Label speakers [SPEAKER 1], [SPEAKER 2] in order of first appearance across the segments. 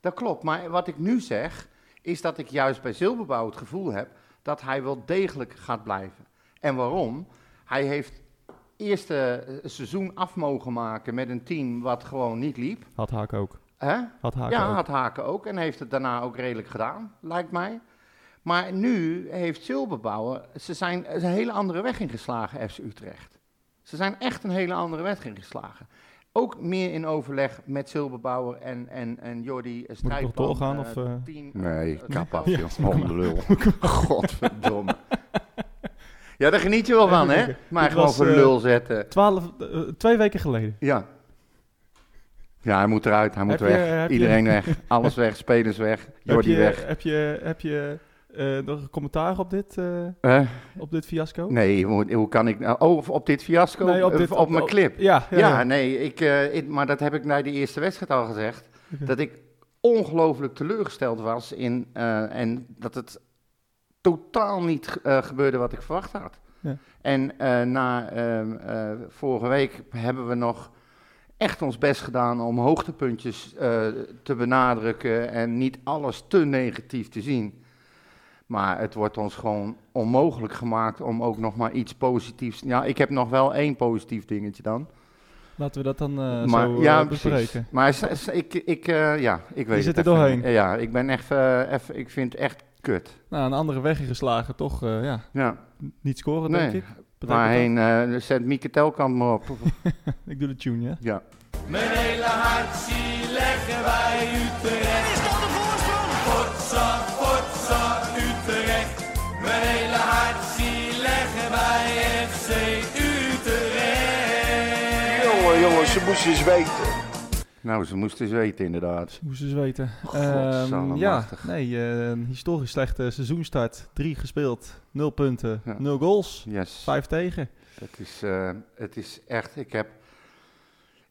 [SPEAKER 1] Dat klopt, maar wat ik nu zeg, is dat ik juist bij Zilberbouw het gevoel heb dat hij wel degelijk gaat blijven. En waarom? Hij heeft eerste eh, seizoen af mogen maken met een team wat gewoon niet liep.
[SPEAKER 2] Had Haak ook.
[SPEAKER 1] Hè?
[SPEAKER 2] Had Haak
[SPEAKER 1] ja,
[SPEAKER 2] ook.
[SPEAKER 1] had Haken ook en heeft het daarna ook redelijk gedaan, lijkt mij. Maar nu heeft Zilberbouwer, ze zijn er is een hele andere weg ingeslagen, FC Utrecht. Ze zijn echt een hele andere weg ingeslagen. Ook meer in overleg met Zilberbouwer en, en, en Jordi eh,
[SPEAKER 2] nog
[SPEAKER 1] Strijdman.
[SPEAKER 2] doorgaan,
[SPEAKER 1] eh,
[SPEAKER 2] of, eh?
[SPEAKER 1] tien-
[SPEAKER 3] Nee,
[SPEAKER 1] eh,
[SPEAKER 3] kap af,
[SPEAKER 1] eh,
[SPEAKER 3] joh. Hondelul. Godverdomme.
[SPEAKER 1] Ja, daar geniet je wel van, hè?
[SPEAKER 2] Even
[SPEAKER 1] Maar
[SPEAKER 2] Dit
[SPEAKER 1] gewoon
[SPEAKER 2] was,
[SPEAKER 1] voor
[SPEAKER 2] eh,
[SPEAKER 1] lul zetten.
[SPEAKER 2] Twaalf, eh, twee weken geleden.
[SPEAKER 1] Ja. Ja, hij moet eruit, hij moet
[SPEAKER 2] Heb je-
[SPEAKER 1] weg.
[SPEAKER 2] heb je-
[SPEAKER 1] Iedereen weg, alles weg, spelers weg, Jordi
[SPEAKER 2] heb je,
[SPEAKER 1] weg.
[SPEAKER 2] Heb je, heb je eh, nog een commentaar op dit, eh,
[SPEAKER 1] Hè?
[SPEAKER 2] op dit fiasco?
[SPEAKER 1] Nee, hoe, hoe kan ik nou... Oh, of op dit fiasco?
[SPEAKER 2] Nee,
[SPEAKER 1] op,
[SPEAKER 2] dit- oh,
[SPEAKER 1] op, mijn clip?
[SPEAKER 2] Ja, ja,
[SPEAKER 1] Ja,
[SPEAKER 2] ja.
[SPEAKER 1] nee, ik, eh, ik- maar dat heb ik na de eerste wedstrijd al gezegd.
[SPEAKER 2] Oké.
[SPEAKER 1] Dat ik ongelooflijk teleurgesteld was in, eh, en dat het totaal niet eh, gebeurde wat ik verwacht had.
[SPEAKER 2] Ja.
[SPEAKER 1] En eh, na ehm, eh, vorige week hebben we nog echt ons best gedaan om hoogtepuntjes eh, te benadrukken en niet alles te negatief te zien. Maar het wordt ons gewoon onmogelijk gemaakt om ook nog maar iets positiefs. Ja, ik heb nog wel één positief dingetje dan
[SPEAKER 2] Laten we dat dan eh,
[SPEAKER 1] maar,
[SPEAKER 2] zo eh,
[SPEAKER 1] ja,
[SPEAKER 2] bespreken.
[SPEAKER 1] precies. Maar s- s- ik, ik, eh, ja, ik weet
[SPEAKER 2] Je zit
[SPEAKER 1] het
[SPEAKER 2] er
[SPEAKER 1] even
[SPEAKER 2] doorheen.
[SPEAKER 1] niet. Ja, ik ben echt, eh, even, ik vind het echt kut.
[SPEAKER 2] Nou, een andere weg ingeslagen, toch? eh, ja,
[SPEAKER 1] Ja,
[SPEAKER 2] niet scoren,
[SPEAKER 1] Nee.
[SPEAKER 2] denk ik. Betekent
[SPEAKER 1] waarheen eh zet Mieke Telkamp maar op.
[SPEAKER 2] dat- Ik doe de tune, ja.
[SPEAKER 1] ja.
[SPEAKER 4] Mijn hele hart zie leggen wij Utrecht. Is dat de voorsprong? Potsa, potsa, Utrecht. Mijn hele hart zie leggen wij FC Utrecht.
[SPEAKER 5] Jongen, jongen, ze moesten eens weten.
[SPEAKER 1] Nou, ze moesten eens weten inderdaad.
[SPEAKER 2] Moesten ze weten.
[SPEAKER 1] Godzallemachtig.
[SPEAKER 2] Ehm, ja, nee, eh, een historisch slechte seizoenstart. Drie gespeeld, nul punten,
[SPEAKER 1] Ja.
[SPEAKER 2] nul goals,
[SPEAKER 1] Yes.
[SPEAKER 2] vijf tegen.
[SPEAKER 1] Het is, eh, het is echt, ik heb...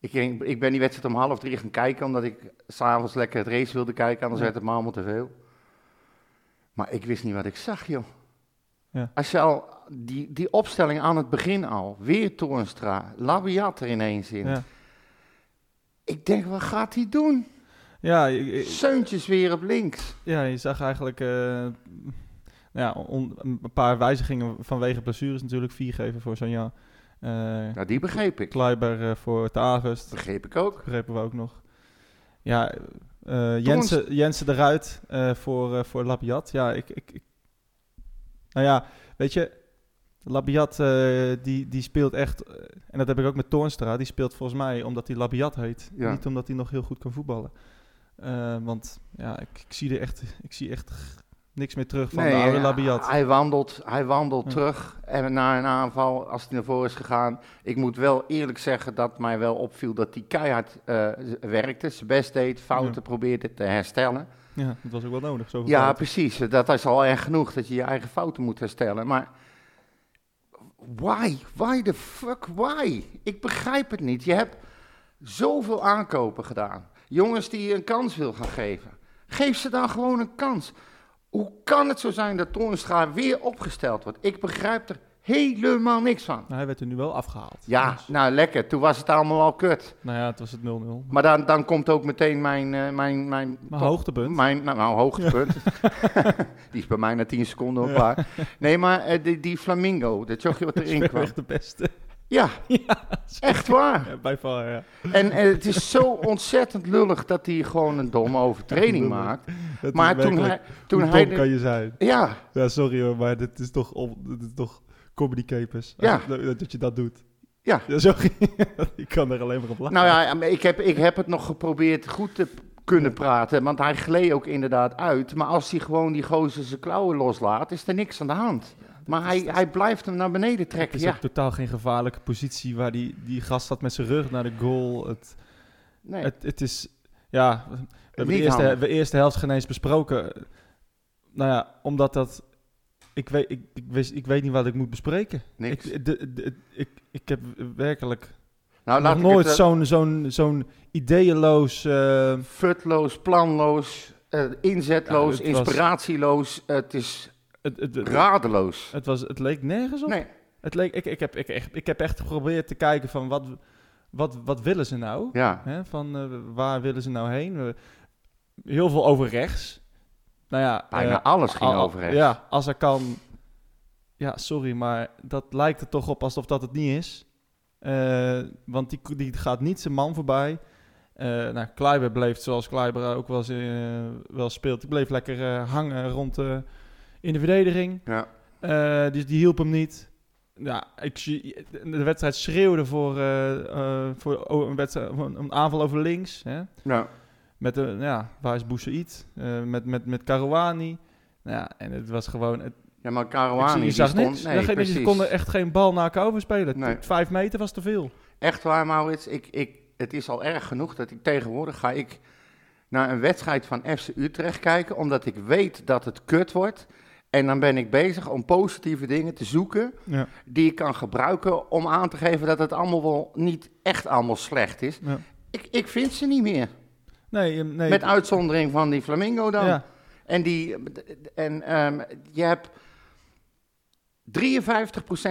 [SPEAKER 1] Ik, ging- ik ben die wedstrijd om half drie gaan kijken, omdat ik s'avonds lekker het race wilde kijken, anders
[SPEAKER 2] Ja.
[SPEAKER 1] werd het me allemaal te veel. Maar ik wist niet wat ik zag, joh.
[SPEAKER 2] Ja.
[SPEAKER 1] Als je al die, die opstelling aan het begin al, weer Toornstra, Labiat er ineens in.
[SPEAKER 2] Ja,
[SPEAKER 1] Ik denk, wat gaat hij doen?
[SPEAKER 2] ja, ik- ik-
[SPEAKER 1] Seuntjes weer op links.
[SPEAKER 2] ja je zag eigenlijk eh, nou ja, on- een paar wijzigingen vanwege blessures natuurlijk. Vier geven voor Sanja. eh
[SPEAKER 1] Nou, die begreep ik.
[SPEAKER 2] Kleiber eh, voor Tavest.
[SPEAKER 1] Begreep ik ook.
[SPEAKER 2] begrepen we ook nog. Ja, eh Jensen, Jensen eruit eh, voor, eh, voor Labiat. Ja, ik, ik, ik- Nou ja, weet je, Labiat eh, die, die speelt echt... eh, en dat heb ik ook met Toornstra. Die speelt volgens mij omdat hij Labiat heet.
[SPEAKER 1] Ja.
[SPEAKER 2] Niet omdat hij nog heel goed kan voetballen. Eh, want ja, ik, ik zie er echt, ik zie echt g- niks meer terug van de oude
[SPEAKER 1] ja,
[SPEAKER 2] Labiat. Hm.
[SPEAKER 1] Hij wandelt, hij wandelt
[SPEAKER 2] Ja.
[SPEAKER 1] terug en na een aanval, als hij naar voren is gegaan. Ik moet wel eerlijk zeggen dat mij wel opviel dat hij keihard eh, z- werkte, zijn best deed, fouten
[SPEAKER 2] Ja.
[SPEAKER 1] probeerde te herstellen.
[SPEAKER 2] Ja, dat was ook wel nodig. Zo
[SPEAKER 1] Ja, precies. Dat is al erg genoeg dat je je eigen fouten moet herstellen. Maar why? Why the fuck? Why? Ik begrijp het niet. Je hebt zoveel aankopen gedaan. Jongens die je een kans wil gaan geven. Geef ze dan gewoon een kans. Hoe kan het zo zijn dat Toornstra weer opgesteld wordt? Ik begrijp er helemaal niks van.
[SPEAKER 2] hij werd er nu wel afgehaald.
[SPEAKER 1] Ja,
[SPEAKER 2] Dus,
[SPEAKER 1] nou lekker. Toen was het allemaal al kut.
[SPEAKER 2] nou ja, het was het 0-0. Maar
[SPEAKER 1] Maar dan, dan komt ook meteen mijn, eh, mijn, mijn, top-
[SPEAKER 2] hoogtepunt.
[SPEAKER 1] mijn nou, nou, hoogtepunt. die is bij mij na 10 seconden al klaar. Nee, maar eh, die, die flamingo, dat zag je wat
[SPEAKER 2] is
[SPEAKER 1] erin kwam.
[SPEAKER 2] echt de beste.
[SPEAKER 1] Ja, echt waar.
[SPEAKER 2] Ja, bij far, ja.
[SPEAKER 1] En eh, het is zo ontzettend lullig dat hij gewoon een domme overtreding
[SPEAKER 2] Lullig.
[SPEAKER 1] maakt.
[SPEAKER 2] Dat
[SPEAKER 1] Maar
[SPEAKER 2] is
[SPEAKER 1] toen hij...
[SPEAKER 2] werkelijk-
[SPEAKER 1] Toen
[SPEAKER 2] hoe
[SPEAKER 1] hij
[SPEAKER 2] dom
[SPEAKER 1] de-
[SPEAKER 2] kan je zijn?
[SPEAKER 1] ja,
[SPEAKER 2] Ja, sorry hoor, maar dit is toch, om, dit is toch comedy capers.
[SPEAKER 1] Ja.
[SPEAKER 2] Als je- Dat, dat je dat doet.
[SPEAKER 1] Ja.
[SPEAKER 2] sorry. ik kan er alleen maar op lachen.
[SPEAKER 1] nou ja, maar ik heb, ik heb het nog geprobeerd goed te p- kunnen praten, want hij gleed ook inderdaad uit. Maar als hij gewoon die gozer zijn klauwen loslaat, is er niks aan de hand. Maar hij, hij blijft hem naar beneden
[SPEAKER 2] het
[SPEAKER 1] trekken,
[SPEAKER 2] is
[SPEAKER 1] ja.
[SPEAKER 2] ook totaal geen gevaarlijke positie waar die, die gast zat met zijn rug naar de goal. Het,
[SPEAKER 1] Nee.
[SPEAKER 2] het, het is, ja, we hebben
[SPEAKER 1] Niet
[SPEAKER 2] de eerste,
[SPEAKER 1] handig.
[SPEAKER 2] de eerste helft geen eens besproken. Nou ja, omdat dat, ik weet, ik, ik, wist, ik weet niet wat ik moet bespreken.
[SPEAKER 1] Niks.
[SPEAKER 2] Ik, de- de- ik, ik heb werkelijk
[SPEAKER 1] nou,
[SPEAKER 2] nog
[SPEAKER 1] laat ik het,
[SPEAKER 2] nooit
[SPEAKER 1] eh,
[SPEAKER 2] zo'n zo'n zo'n ideeënloos... eh,
[SPEAKER 1] futloos, planloos, eh, inzetloos,
[SPEAKER 2] Ja, het was-
[SPEAKER 1] inspiratieloos. Het is
[SPEAKER 2] het, het, het-
[SPEAKER 1] radeloos.
[SPEAKER 2] het was, het leek nergens op.
[SPEAKER 1] Nee,
[SPEAKER 2] Het leek, ik, ik, heb, ik, echt, ik heb echt geprobeerd te kijken van wat, wat, wat willen ze nou?
[SPEAKER 1] ja.
[SPEAKER 2] Hè, van eh, waar willen ze nou heen? We- heel veel over rechts. Nou ja,
[SPEAKER 1] Bijna
[SPEAKER 2] eh,
[SPEAKER 1] alles ging
[SPEAKER 2] al- al-
[SPEAKER 1] over rechts.
[SPEAKER 2] Ja, als er kan. Ja, sorry, maar dat lijkt er toch op alsof dat het niet is. Eh, want die, die gaat niet zijn man voorbij. Eh nou, Kleiber bleef, zoals Kleiber ook wel, eens, eh, wel speelt, die bleef lekker eh, hangen rond de in de verdediging.
[SPEAKER 1] Ja.
[SPEAKER 2] Eh, dus die hielp hem niet. Ja, ik, zie- de wedstrijd schreeuwde voor, eh, eh, voor o- een, wedstrijd, voor een- een aanval over links. Hè?
[SPEAKER 1] Nou,
[SPEAKER 2] Met de, ja, waar is Boussaïd? Eh, met, met, met Karouani. Nou ja, en het was gewoon... Het,
[SPEAKER 1] ja, maar
[SPEAKER 2] ik zie-
[SPEAKER 1] Caruani
[SPEAKER 2] je
[SPEAKER 1] die
[SPEAKER 2] zag
[SPEAKER 1] stond...
[SPEAKER 2] niks.
[SPEAKER 1] Nee,
[SPEAKER 2] Nee, ze
[SPEAKER 1] precies.
[SPEAKER 2] konden echt geen bal naar elkaar overspelen.
[SPEAKER 1] Nee.
[SPEAKER 2] T- Vijf meter was te veel.
[SPEAKER 1] Echt waar, Maurits. Ik, ik, het is al erg genoeg dat ik tegenwoordig ga ik naar een wedstrijd van FC Utrecht kijken, omdat ik weet dat het kut wordt. En dan ben ik bezig om positieve dingen te zoeken
[SPEAKER 2] Ja.
[SPEAKER 1] die ik kan gebruiken om aan te geven dat het allemaal wel niet echt allemaal slecht is.
[SPEAKER 2] Ja.
[SPEAKER 1] Ik, ik vind ze niet meer.
[SPEAKER 2] Nee, eh, nee.
[SPEAKER 1] Met uitzondering van die Flamingo dan.
[SPEAKER 2] ja,
[SPEAKER 1] En, die, en ehm, je hebt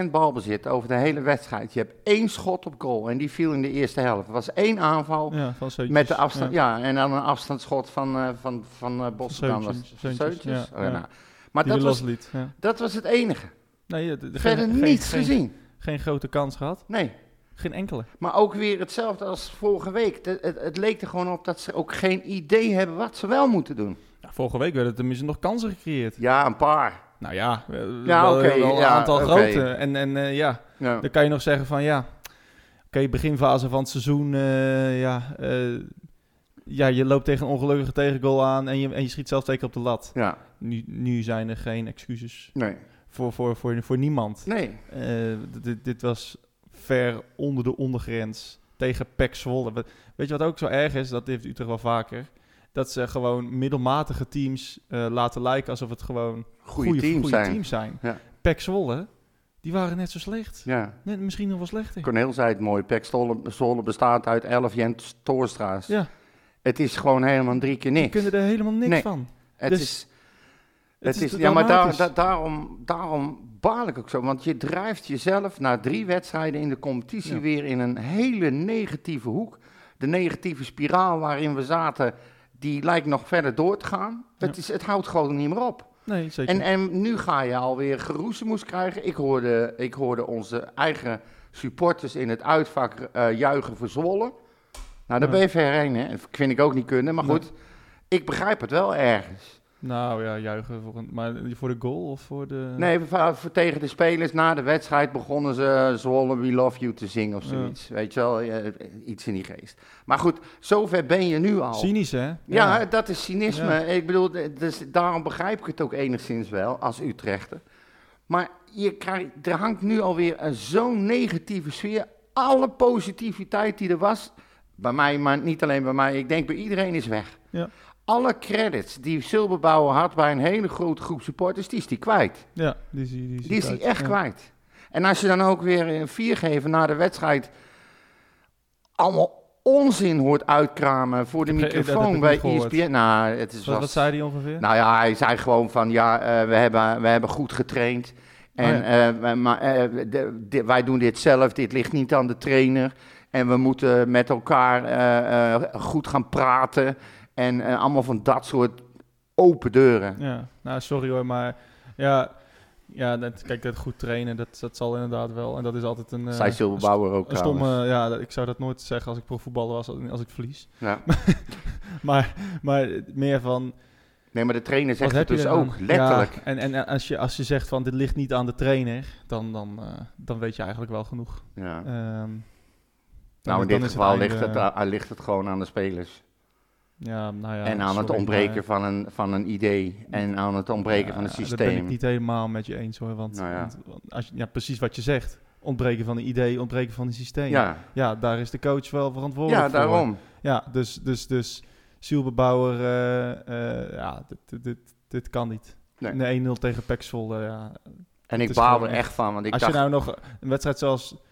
[SPEAKER 1] 53% balbezit over de hele wedstrijd. Je hebt één schot op goal en die viel in de eerste helft. Er was één aanval
[SPEAKER 2] ja, van Seuntjes.
[SPEAKER 1] met de afstand. Ja. en dan een afstandsschot van, eh van, van eh Bosendam.
[SPEAKER 2] Zeuntjes,
[SPEAKER 1] Was-
[SPEAKER 2] Zeuntjes,
[SPEAKER 1] Zeuntjes?
[SPEAKER 2] ja,
[SPEAKER 1] Oh,
[SPEAKER 2] ja.
[SPEAKER 1] nou. Maar
[SPEAKER 2] die
[SPEAKER 1] dat
[SPEAKER 2] dat
[SPEAKER 1] was,
[SPEAKER 2] losliet. Ja.
[SPEAKER 1] dat was het enige.
[SPEAKER 2] Nee, eh, d- d-
[SPEAKER 1] Verder
[SPEAKER 2] geen- geen-
[SPEAKER 1] niets
[SPEAKER 2] geen-
[SPEAKER 1] gezien.
[SPEAKER 2] geen grote kans gehad.
[SPEAKER 1] Nee.
[SPEAKER 2] Geen enkele.
[SPEAKER 1] Maar ook weer hetzelfde als vorige week. Het, het, het leek er gewoon op dat ze ook geen idee hebben wat ze wel moeten doen.
[SPEAKER 2] Ja, vorige week werden er tenminste nog kansen gecreëerd.
[SPEAKER 1] Ja, een paar.
[SPEAKER 2] Nou ja, eh,
[SPEAKER 1] Ja,
[SPEAKER 2] wel-
[SPEAKER 1] oké,
[SPEAKER 2] wel een
[SPEAKER 1] ja,
[SPEAKER 2] aantal
[SPEAKER 1] oké.
[SPEAKER 2] grote. En, en eh, ja,
[SPEAKER 1] Ja.
[SPEAKER 2] dan kan je nog zeggen van ja, oké, beginfase van het seizoen, eh, ja, eh, ja, je loopt tegen een ongelukkige tegengoal aan en je, en je schiet zelf zeker op de lat.
[SPEAKER 1] ja.
[SPEAKER 2] Nu, nu zijn er geen excuses
[SPEAKER 1] Nee.
[SPEAKER 2] voor, voor, voor, voor niemand.
[SPEAKER 1] Nee.
[SPEAKER 2] Eh, d- dit, dit was ver onder de ondergrens tegen PEC Zwolle. We- Weet je wat ook zo erg is? Dat heeft Utrecht wel vaker. Dat ze gewoon middelmatige teams eh, laten lijken alsof het gewoon
[SPEAKER 1] Goede teams
[SPEAKER 2] goede
[SPEAKER 1] zijn.
[SPEAKER 2] teams zijn.
[SPEAKER 1] Ja.
[SPEAKER 2] PEC Zwolle, die waren net zo slecht.
[SPEAKER 1] Ja.
[SPEAKER 2] Net, misschien nog wel slechter.
[SPEAKER 1] Corneel zei het mooi, Pek Zwolle Zwolle bestaat uit 11 Jens Toorstra's.
[SPEAKER 2] Ja.
[SPEAKER 1] Het is gewoon helemaal drie keer
[SPEAKER 2] Die
[SPEAKER 1] niks.
[SPEAKER 2] kunnen er helemaal niks
[SPEAKER 1] Nee.
[SPEAKER 2] van.
[SPEAKER 1] Het
[SPEAKER 2] dus
[SPEAKER 1] is,
[SPEAKER 2] Het
[SPEAKER 1] het
[SPEAKER 2] is
[SPEAKER 1] is, ja, maar daar,
[SPEAKER 2] dramatisch.
[SPEAKER 1] da- daarom, daarom baal ik ook zo. Want je drijft jezelf na drie wedstrijden in de competitie
[SPEAKER 2] Ja.
[SPEAKER 1] weer in een hele negatieve hoek. De negatieve spiraal waarin we zaten, die lijkt nog verder door te gaan. Het, is, het houdt gewoon niet meer op.
[SPEAKER 2] Nee, zeker.
[SPEAKER 1] En, en nu ga je alweer geroezemoes krijgen. Ik hoorde, ik hoorde onze eigen supporters in het uitvak eh, juichen voor Zwolle. Nou, daar
[SPEAKER 2] Ja.
[SPEAKER 1] ben je ver heen, hè. Vind ik ook niet kunnen, maar
[SPEAKER 2] Nee.
[SPEAKER 1] goed. Ik begrijp het wel ergens.
[SPEAKER 2] Nou ja, juichen voor, een, maar voor de goal of voor de...
[SPEAKER 1] Nee, voor, voor tegen de spelers na de wedstrijd begonnen ze eh, Zwolle, we love you te zingen of
[SPEAKER 2] Ja.
[SPEAKER 1] zoiets. Weet je wel, eh, iets in die geest. Maar goed, zover ben je nu al.
[SPEAKER 2] Cynisch, hè?
[SPEAKER 1] Ja, dat is cynisme.
[SPEAKER 2] Ja.
[SPEAKER 1] Ik bedoel, d- dus daarom begrijp ik het ook enigszins wel als Utrechter. Maar je krijgt, er hangt nu alweer een zo'n negatieve sfeer. Alle positiviteit die er was, bij mij, maar niet alleen bij mij, ik denk bij iedereen is weg.
[SPEAKER 2] Ja.
[SPEAKER 1] Alle credits die Silberbouwer had bij een hele grote groep supporters, die is die kwijt.
[SPEAKER 2] Ja, die is die,
[SPEAKER 1] Die is die
[SPEAKER 2] uit.
[SPEAKER 1] echt
[SPEAKER 2] Ja.
[SPEAKER 1] kwijt. En als je dan ook weer een vier geven na de wedstrijd, allemaal onzin hoort uitkramen voor de
[SPEAKER 2] Ik heb geen- dat heb
[SPEAKER 1] microfoon
[SPEAKER 2] ik
[SPEAKER 1] bij
[SPEAKER 2] niet gehoord.
[SPEAKER 1] ESPN. Nou, het is
[SPEAKER 2] Wat,
[SPEAKER 1] wel.
[SPEAKER 2] wat zei die ongeveer?
[SPEAKER 1] Nou ja, hij zei gewoon van ja, eh, we, hebben, we hebben goed getraind. En
[SPEAKER 2] Oh
[SPEAKER 1] eh, wij- maar, eh, de- de- wij doen dit zelf, dit ligt niet aan de trainer. En we moeten met elkaar eh, eh, goed gaan praten. En eh, allemaal van dat soort open deuren.
[SPEAKER 2] Ja, nou sorry hoor, maar ja, ja dat, kijk, dat goed trainen, dat, dat zal inderdaad wel. En dat is altijd een, eh,
[SPEAKER 1] Zij Silberbouwer ook
[SPEAKER 2] een
[SPEAKER 1] trouwens.
[SPEAKER 2] stomme, ja, dat- ik zou dat nooit zeggen als ik profvoetballer was, als, als ik verlies.
[SPEAKER 1] Ja.
[SPEAKER 2] Maar, maar meer van,
[SPEAKER 1] Nee, maar de trainer
[SPEAKER 2] wat
[SPEAKER 1] zegt
[SPEAKER 2] heb
[SPEAKER 1] het
[SPEAKER 2] je
[SPEAKER 1] dus
[SPEAKER 2] eraan?
[SPEAKER 1] ook, letterlijk.
[SPEAKER 2] Ja, en en eh, als, je, als je zegt van, dit ligt niet aan de trainer, dan, dan, eh, dan weet je eigenlijk wel genoeg.
[SPEAKER 1] Ja.
[SPEAKER 2] Ehm, dan-
[SPEAKER 1] Nou, in
[SPEAKER 2] dan
[SPEAKER 1] dit
[SPEAKER 2] is
[SPEAKER 1] geval ligt,
[SPEAKER 2] einde-
[SPEAKER 1] het, eh, ligt het gewoon aan de spelers.
[SPEAKER 2] ja, nou ja,
[SPEAKER 1] en aan het
[SPEAKER 2] sorry,
[SPEAKER 1] ontbreken
[SPEAKER 2] maar-
[SPEAKER 1] van, een, van een idee. En aan het ontbreken van een
[SPEAKER 2] Ja, Dat ben ik
[SPEAKER 1] systeem.
[SPEAKER 2] niet helemaal met je eens hoor, want,
[SPEAKER 1] Nou ja.
[SPEAKER 2] want- want als je, ja, precies wat je zegt. Ontbreken van een idee, ontbreken van een systeem.
[SPEAKER 1] ja.
[SPEAKER 2] Ja, daar is de coach wel verantwoordelijk
[SPEAKER 1] ja,
[SPEAKER 2] voor.
[SPEAKER 1] daarom.
[SPEAKER 2] Ja, dus, dus, dus zielbebouwer, eh, eh, ja, dit, dit, dit, dit kan niet.
[SPEAKER 1] Nee.
[SPEAKER 2] Nee. 1-0 tegen Pexel, ja.
[SPEAKER 1] En
[SPEAKER 2] Het
[SPEAKER 1] ik
[SPEAKER 2] is
[SPEAKER 1] baal
[SPEAKER 2] gewoon
[SPEAKER 1] er echt van, want ik
[SPEAKER 2] Als
[SPEAKER 1] dacht...
[SPEAKER 2] je nou nog een wedstrijd zoals een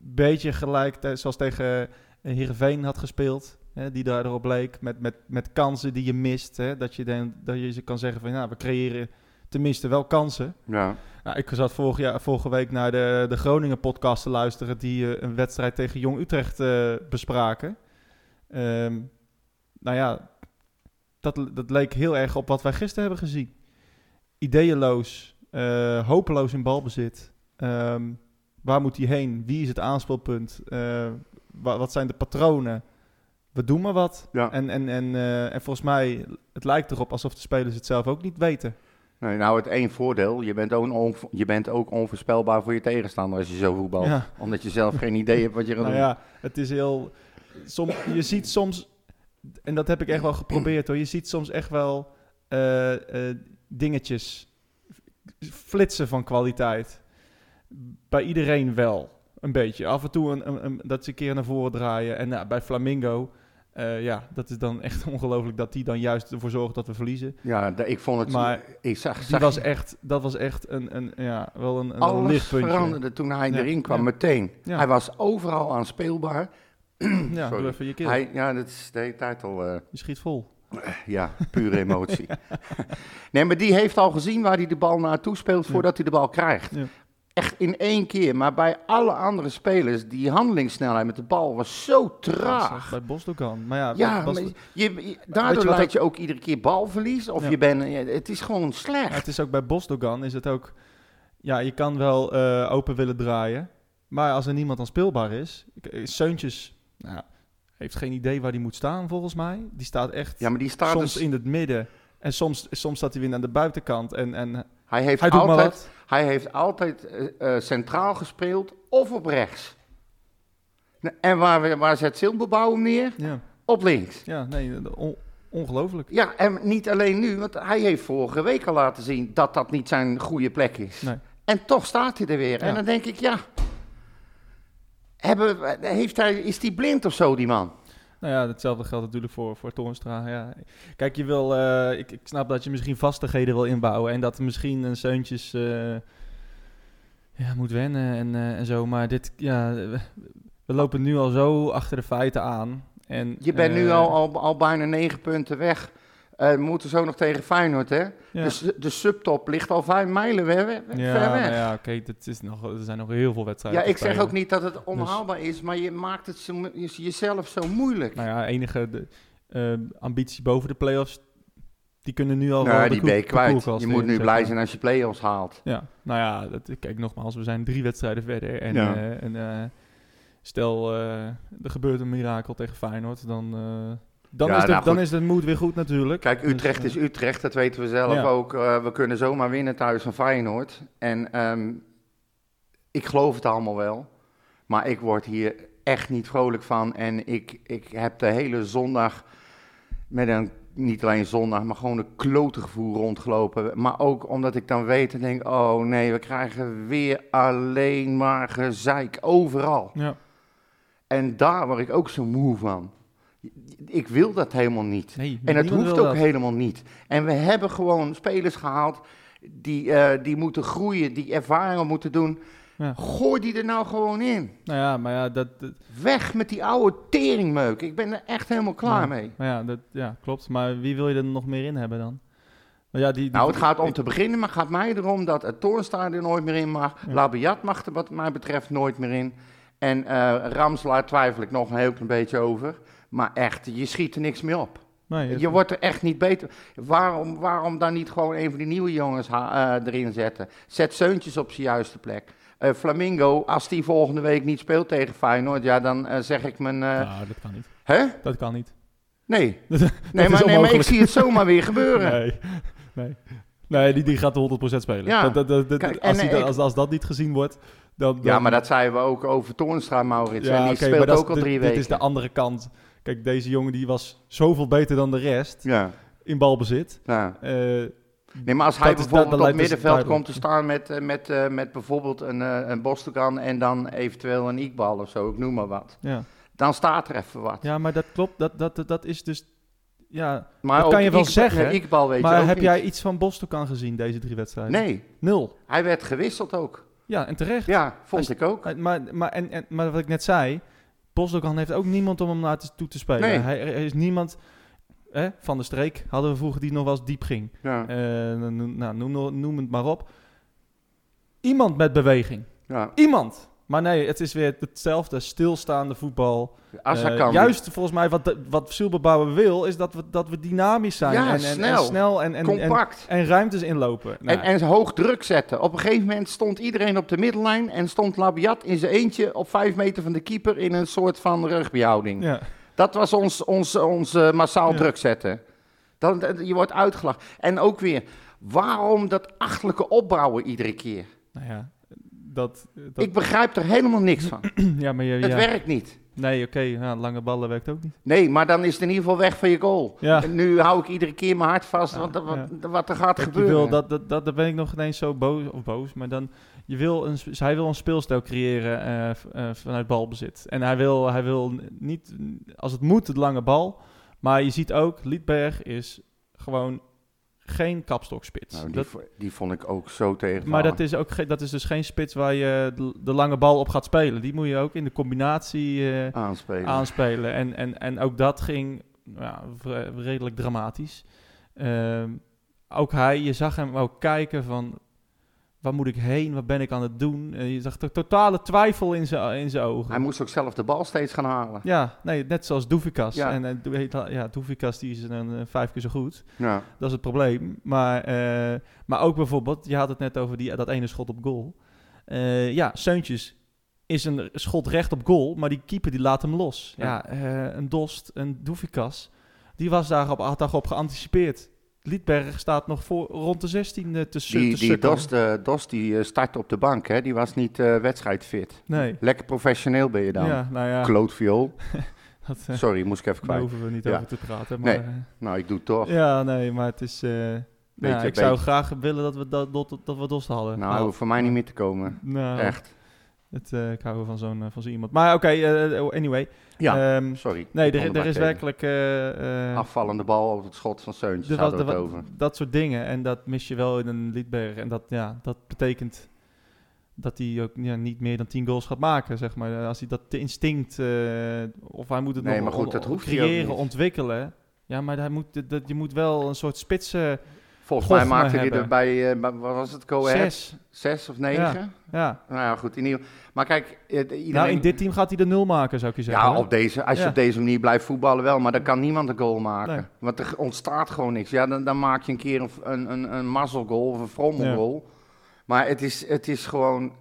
[SPEAKER 2] beetje gelijk, te- zoals tegen eh, Heerenveen had gespeeld, hè, die daar erop leek, met, met, met kansen die je mist, hè, dat, je dan, dat je ze kan zeggen van, ja, we creëren tenminste wel kansen.
[SPEAKER 1] Ja,
[SPEAKER 2] Nou, ik zat vorig jaar, vorige week naar de, de Groningen podcast te luisteren die eh, een wedstrijd tegen Jong Utrecht eh, bespraken. Ehm, nou ja, dat, dat leek heel erg op wat wij gisteren hebben gezien. Ideeënloos, eh, hopeloos in balbezit. Ehm, waar moet hij heen? Wie is het aanspeelpunt? Eh, wa- wat zijn de patronen? We doen maar wat.
[SPEAKER 1] Ja.
[SPEAKER 2] En, en, en, eh, en volgens mij, het lijkt erop alsof de spelers het zelf ook niet weten.
[SPEAKER 1] Nee, nou, het één voordeel, je bent, ook onvo- je bent ook onvoorspelbaar voor je tegenstander als je zo voetbalt.
[SPEAKER 2] Ja.
[SPEAKER 1] Omdat je zelf geen idee hebt wat je gaat
[SPEAKER 2] Nou
[SPEAKER 1] doen.
[SPEAKER 2] ja, het is heel. Som, je ziet soms, en dat heb ik echt wel geprobeerd hoor, je ziet soms echt wel eh, eh, dingetjes flitsen van kwaliteit. Bij iedereen wel, een beetje. Af en toe een, een- een- dat ze een keer naar voren draaien. En nou, bij Flamingo, eh, ja, dat is dan echt ongelooflijk dat die dan juist ervoor zorgt dat we verliezen.
[SPEAKER 1] Ja, d- ik vond het...
[SPEAKER 2] Maar
[SPEAKER 1] ik zag,
[SPEAKER 2] Die
[SPEAKER 1] zag
[SPEAKER 2] was echt, dat was echt een, een, ja, wel een, een
[SPEAKER 1] alles
[SPEAKER 2] lichtpuntje.
[SPEAKER 1] veranderde toen hij
[SPEAKER 2] Ja,
[SPEAKER 1] erin kwam,
[SPEAKER 2] ja.
[SPEAKER 1] meteen.
[SPEAKER 2] Ja.
[SPEAKER 1] Hij was overal aanspeelbaar.
[SPEAKER 2] Ja,
[SPEAKER 1] Sorry.
[SPEAKER 2] doe even je keel.
[SPEAKER 1] Hij, ja, dat is de hele tijd al... eh,
[SPEAKER 2] Je schiet vol.
[SPEAKER 1] Ja, pure emotie. nee, maar die heeft al gezien waar hij de bal naartoe speelt voordat hij de bal krijgt.
[SPEAKER 2] Ja.
[SPEAKER 1] Echt in één keer. Maar bij alle andere spelers, die handelingssnelheid met de bal was zo traag.
[SPEAKER 2] Bij Bosdogan. Maar ja,
[SPEAKER 1] Ja,
[SPEAKER 2] Bas-
[SPEAKER 1] maar je, je-
[SPEAKER 2] Weet
[SPEAKER 1] daardoor
[SPEAKER 2] je wat
[SPEAKER 1] leid je ook iedere keer balverlies. Of
[SPEAKER 2] Ja.
[SPEAKER 1] je bent, ja, het is gewoon slecht.
[SPEAKER 2] Maar het is ook bij Bosdogan is het ook... Ja, je kan wel eh, open willen draaien. Maar als er niemand aan speelbaar is... k- eh, Seuntjes nou, ja, heeft geen idee waar hij moet staan volgens mij. Die staat echt
[SPEAKER 1] ja, maar die staat
[SPEAKER 2] soms
[SPEAKER 1] dus-
[SPEAKER 2] in het midden. En soms, soms staat hij weer aan de buitenkant. En, en
[SPEAKER 1] hij heeft
[SPEAKER 2] hij doet maar
[SPEAKER 1] altijd,
[SPEAKER 2] wat.
[SPEAKER 1] hij heeft altijd eh, eh, centraal gespeeld of op rechts. Nou, En waar, we- waar zet Silberbouw hem neer?
[SPEAKER 2] Ja,
[SPEAKER 1] Op links.
[SPEAKER 2] ja nee, eh, on- ongelooflijk.
[SPEAKER 1] Ja, en niet alleen nu, want hij heeft vorige week al laten zien dat dat niet zijn goede plek is.
[SPEAKER 2] Nee.
[SPEAKER 1] En toch staat hij er weer.
[SPEAKER 2] Ja.
[SPEAKER 1] En dan denk ik, ja. Hebben, we- heeft hij, is die blind of zo, die man?
[SPEAKER 2] Nou ja, hetzelfde geldt natuurlijk voor, voor Toornstra. Ja. Kijk, je wil, eh, ik, ik snap dat je misschien vastigheden wil inbouwen. En dat er misschien een Seuntjes eh, ja, moet wennen en, eh, en zo. Maar dit, ja, we, we lopen nu al zo achter de feiten aan. En,
[SPEAKER 1] Je bent nu
[SPEAKER 2] eh,
[SPEAKER 1] al, al, al bijna negen punten weg. Eh, we moeten zo nog tegen Feyenoord, hè?
[SPEAKER 2] ja.
[SPEAKER 1] Dus de, de subtop ligt al vijf mijlen we- we- we-
[SPEAKER 2] ja,
[SPEAKER 1] ver
[SPEAKER 2] nou
[SPEAKER 1] weg.
[SPEAKER 2] ja, oké, dit is nog, er zijn nog heel veel wedstrijden.
[SPEAKER 1] Ja,
[SPEAKER 2] te
[SPEAKER 1] ik zeg
[SPEAKER 2] spelen.
[SPEAKER 1] ook niet dat
[SPEAKER 2] Dus-
[SPEAKER 1] het onhaalbaar is, maar je maakt het zo mo- je- jezelf zo moeilijk.
[SPEAKER 2] Nou ja, enige de, eh, ambitie boven de play-offs, die kunnen nu al wel
[SPEAKER 1] nou,
[SPEAKER 2] de
[SPEAKER 1] die
[SPEAKER 2] koel-
[SPEAKER 1] ben je
[SPEAKER 2] de
[SPEAKER 1] kwijt.
[SPEAKER 2] koelkast
[SPEAKER 1] Je moet nu
[SPEAKER 2] in, zeg
[SPEAKER 1] blij
[SPEAKER 2] maar.
[SPEAKER 1] zijn als je play-offs haalt.
[SPEAKER 2] Ja, nou ja, dat, kijk nogmaals, we zijn drie wedstrijden verder. En,
[SPEAKER 1] Ja.
[SPEAKER 2] eh, en eh, stel, eh, er gebeurt een mirakel tegen Feyenoord, dan, eh, dan,
[SPEAKER 1] Ja,
[SPEAKER 2] is, de,
[SPEAKER 1] nou,
[SPEAKER 2] dan
[SPEAKER 1] goed.
[SPEAKER 2] is de moed weer goed natuurlijk.
[SPEAKER 1] Kijk,
[SPEAKER 2] Dus,
[SPEAKER 1] Utrecht
[SPEAKER 2] eh,
[SPEAKER 1] is Utrecht, dat weten we zelf
[SPEAKER 2] Ja.
[SPEAKER 1] ook. Eh, we kunnen zomaar winnen thuis van Feyenoord. En ehm, ik geloof het allemaal wel. Maar ik word hier echt niet vrolijk van. En ik, ik heb de hele zondag met een, niet alleen zondag, maar gewoon een klote gevoel rondgelopen. Maar ook omdat ik dan weet en denk, oh nee, we krijgen weer alleen maar gezeik overal.
[SPEAKER 2] Ja,
[SPEAKER 1] En daar word ik ook zo moe van. Ik wil dat helemaal niet.
[SPEAKER 2] nee,
[SPEAKER 1] En het
[SPEAKER 2] niemand
[SPEAKER 1] hoeft ook
[SPEAKER 2] wil dat.
[SPEAKER 1] helemaal niet. En we hebben gewoon spelers gehaald die, eh, die moeten groeien, die ervaringen moeten doen.
[SPEAKER 2] Ja.
[SPEAKER 1] Gooi die er nou gewoon in.
[SPEAKER 2] Nou ja, maar ja, dat, dat-
[SPEAKER 1] Weg met die oude teringmeuk. Ik ben er echt helemaal klaar
[SPEAKER 2] Ja.
[SPEAKER 1] mee.
[SPEAKER 2] maar ja, dat ja, klopt. Maar wie wil je er nog meer in hebben dan? Maar ja, die, die-
[SPEAKER 1] Nou, het gaat om te beginnen, maar het gaat mij erom dat het Toornstra er nooit meer in mag.
[SPEAKER 2] Ja.
[SPEAKER 1] Labiat mag er wat mij betreft nooit meer in. En eh, Ramslaar twijfel ik nog een heel klein beetje over. Maar echt, je schiet er niks meer op.
[SPEAKER 2] nee,
[SPEAKER 1] Je wordt er echt niet beter. Waarom, waarom dan niet gewoon een van die nieuwe jongens ha- eh, erin zetten? Zet Zeuntjes op zijn juiste plek. Eh, Flamingo, als die volgende week niet speelt tegen Feyenoord, ja, dan eh, zeg ik mijn... eh,
[SPEAKER 2] Nou, dat kan niet.
[SPEAKER 1] Hè?
[SPEAKER 2] Dat kan niet.
[SPEAKER 1] Nee.
[SPEAKER 2] Dat is
[SPEAKER 1] Nee maar, nee, maar ik
[SPEAKER 2] onmogelijk.
[SPEAKER 1] zie het zomaar weer gebeuren.
[SPEAKER 2] Nee, nee. Nee, die, die gaat 100% spelen.
[SPEAKER 1] Ja.
[SPEAKER 2] Dat, dat, dat, dat-
[SPEAKER 1] Kijk, en,
[SPEAKER 2] als, die
[SPEAKER 1] eh,
[SPEAKER 2] dat-
[SPEAKER 1] ik-
[SPEAKER 2] als, als dat niet gezien wordt, dan... dan
[SPEAKER 1] Ja, maar dat zeiden we ook over Toornstra, Maurits. en die
[SPEAKER 2] oké, maar
[SPEAKER 1] speelt
[SPEAKER 2] dat is-
[SPEAKER 1] ook al
[SPEAKER 2] dit-
[SPEAKER 1] drie
[SPEAKER 2] dit,
[SPEAKER 1] weken.
[SPEAKER 2] is de andere kant. Kijk, deze jongen die was zoveel beter dan de rest
[SPEAKER 1] Ja,
[SPEAKER 2] in balbezit.
[SPEAKER 1] ja.
[SPEAKER 2] Eh,
[SPEAKER 1] Nee, maar als hij
[SPEAKER 2] Dat is- dat-
[SPEAKER 1] bijvoorbeeld
[SPEAKER 2] dat
[SPEAKER 1] op
[SPEAKER 2] lijkt dus
[SPEAKER 1] middenveld komt
[SPEAKER 2] duidelijk.
[SPEAKER 1] te staan met, eh, met, eh, met bijvoorbeeld een, eh een Bostogan en dan eventueel een Iqbal of zo, ik noem maar wat.
[SPEAKER 2] ja.
[SPEAKER 1] Dan staat er even wat.
[SPEAKER 2] ja, maar dat klopt. Dat, dat, dat, dat is dus... Ja,
[SPEAKER 1] Maar
[SPEAKER 2] Dat
[SPEAKER 1] ook
[SPEAKER 2] kan je wel
[SPEAKER 1] Iqbal-
[SPEAKER 2] zeggen,
[SPEAKER 1] met Iqbal weet je
[SPEAKER 2] maar
[SPEAKER 1] ook
[SPEAKER 2] heb
[SPEAKER 1] niet.
[SPEAKER 2] jij iets van Bostokan gezien deze drie wedstrijden?
[SPEAKER 1] Nee,
[SPEAKER 2] Nul.
[SPEAKER 1] hij werd gewisseld ook.
[SPEAKER 2] Ja, en terecht.
[SPEAKER 1] Ja,
[SPEAKER 2] Als-
[SPEAKER 1] vond ik ook.
[SPEAKER 2] Eh, Maar, maar, en, en, maar wat ik net zei, Bosdogan heeft ook niemand om hem naar te- toe te spelen.
[SPEAKER 1] Nee.
[SPEAKER 2] Hij, er is niemand hè, van de streek, hadden we vroeger die nog wel eens diep ging.
[SPEAKER 1] Ja,
[SPEAKER 2] Eh, nou, noem, noem het maar op. Iemand met beweging.
[SPEAKER 1] ja.
[SPEAKER 2] Iemand. Maar nee, het is weer hetzelfde stilstaande voetbal.
[SPEAKER 1] Asakan.
[SPEAKER 2] Eh, juist volgens mij wat, de- wat Silberbouwer wil, is dat we, dat we dynamisch zijn.
[SPEAKER 1] Ja,
[SPEAKER 2] en, en,
[SPEAKER 1] snel.
[SPEAKER 2] En snel en, en, en,
[SPEAKER 1] compact.
[SPEAKER 2] en ruimtes inlopen. Nou,
[SPEAKER 1] En, en ze hoog druk zetten. Op een gegeven moment stond iedereen op de middenlijn en stond Labiat in zijn eentje op vijf meter van de keeper in een soort van rugbyhouding.
[SPEAKER 2] ja.
[SPEAKER 1] Dat was ons, ons, ons eh, massaal
[SPEAKER 2] Ja.
[SPEAKER 1] druk zetten. Dan, dan- je wordt uitgelachen. En ook weer, waarom dat achtelijke opbouwen iedere keer?
[SPEAKER 2] Nou ja, dat... dat
[SPEAKER 1] Ik begrijp er helemaal niks van.
[SPEAKER 2] ja, maar je,
[SPEAKER 1] Het
[SPEAKER 2] ja.
[SPEAKER 1] werkt niet.
[SPEAKER 2] Nee, oké, ja, lange ballen werkt ook niet.
[SPEAKER 1] Nee, maar dan is het in ieder geval weg van je goal.
[SPEAKER 2] Ja.
[SPEAKER 1] En nu hou ik iedere keer mijn hart vast, want dat- wat, wat er gaat
[SPEAKER 2] Kijk, je
[SPEAKER 1] gebeuren.
[SPEAKER 2] wil, dat, dat, dat, daar ben ik nog ineens zo boos, of boos maar dan, je wil een, sp- hij wil een speelstijl creëren eh, v- eh, vanuit balbezit. En hij wil, hij wil niet, als het moet, het lange bal. Maar je ziet ook, Liedberg is gewoon geen kapstokspits.
[SPEAKER 1] Nou, die,
[SPEAKER 2] dat,
[SPEAKER 1] vo- die vond ik ook zo tegen.
[SPEAKER 2] maar dat is, ook ge- dat is dus geen spits waar je de, de lange bal op gaat spelen. Die moet je ook in de combinatie eh,
[SPEAKER 1] aanspelen.
[SPEAKER 2] aanspelen. En, en, en ook dat ging nou ja, vre- redelijk dramatisch. Ehm, ook hij, je zag hem ook kijken van... Waar moet ik heen? Wat ben ik aan het doen? Eh, je zag to- totale twijfel in zijn in zijn ogen.
[SPEAKER 1] Hij moest ook zelf de bal steeds gaan halen.
[SPEAKER 2] Ja, nee, net zoals Doevikas.
[SPEAKER 1] Ja.
[SPEAKER 2] En, eh, Doe- heet dat- ja, Doevikas die is een, eh, vijf keer zo goed.
[SPEAKER 1] Ja.
[SPEAKER 2] Dat is het probleem. Maar, eh, maar ook bijvoorbeeld, je had het net over die, dat ene schot op goal. Eh, ja, Seuntjes is een schot recht op goal, maar die keeper die laat hem los. Ja, eh, een Dost, een Doefikas, die was daarop, had daarop geanticipeerd. Liedberg staat nog voor, rond de 16 e te, su-
[SPEAKER 1] Die,
[SPEAKER 2] te
[SPEAKER 1] die
[SPEAKER 2] sukkelen.
[SPEAKER 1] Dost, eh, Dost die eh, start op de bank, hè? die was niet eh, wedstrijdfit.
[SPEAKER 2] Nee.
[SPEAKER 1] Lekker professioneel ben je dan.
[SPEAKER 2] Ja, nou ja,
[SPEAKER 1] Klootviool.
[SPEAKER 2] dat, eh,
[SPEAKER 1] Sorry, moest ik even
[SPEAKER 2] daar
[SPEAKER 1] kwijt.
[SPEAKER 2] hoeven we niet
[SPEAKER 1] Ja.
[SPEAKER 2] over te praten. Maar,
[SPEAKER 1] Nee, Nou, ik doe het toch.
[SPEAKER 2] eh, ja, nee, maar het is... eh, nou,
[SPEAKER 1] Beetje-
[SPEAKER 2] ik zou
[SPEAKER 1] beetje.
[SPEAKER 2] graag willen dat we, dat, dat, dat we Dost hadden.
[SPEAKER 1] nou, voor mij niet meer te komen.
[SPEAKER 2] nou,
[SPEAKER 1] Echt.
[SPEAKER 2] Het, eh, ik hou wel van zo'n eh, van zo iemand. Maar oké, eh, anyway.
[SPEAKER 1] Ja,
[SPEAKER 2] Ehm,
[SPEAKER 1] sorry.
[SPEAKER 2] nee, er,
[SPEAKER 1] Onderbak
[SPEAKER 2] er is
[SPEAKER 1] even.
[SPEAKER 2] werkelijk... eh, eh,
[SPEAKER 1] Afvallende bal op het schot van Seuntjes
[SPEAKER 2] er was-
[SPEAKER 1] hadden we
[SPEAKER 2] er
[SPEAKER 1] het
[SPEAKER 2] wa-
[SPEAKER 1] over.
[SPEAKER 2] Dat soort dingen. En dat mis je wel in een Liedberg. En dat, ja, dat betekent dat hij ook ja, niet meer dan 10 goals gaat maken, zeg maar. Als hij dat te instinct... eh, of hij moet het
[SPEAKER 1] Nee,
[SPEAKER 2] nog
[SPEAKER 1] maar goed,
[SPEAKER 2] on-
[SPEAKER 1] dat hoeft hij ook
[SPEAKER 2] creëren,
[SPEAKER 1] niet.
[SPEAKER 2] ontwikkelen. Ja, maar hij moet, dat, je moet wel een soort spitsen...
[SPEAKER 1] Volgens
[SPEAKER 2] Gof
[SPEAKER 1] mij maakte
[SPEAKER 2] maar
[SPEAKER 1] hij er
[SPEAKER 2] hebben.
[SPEAKER 1] bij, eh, bij- wat was het, Go Ahead?
[SPEAKER 2] Zes.
[SPEAKER 1] Zes of negen?
[SPEAKER 2] Ja.
[SPEAKER 1] Nou ja, goed. In ieder... Maar kijk, eh, iedereen...
[SPEAKER 2] Nou, in dit team gaat hij de nul maken, zou ik je zeggen.
[SPEAKER 1] Ja,
[SPEAKER 2] hè?
[SPEAKER 1] op deze, als je
[SPEAKER 2] Ja.
[SPEAKER 1] op deze manier blijft voetballen wel, maar dan kan niemand een goal maken.
[SPEAKER 2] Nee.
[SPEAKER 1] Want er ontstaat gewoon niks. Ja, dan, dan maak je een keer een, een, een, een mazzelgoal of een frommelgoal. Maar het is, het is gewoon...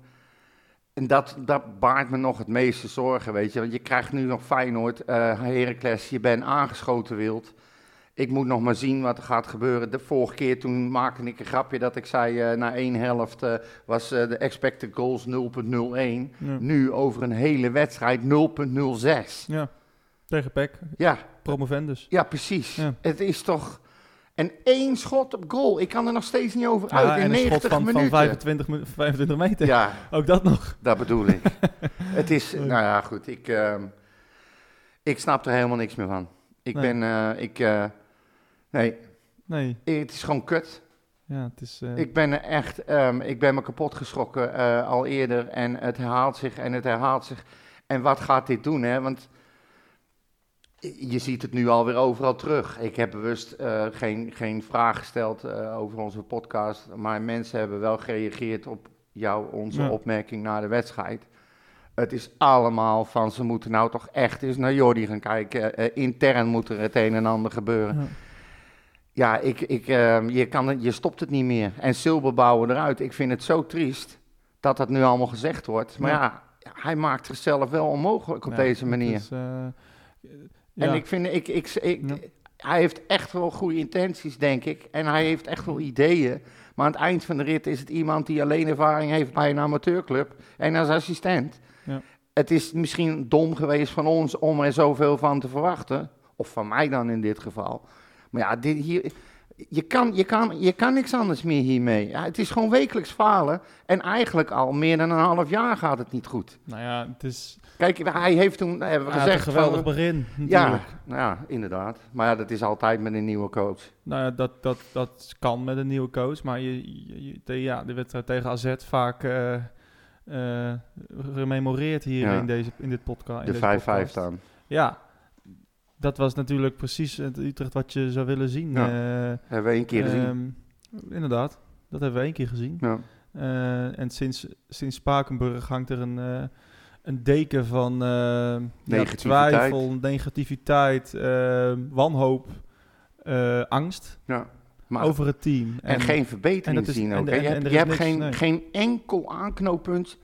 [SPEAKER 1] En dat, dat baart me nog het meeste zorgen, weet je. Want je krijgt nu nog Feyenoord, eh Heracles, je bent aangeschoten wild. Ik moet nog maar zien wat er gaat gebeuren. De vorige keer toen maakte ik een grapje dat ik zei... eh, na één helft eh, was eh, de expected goals 0.01...
[SPEAKER 2] Ja.
[SPEAKER 1] Nu over een hele wedstrijd 0.06.
[SPEAKER 2] ja. Tegen Peck.
[SPEAKER 1] Ja,
[SPEAKER 2] Promovendus.
[SPEAKER 1] ja precies.
[SPEAKER 2] Ja.
[SPEAKER 1] Het is toch... En één schot op goal. Ik kan er nog steeds niet over
[SPEAKER 2] Ja,
[SPEAKER 1] uit. Oh, In
[SPEAKER 2] Ah, en een
[SPEAKER 1] 90
[SPEAKER 2] schot van, van
[SPEAKER 1] minuten.
[SPEAKER 2] 25, mi- 25 meter.
[SPEAKER 1] Ja,
[SPEAKER 2] Ook dat nog.
[SPEAKER 1] dat bedoel ik. het is... Nou ja, goed. Ik, ehm, ik snap er helemaal niks meer van. Ik
[SPEAKER 2] Nee.
[SPEAKER 1] ben... eh, ik, eh, nee,
[SPEAKER 2] Nee,
[SPEAKER 1] het is gewoon kut.
[SPEAKER 2] ja, het is... eh,
[SPEAKER 1] Ik ben er echt, ehm, ik ben me kapot geschrokken eh, al eerder en het herhaalt zich en het herhaalt zich. En wat gaat dit doen, hè? Want je ziet het nu alweer overal terug. Ik heb bewust eh, geen, geen vraag gesteld eh, over onze podcast, maar mensen hebben wel gereageerd op jouw, onze
[SPEAKER 2] Ja.
[SPEAKER 1] opmerking na de wedstrijd. Het is allemaal van ze moeten nou toch echt eens naar Jordi gaan kijken. Eh, intern moet er het een en ander gebeuren.
[SPEAKER 2] ja.
[SPEAKER 1] Ja, ik, ik, ehm, je, kan, het- je stopt het niet meer. En Silber bouwen eruit. Ik vind het zo triest dat dat nu allemaal gezegd wordt. Maar
[SPEAKER 2] Ja.
[SPEAKER 1] ja, hij maakt zichzelf wel onmogelijk op
[SPEAKER 2] nou Ja,
[SPEAKER 1] deze
[SPEAKER 2] het
[SPEAKER 1] manier.
[SPEAKER 2] is, eh, eh,
[SPEAKER 1] En
[SPEAKER 2] ja.
[SPEAKER 1] ik vind, ik, ik, ik-
[SPEAKER 2] Ja.
[SPEAKER 1] hij heeft echt wel goede intenties, denk ik. En hij heeft echt wel ideeën. Maar aan het eind van de rit is het iemand die alleen ervaring heeft bij een amateurclub en als assistent.
[SPEAKER 2] Ja.
[SPEAKER 1] Het is misschien dom geweest van ons om er zoveel van te verwachten. Of van mij dan in dit geval. Maar ja, dit hier, je, kan, je, kan, je kan niks anders meer hiermee. Ja, het is gewoon wekelijks falen. En eigenlijk al meer dan een half jaar gaat het niet goed.
[SPEAKER 2] Nou ja, het is
[SPEAKER 1] Kijk, hij heeft toen, hebben we
[SPEAKER 2] hij had een
[SPEAKER 1] gezegd,
[SPEAKER 2] geweldig
[SPEAKER 1] van-
[SPEAKER 2] begin.
[SPEAKER 1] ja,
[SPEAKER 2] natuurlijk.
[SPEAKER 1] nou ja, inderdaad. Maar ja, dat is altijd met een nieuwe coach.
[SPEAKER 2] Nou ja, dat, dat, dat kan met een nieuwe coach. Maar je, je, je- te- ja, de wedstrijd tegen AZ vaak eh eh, gememoreerd hier
[SPEAKER 1] Ja.
[SPEAKER 2] in, deze, in dit podca-
[SPEAKER 1] De
[SPEAKER 2] in deze
[SPEAKER 1] 5-5
[SPEAKER 2] podcast.
[SPEAKER 1] dan.
[SPEAKER 2] Ja, dat was natuurlijk precies het Utrecht wat je zou willen zien.
[SPEAKER 1] Ja.
[SPEAKER 2] eh,
[SPEAKER 1] Hebben we één keer gezien.
[SPEAKER 2] ehm, inderdaad, Ehm, dat hebben we één keer gezien.
[SPEAKER 1] Ja.
[SPEAKER 2] Eh, Eh, en sinds, sinds Spakenburg hangt er een, eh, een deken van eh, ja,
[SPEAKER 1] Negativiteit.
[SPEAKER 2] twijfel, negativiteit, eh, wanhoop, eh, angst
[SPEAKER 1] Ja, maar,
[SPEAKER 2] over het team.
[SPEAKER 1] en, geen
[SPEAKER 2] en
[SPEAKER 1] verbetering
[SPEAKER 2] dat is-
[SPEAKER 1] zien
[SPEAKER 2] en-
[SPEAKER 1] ook. hè.
[SPEAKER 2] en-
[SPEAKER 1] je
[SPEAKER 2] en
[SPEAKER 1] hebt,
[SPEAKER 2] er
[SPEAKER 1] je
[SPEAKER 2] is
[SPEAKER 1] hebt
[SPEAKER 2] niks,
[SPEAKER 1] geen,
[SPEAKER 2] nee.
[SPEAKER 1] geen enkel aanknooppunt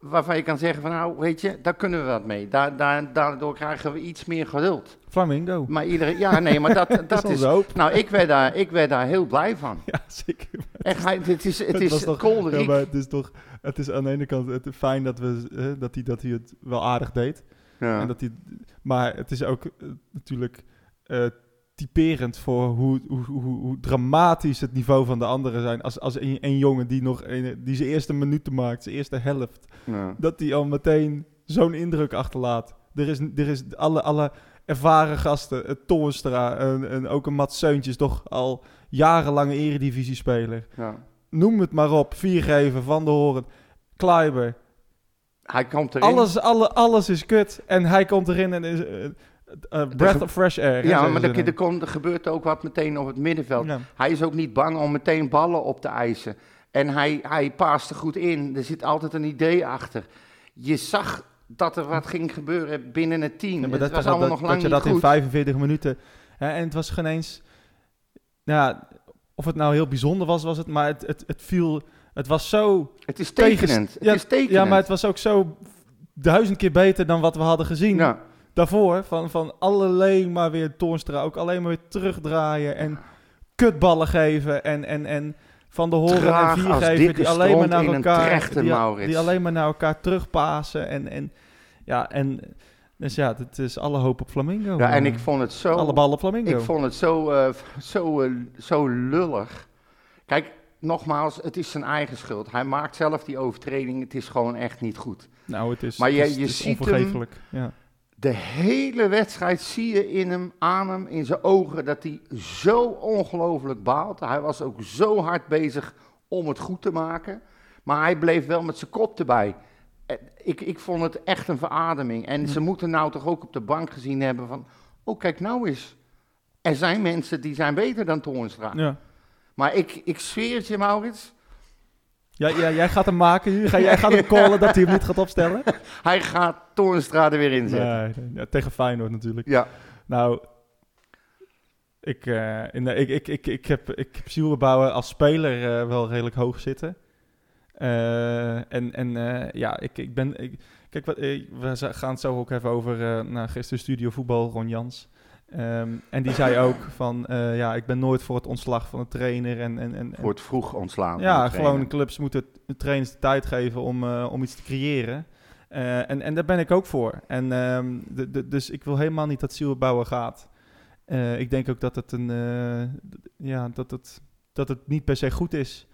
[SPEAKER 1] waarvan je kan zeggen van nou, weet je, daar kunnen we wat mee. Daar, daar, daardoor krijgen we iets meer geduld.
[SPEAKER 2] Flamingo.
[SPEAKER 1] Maar iedereen, ja nee, maar dat, dat
[SPEAKER 2] onze
[SPEAKER 1] is...
[SPEAKER 2] hoop.
[SPEAKER 1] Nou, ik werd, daar, ik werd daar heel blij van.
[SPEAKER 2] Ja, zeker.
[SPEAKER 1] Echt, hij- het is, het is
[SPEAKER 2] was toch- Ja,
[SPEAKER 1] kolderiek.
[SPEAKER 2] maar het is toch, het is aan de ene kant het, fijn dat, we, eh, dat, hij, dat hij het wel aardig deed.
[SPEAKER 1] Ja.
[SPEAKER 2] En dat hij, maar het is ook eh, natuurlijk eh, typerend voor hoe, hoe, hoe, hoe dramatisch het niveau van de anderen zijn. Als, als een, een jongen die, nog een, die zijn eerste minuten maakt, zijn eerste helft,
[SPEAKER 1] Ja.
[SPEAKER 2] dat hij al meteen zo'n indruk achterlaat. Er is, er is alle, alle ervaren gasten, een Toornstra en, en ook een Mats Seuntjes, toch al jarenlange eredivisie-speler
[SPEAKER 1] Ja.
[SPEAKER 2] noem het maar op. Viergever, Van der Horen, Kleiber.
[SPEAKER 1] Hij komt erin.
[SPEAKER 2] Alles, alle, alles is kut. En hij komt erin en is... eh, eh, eh, breath of fresh air. hè,
[SPEAKER 1] ja,
[SPEAKER 2] zeggen
[SPEAKER 1] maar
[SPEAKER 2] ze
[SPEAKER 1] er,
[SPEAKER 2] dan.
[SPEAKER 1] er, komt- er gebeurt ook wat meteen op het middenveld.
[SPEAKER 2] Ja.
[SPEAKER 1] Hij is ook niet bang om meteen ballen op te eisen. En hij, hij paast er goed in. Er zit altijd een idee achter. Je zag dat er wat ging gebeuren binnen het team.
[SPEAKER 2] Ja, maar
[SPEAKER 1] het
[SPEAKER 2] dat,
[SPEAKER 1] was
[SPEAKER 2] dat,
[SPEAKER 1] allemaal
[SPEAKER 2] dat-
[SPEAKER 1] nog lang
[SPEAKER 2] dat je
[SPEAKER 1] niet
[SPEAKER 2] dat in
[SPEAKER 1] goed.
[SPEAKER 2] 45 minuten... Hè, en het was geen eens... Nou, ja, of het nou heel bijzonder was, was het... Maar het, het, het viel... Het was zo...
[SPEAKER 1] Het is
[SPEAKER 2] tegen-
[SPEAKER 1] tekenend.
[SPEAKER 2] ja,
[SPEAKER 1] het is tekenend.
[SPEAKER 2] Ja, maar het was ook zo duizend keer beter dan wat we hadden gezien.
[SPEAKER 1] Ja.
[SPEAKER 2] daarvoor van, van alleen maar weer Toornstra, ook alleen maar weer terugdraaien en kutballen geven en, en, en van de horen
[SPEAKER 1] Traag als
[SPEAKER 2] en vier geven
[SPEAKER 1] dikke
[SPEAKER 2] die alleen maar
[SPEAKER 1] stront
[SPEAKER 2] naar
[SPEAKER 1] in een
[SPEAKER 2] elkaar
[SPEAKER 1] trechter,
[SPEAKER 2] die,
[SPEAKER 1] Maurits.
[SPEAKER 2] die alleen maar naar elkaar terugpasen en, en ja en dus ja, het is alle hoop op Flamingo. Eh,
[SPEAKER 1] Ja, en ik vond het zo...
[SPEAKER 2] alle ballen Flamingo.
[SPEAKER 1] Ik vond het zo, eh, zo, eh, zo lullig. Kijk, nogmaals, het is zijn eigen schuld. Hij maakt zelf die overtreding. Het is gewoon echt niet goed.
[SPEAKER 2] nou, het is,
[SPEAKER 1] maar
[SPEAKER 2] het
[SPEAKER 1] je-
[SPEAKER 2] is-
[SPEAKER 1] je
[SPEAKER 2] het is
[SPEAKER 1] ziet hem-
[SPEAKER 2] onvergeeflijk. Ja.
[SPEAKER 1] De hele wedstrijd zie je in hem, aan hem, in zijn ogen, dat hij zo ongelooflijk baalt. Hij was ook zo hard bezig om het goed te maken. Maar hij bleef wel met zijn kop erbij. Eh, Ik, ik vond het echt een verademing. En ze moeten nou toch ook op de bank gezien hebben van... Oh, kijk nou eens. Er zijn mensen die zijn beter dan Toornstra.
[SPEAKER 2] Ja.
[SPEAKER 1] Maar ik, ik zweer het je, Maurits.
[SPEAKER 2] Ja, ja, jij gaat hem maken nu. Ga, jij gaat hem callen dat hij hem niet gaat opstellen.
[SPEAKER 1] Hij gaat Toornstra er weer in zetten.
[SPEAKER 2] Nee, nee, ja, tegen Feyenoord natuurlijk.
[SPEAKER 1] Ja.
[SPEAKER 2] Nou, ik, eh, in de- ik, ik, ik, ik heb, ik heb Zielbouwer als speler eh, wel redelijk hoog zitten. Eh, en en eh, ja, ik, ik ben. Ik, kijk, wat, eh, we za- gaan het zo ook even over. eh nou, gisteren studio voetbal, Ron Jans. Ehm, en die zei ook van, eh, ja, ik ben nooit voor het ontslag van een trainer. En, en, en, en
[SPEAKER 1] Wordt vroeg ontslaan. van
[SPEAKER 2] ja,
[SPEAKER 1] de trainer.
[SPEAKER 2] gewoon clubs moeten de trainers de tijd geven om, eh, om iets te creëren. Eh, en, en daar ben ik ook voor. En, ehm, de, de- dus ik wil helemaal niet dat Zielbouwer gaat. Eh, ik denk ook dat het, een, eh, d- ja, dat, het, dat het niet per se goed is.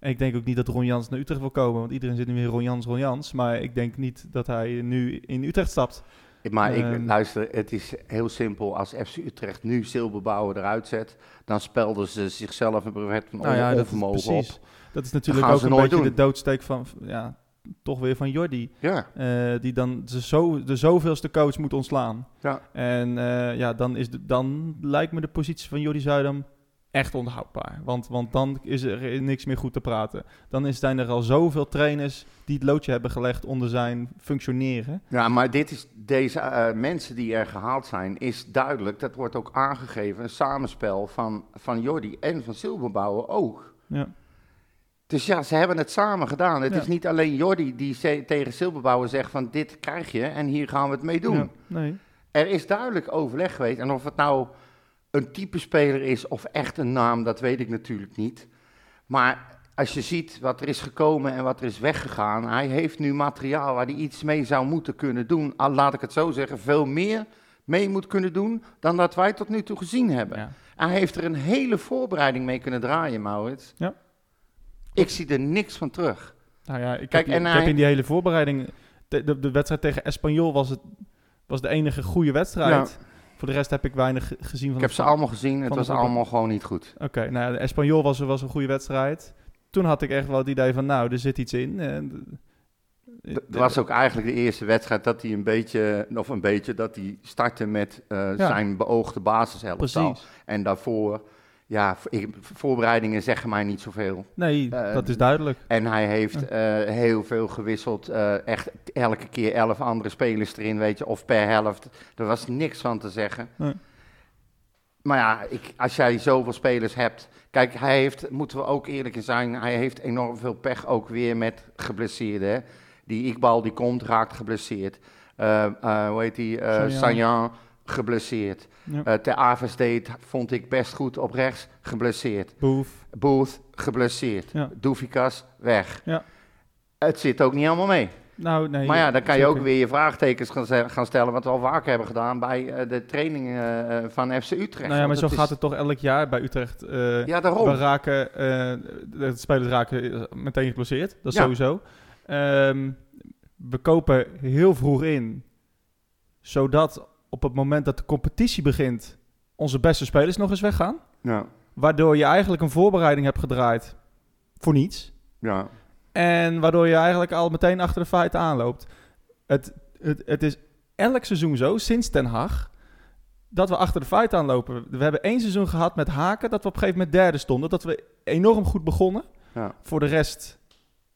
[SPEAKER 2] En ik denk ook niet dat Ron Jans naar Utrecht wil komen. Want iedereen zit nu weer Ron Jans, Ron Jans. Maar ik denk niet dat hij nu in Utrecht stapt.
[SPEAKER 1] Maar
[SPEAKER 2] Ehm.
[SPEAKER 1] ik, luister, het is heel simpel. Als FC Utrecht nu Silberbouwer eruit zet, dan spelden ze zichzelf een brevet van
[SPEAKER 2] Nou ja, dat is
[SPEAKER 1] onvermogen
[SPEAKER 2] precies.
[SPEAKER 1] op.
[SPEAKER 2] Dat is natuurlijk
[SPEAKER 1] gaan
[SPEAKER 2] ook
[SPEAKER 1] ze
[SPEAKER 2] een
[SPEAKER 1] nooit
[SPEAKER 2] beetje
[SPEAKER 1] doen.
[SPEAKER 2] de doodsteek van, ja, toch weer van Jordi.
[SPEAKER 1] Ja,
[SPEAKER 2] Eh, die dan de, zo, de zoveelste coach moet ontslaan.
[SPEAKER 1] Ja.
[SPEAKER 2] En eh, ja, dan, is de, dan lijkt me de positie van Jordi Zuidam echt onhoudbaar. Want, want dan is er niks meer goed te praten. Dan is, zijn er al zoveel trainers die het loodje hebben gelegd onder zijn functioneren.
[SPEAKER 1] ja maar dit is, deze eh, mensen die er gehaald zijn, is duidelijk. Dat wordt ook aangegeven. Een samenspel van, van Jordi en van Silberbouwer ook.
[SPEAKER 2] Ja.
[SPEAKER 1] Dus ja, ze hebben het samen gedaan. Het
[SPEAKER 2] Ja.
[SPEAKER 1] is niet alleen Jordi die ze- tegen Silberbouwer zegt van dit krijg je en hier gaan we het mee doen.
[SPEAKER 2] Ja, nee.
[SPEAKER 1] Er is duidelijk overleg geweest. En of het nou een type speler is of echt een naam, dat weet ik natuurlijk niet. Maar als je ziet wat er is gekomen en wat er is weggegaan, hij heeft nu materiaal waar hij iets mee zou moeten kunnen doen. Al laat ik het zo zeggen, veel meer mee moet kunnen doen dan dat wij tot nu toe gezien hebben.
[SPEAKER 2] Ja.
[SPEAKER 1] Hij heeft er een hele voorbereiding mee kunnen draaien, Maurits.
[SPEAKER 2] Ja.
[SPEAKER 1] Ik zie er niks van terug.
[SPEAKER 2] Nou ja, ik,
[SPEAKER 1] Kijk,
[SPEAKER 2] heb,
[SPEAKER 1] en
[SPEAKER 2] ik
[SPEAKER 1] hij-
[SPEAKER 2] heb in die hele voorbereiding... De, de, de wedstrijd tegen Espanyol was, het, was de enige goede wedstrijd. Voor de rest heb ik weinig ge- gezien
[SPEAKER 1] Ik
[SPEAKER 2] van de
[SPEAKER 1] heb ze allemaal gezien, het
[SPEAKER 2] van de
[SPEAKER 1] was
[SPEAKER 2] voetbal.
[SPEAKER 1] allemaal gewoon niet goed.
[SPEAKER 2] Oké, nou, de Espanyol was, was een goede wedstrijd. Toen had ik echt wel het idee van, nou, er zit iets in. eh, En,
[SPEAKER 1] D- Dat was ook eigenlijk de eerste wedstrijd dat hij een beetje, of een beetje, dat hij startte met eh,
[SPEAKER 2] Ja.
[SPEAKER 1] zijn beoogde basiselftal.
[SPEAKER 2] Precies.
[SPEAKER 1] En daarvoor Ja, v- ik- voorbereidingen zeggen mij niet zoveel.
[SPEAKER 2] Nee,
[SPEAKER 1] Eh,
[SPEAKER 2] dat is duidelijk.
[SPEAKER 1] En hij heeft eh, heel veel gewisseld. eh, echt elke keer elf andere spelers erin, weet je. Of per helft. Er was niks van te zeggen.
[SPEAKER 2] Nee.
[SPEAKER 1] Maar ja, ik, als jij zoveel spelers hebt... Kijk, hij heeft, moeten we ook eerlijk in zijn... Hij heeft enorm veel pech ook weer met geblesseerden. hè. Die Iqbal die komt, raakt geblesseerd. Eh, eh, hoe heet die? eh
[SPEAKER 2] Sanjan.
[SPEAKER 1] Sanjan, geblesseerd.
[SPEAKER 2] Ja.
[SPEAKER 1] Eh Ter Avers deed, vond ik best goed op rechts, geblesseerd.
[SPEAKER 2] Boef.
[SPEAKER 1] Booth geblesseerd.
[SPEAKER 2] Ja.
[SPEAKER 1] Doefikas weg.
[SPEAKER 2] Ja.
[SPEAKER 1] Het zit ook niet helemaal mee.
[SPEAKER 2] Nou, nee.
[SPEAKER 1] maar ja, dan kan je
[SPEAKER 2] zeker.
[SPEAKER 1] ook weer je vraagtekens gaan ze- gaan stellen. Wat we al vaker hebben gedaan bij eh, de trainingen eh, van FC Utrecht.
[SPEAKER 2] Nou
[SPEAKER 1] Want
[SPEAKER 2] ja, maar zo
[SPEAKER 1] is-
[SPEAKER 2] gaat het toch elk jaar bij Utrecht. eh,
[SPEAKER 1] Ja, daarom.
[SPEAKER 2] We raken, eh, de spelers raken eh, meteen geblesseerd, dat is
[SPEAKER 1] Ja.
[SPEAKER 2] sowieso. Ehm, we kopen heel vroeg in, zodat op het moment dat de competitie begint, onze beste spelers nog eens weggaan.
[SPEAKER 1] Ja,
[SPEAKER 2] Waardoor je eigenlijk een voorbereiding hebt gedraaid voor niets.
[SPEAKER 1] ja.
[SPEAKER 2] En waardoor je eigenlijk al meteen achter de feiten aanloopt. Het, het, het is elk seizoen zo, sinds Den Haag, dat we achter de feiten aanlopen. We hebben één seizoen gehad met Haken, dat we op een gegeven moment derde stonden. Dat we enorm goed begonnen.
[SPEAKER 1] Ja.
[SPEAKER 2] Voor de rest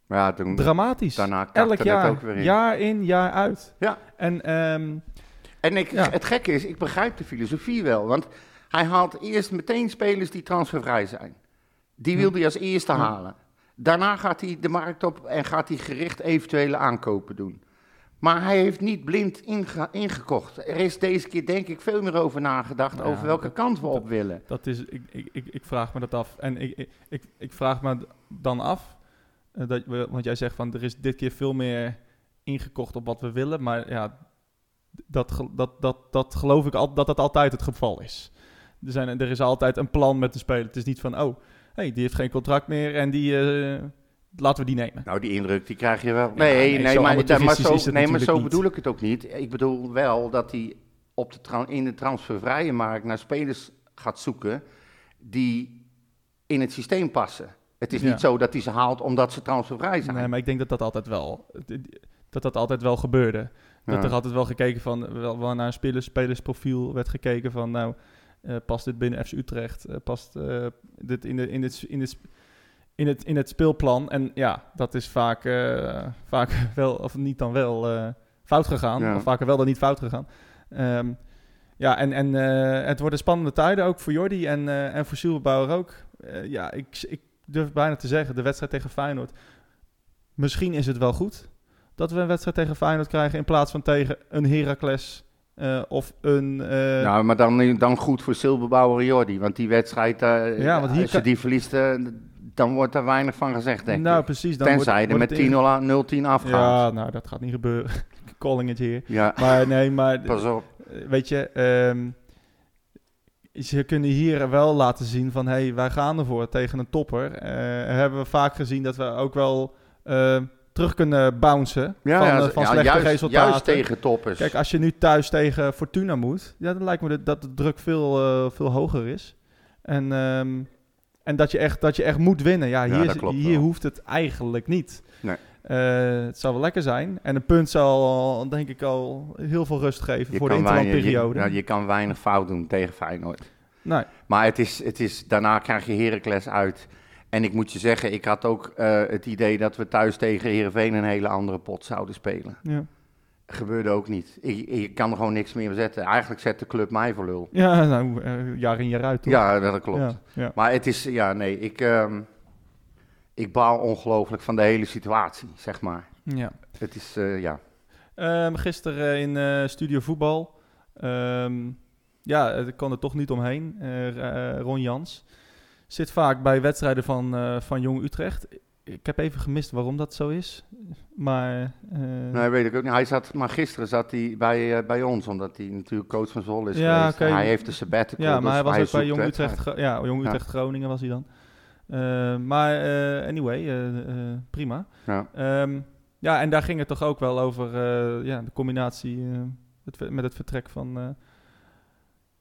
[SPEAKER 1] Maar ja, toen,
[SPEAKER 2] dramatisch.
[SPEAKER 1] daarna kakte
[SPEAKER 2] elk
[SPEAKER 1] het
[SPEAKER 2] jaar,
[SPEAKER 1] ook weer in.
[SPEAKER 2] jaar in, jaar uit.
[SPEAKER 1] Ja.
[SPEAKER 2] En ehm,
[SPEAKER 1] En ik,
[SPEAKER 2] Ja.
[SPEAKER 1] het gekke is, ik begrijp de filosofie wel. Want hij haalt eerst meteen spelers die transfervrij zijn. Die wil hij als eerste halen. Daarna gaat hij de markt op en gaat hij gericht eventuele aankopen doen. Maar hij heeft niet blind inge- ingekocht. Er is deze keer denk ik veel meer over nagedacht
[SPEAKER 2] Nou ja,
[SPEAKER 1] over welke
[SPEAKER 2] dat-
[SPEAKER 1] kant we op willen.
[SPEAKER 2] Dat is, ik, ik, ik, ik vraag me dat af. En ik, ik- ik, ik vraag me dan af, eh, dat we, want jij zegt van er is dit keer veel meer ingekocht op wat we willen. Maar ja, dat, gel- dat, dat, dat geloof ik al, dat dat altijd het geval is. Er, zijn, er is altijd een plan met de speler. Het is niet van, oh, hey, die heeft geen contract meer en die eh, laten we die nemen.
[SPEAKER 1] Nou, die indruk die krijg je wel.
[SPEAKER 2] Ja,
[SPEAKER 1] Nee,
[SPEAKER 2] nee,
[SPEAKER 1] nee,
[SPEAKER 2] zo
[SPEAKER 1] maar,
[SPEAKER 2] amateuristisch
[SPEAKER 1] maar zo,
[SPEAKER 2] is het
[SPEAKER 1] nee, maar
[SPEAKER 2] natuurlijk
[SPEAKER 1] zo
[SPEAKER 2] niet.
[SPEAKER 1] bedoel ik het ook niet. Ik bedoel wel dat hij op de tran- in de transfervrije markt naar spelers gaat zoeken die in het systeem passen. Het is
[SPEAKER 2] Ja.
[SPEAKER 1] niet zo dat hij ze haalt omdat ze transfervrij zijn.
[SPEAKER 2] Nee, maar ik denk dat dat altijd wel, dat dat altijd wel gebeurde.
[SPEAKER 1] Ja.
[SPEAKER 2] Dat er altijd wel gekeken van, wel, wel naar een spelers, spelersprofiel werd gekeken van, nou, eh, past dit binnen FC Utrecht? Eh, past eh, dit in, de, in, het, in, het, in, het, in het speelplan? En ja, dat is vaak, eh, vaak wel, of niet dan wel, eh, fout gegaan.
[SPEAKER 1] Ja.
[SPEAKER 2] Of vaker wel dan niet fout gegaan. Ehm, ja, en, en eh, het worden spannende tijden ook voor Jordi en, eh, en voor Silberbouwer ook. Eh, ja, ik, ik durf bijna te zeggen, de wedstrijd tegen Feyenoord. Misschien is het wel goed dat we een wedstrijd tegen Feyenoord krijgen... in plaats van tegen een Heracles eh, of een... eh,
[SPEAKER 1] nou, maar dan, dan goed voor Silberbouwer en Jordi. Want die wedstrijd, eh,
[SPEAKER 2] Ja, want hier
[SPEAKER 1] als je
[SPEAKER 2] kan-
[SPEAKER 1] die verliest, eh, dan wordt er weinig van gezegd, denk
[SPEAKER 2] nou,
[SPEAKER 1] ik.
[SPEAKER 2] precies. Dan wordt-
[SPEAKER 1] Tenzij
[SPEAKER 2] wordt het
[SPEAKER 1] er
[SPEAKER 2] in-
[SPEAKER 1] met 10-0 afgaat.
[SPEAKER 2] Ja, nou, dat gaat niet gebeuren. Calling it here.
[SPEAKER 1] Ja.
[SPEAKER 2] Maar nee, maar eh,
[SPEAKER 1] pas op.
[SPEAKER 2] weet je, ehm, ze kunnen hier wel laten zien van, hé, hey, wij gaan ervoor tegen een topper. Eh, hebben we vaak gezien dat we ook wel eh, terug kunnen bouncen van, eh, van
[SPEAKER 1] ja,
[SPEAKER 2] slechte
[SPEAKER 1] juist,
[SPEAKER 2] resultaten.
[SPEAKER 1] Juist tegen toppers.
[SPEAKER 2] Kijk, als je nu thuis tegen Fortuna moet, ja, dan lijkt me dat- dat de druk veel, eh, veel hoger is. En, ehm, en dat, je echt, dat je echt moet winnen. Ja,
[SPEAKER 1] Ja,
[SPEAKER 2] hier,
[SPEAKER 1] dat
[SPEAKER 2] is-
[SPEAKER 1] klopt
[SPEAKER 2] hier
[SPEAKER 1] wel.
[SPEAKER 2] hoeft het eigenlijk niet.
[SPEAKER 1] Nee.
[SPEAKER 2] Eh, het zou wel lekker zijn. En een punt zal, denk ik, al heel veel rust geven voor de
[SPEAKER 1] kan weinig-
[SPEAKER 2] interlandperiode.
[SPEAKER 1] Je, nou, je kan weinig fout doen tegen Feyenoord.
[SPEAKER 2] Nee.
[SPEAKER 1] Maar het is, het is, daarna krijg je Heracles uit. En ik moet je zeggen, ik had ook eh, het idee dat we thuis tegen Heerenveen een hele andere pot zouden spelen.
[SPEAKER 2] Ja.
[SPEAKER 1] Gebeurde ook niet. Ik, ik kan er gewoon niks meer zetten. Eigenlijk zet de club mij voor lul.
[SPEAKER 2] ja, nou, eh, jaar in jaar uit toch?
[SPEAKER 1] Ja, dat klopt.
[SPEAKER 2] Ja, ja.
[SPEAKER 1] Maar het is, ja, nee, ik, ehm, ik baal ongelooflijk van de hele situatie, zeg maar.
[SPEAKER 2] ja.
[SPEAKER 1] Het is, eh, ja.
[SPEAKER 2] Ehm, gisteren in eh, Studio Voetbal. Ehm, ja, ik kan er toch niet omheen. Eh, eh, Ron Jans zit vaak bij wedstrijden van, eh, van Jong Utrecht. Ik heb even gemist waarom dat zo is. Maar eh,
[SPEAKER 1] Nee, weet ik ook niet. Hij zat, maar gisteren zat hij bij, eh, bij ons, omdat hij natuurlijk coach van Zwolle is
[SPEAKER 2] Ja,
[SPEAKER 1] geweest.
[SPEAKER 2] oké.
[SPEAKER 1] Hij heeft de sabbatical.
[SPEAKER 2] ja,
[SPEAKER 1] dus
[SPEAKER 2] maar hij was ook bij
[SPEAKER 1] zoekt
[SPEAKER 2] Jong
[SPEAKER 1] het.
[SPEAKER 2] Utrecht, Gro- ja, Jong
[SPEAKER 1] Ja.
[SPEAKER 2] Utrecht Groningen was hij dan. Eh, maar eh, anyway, eh, eh, prima.
[SPEAKER 1] Ja.
[SPEAKER 2] Ehm, ja, en daar ging het toch ook wel over eh, ja, de combinatie eh, het ver- met het vertrek van. eh,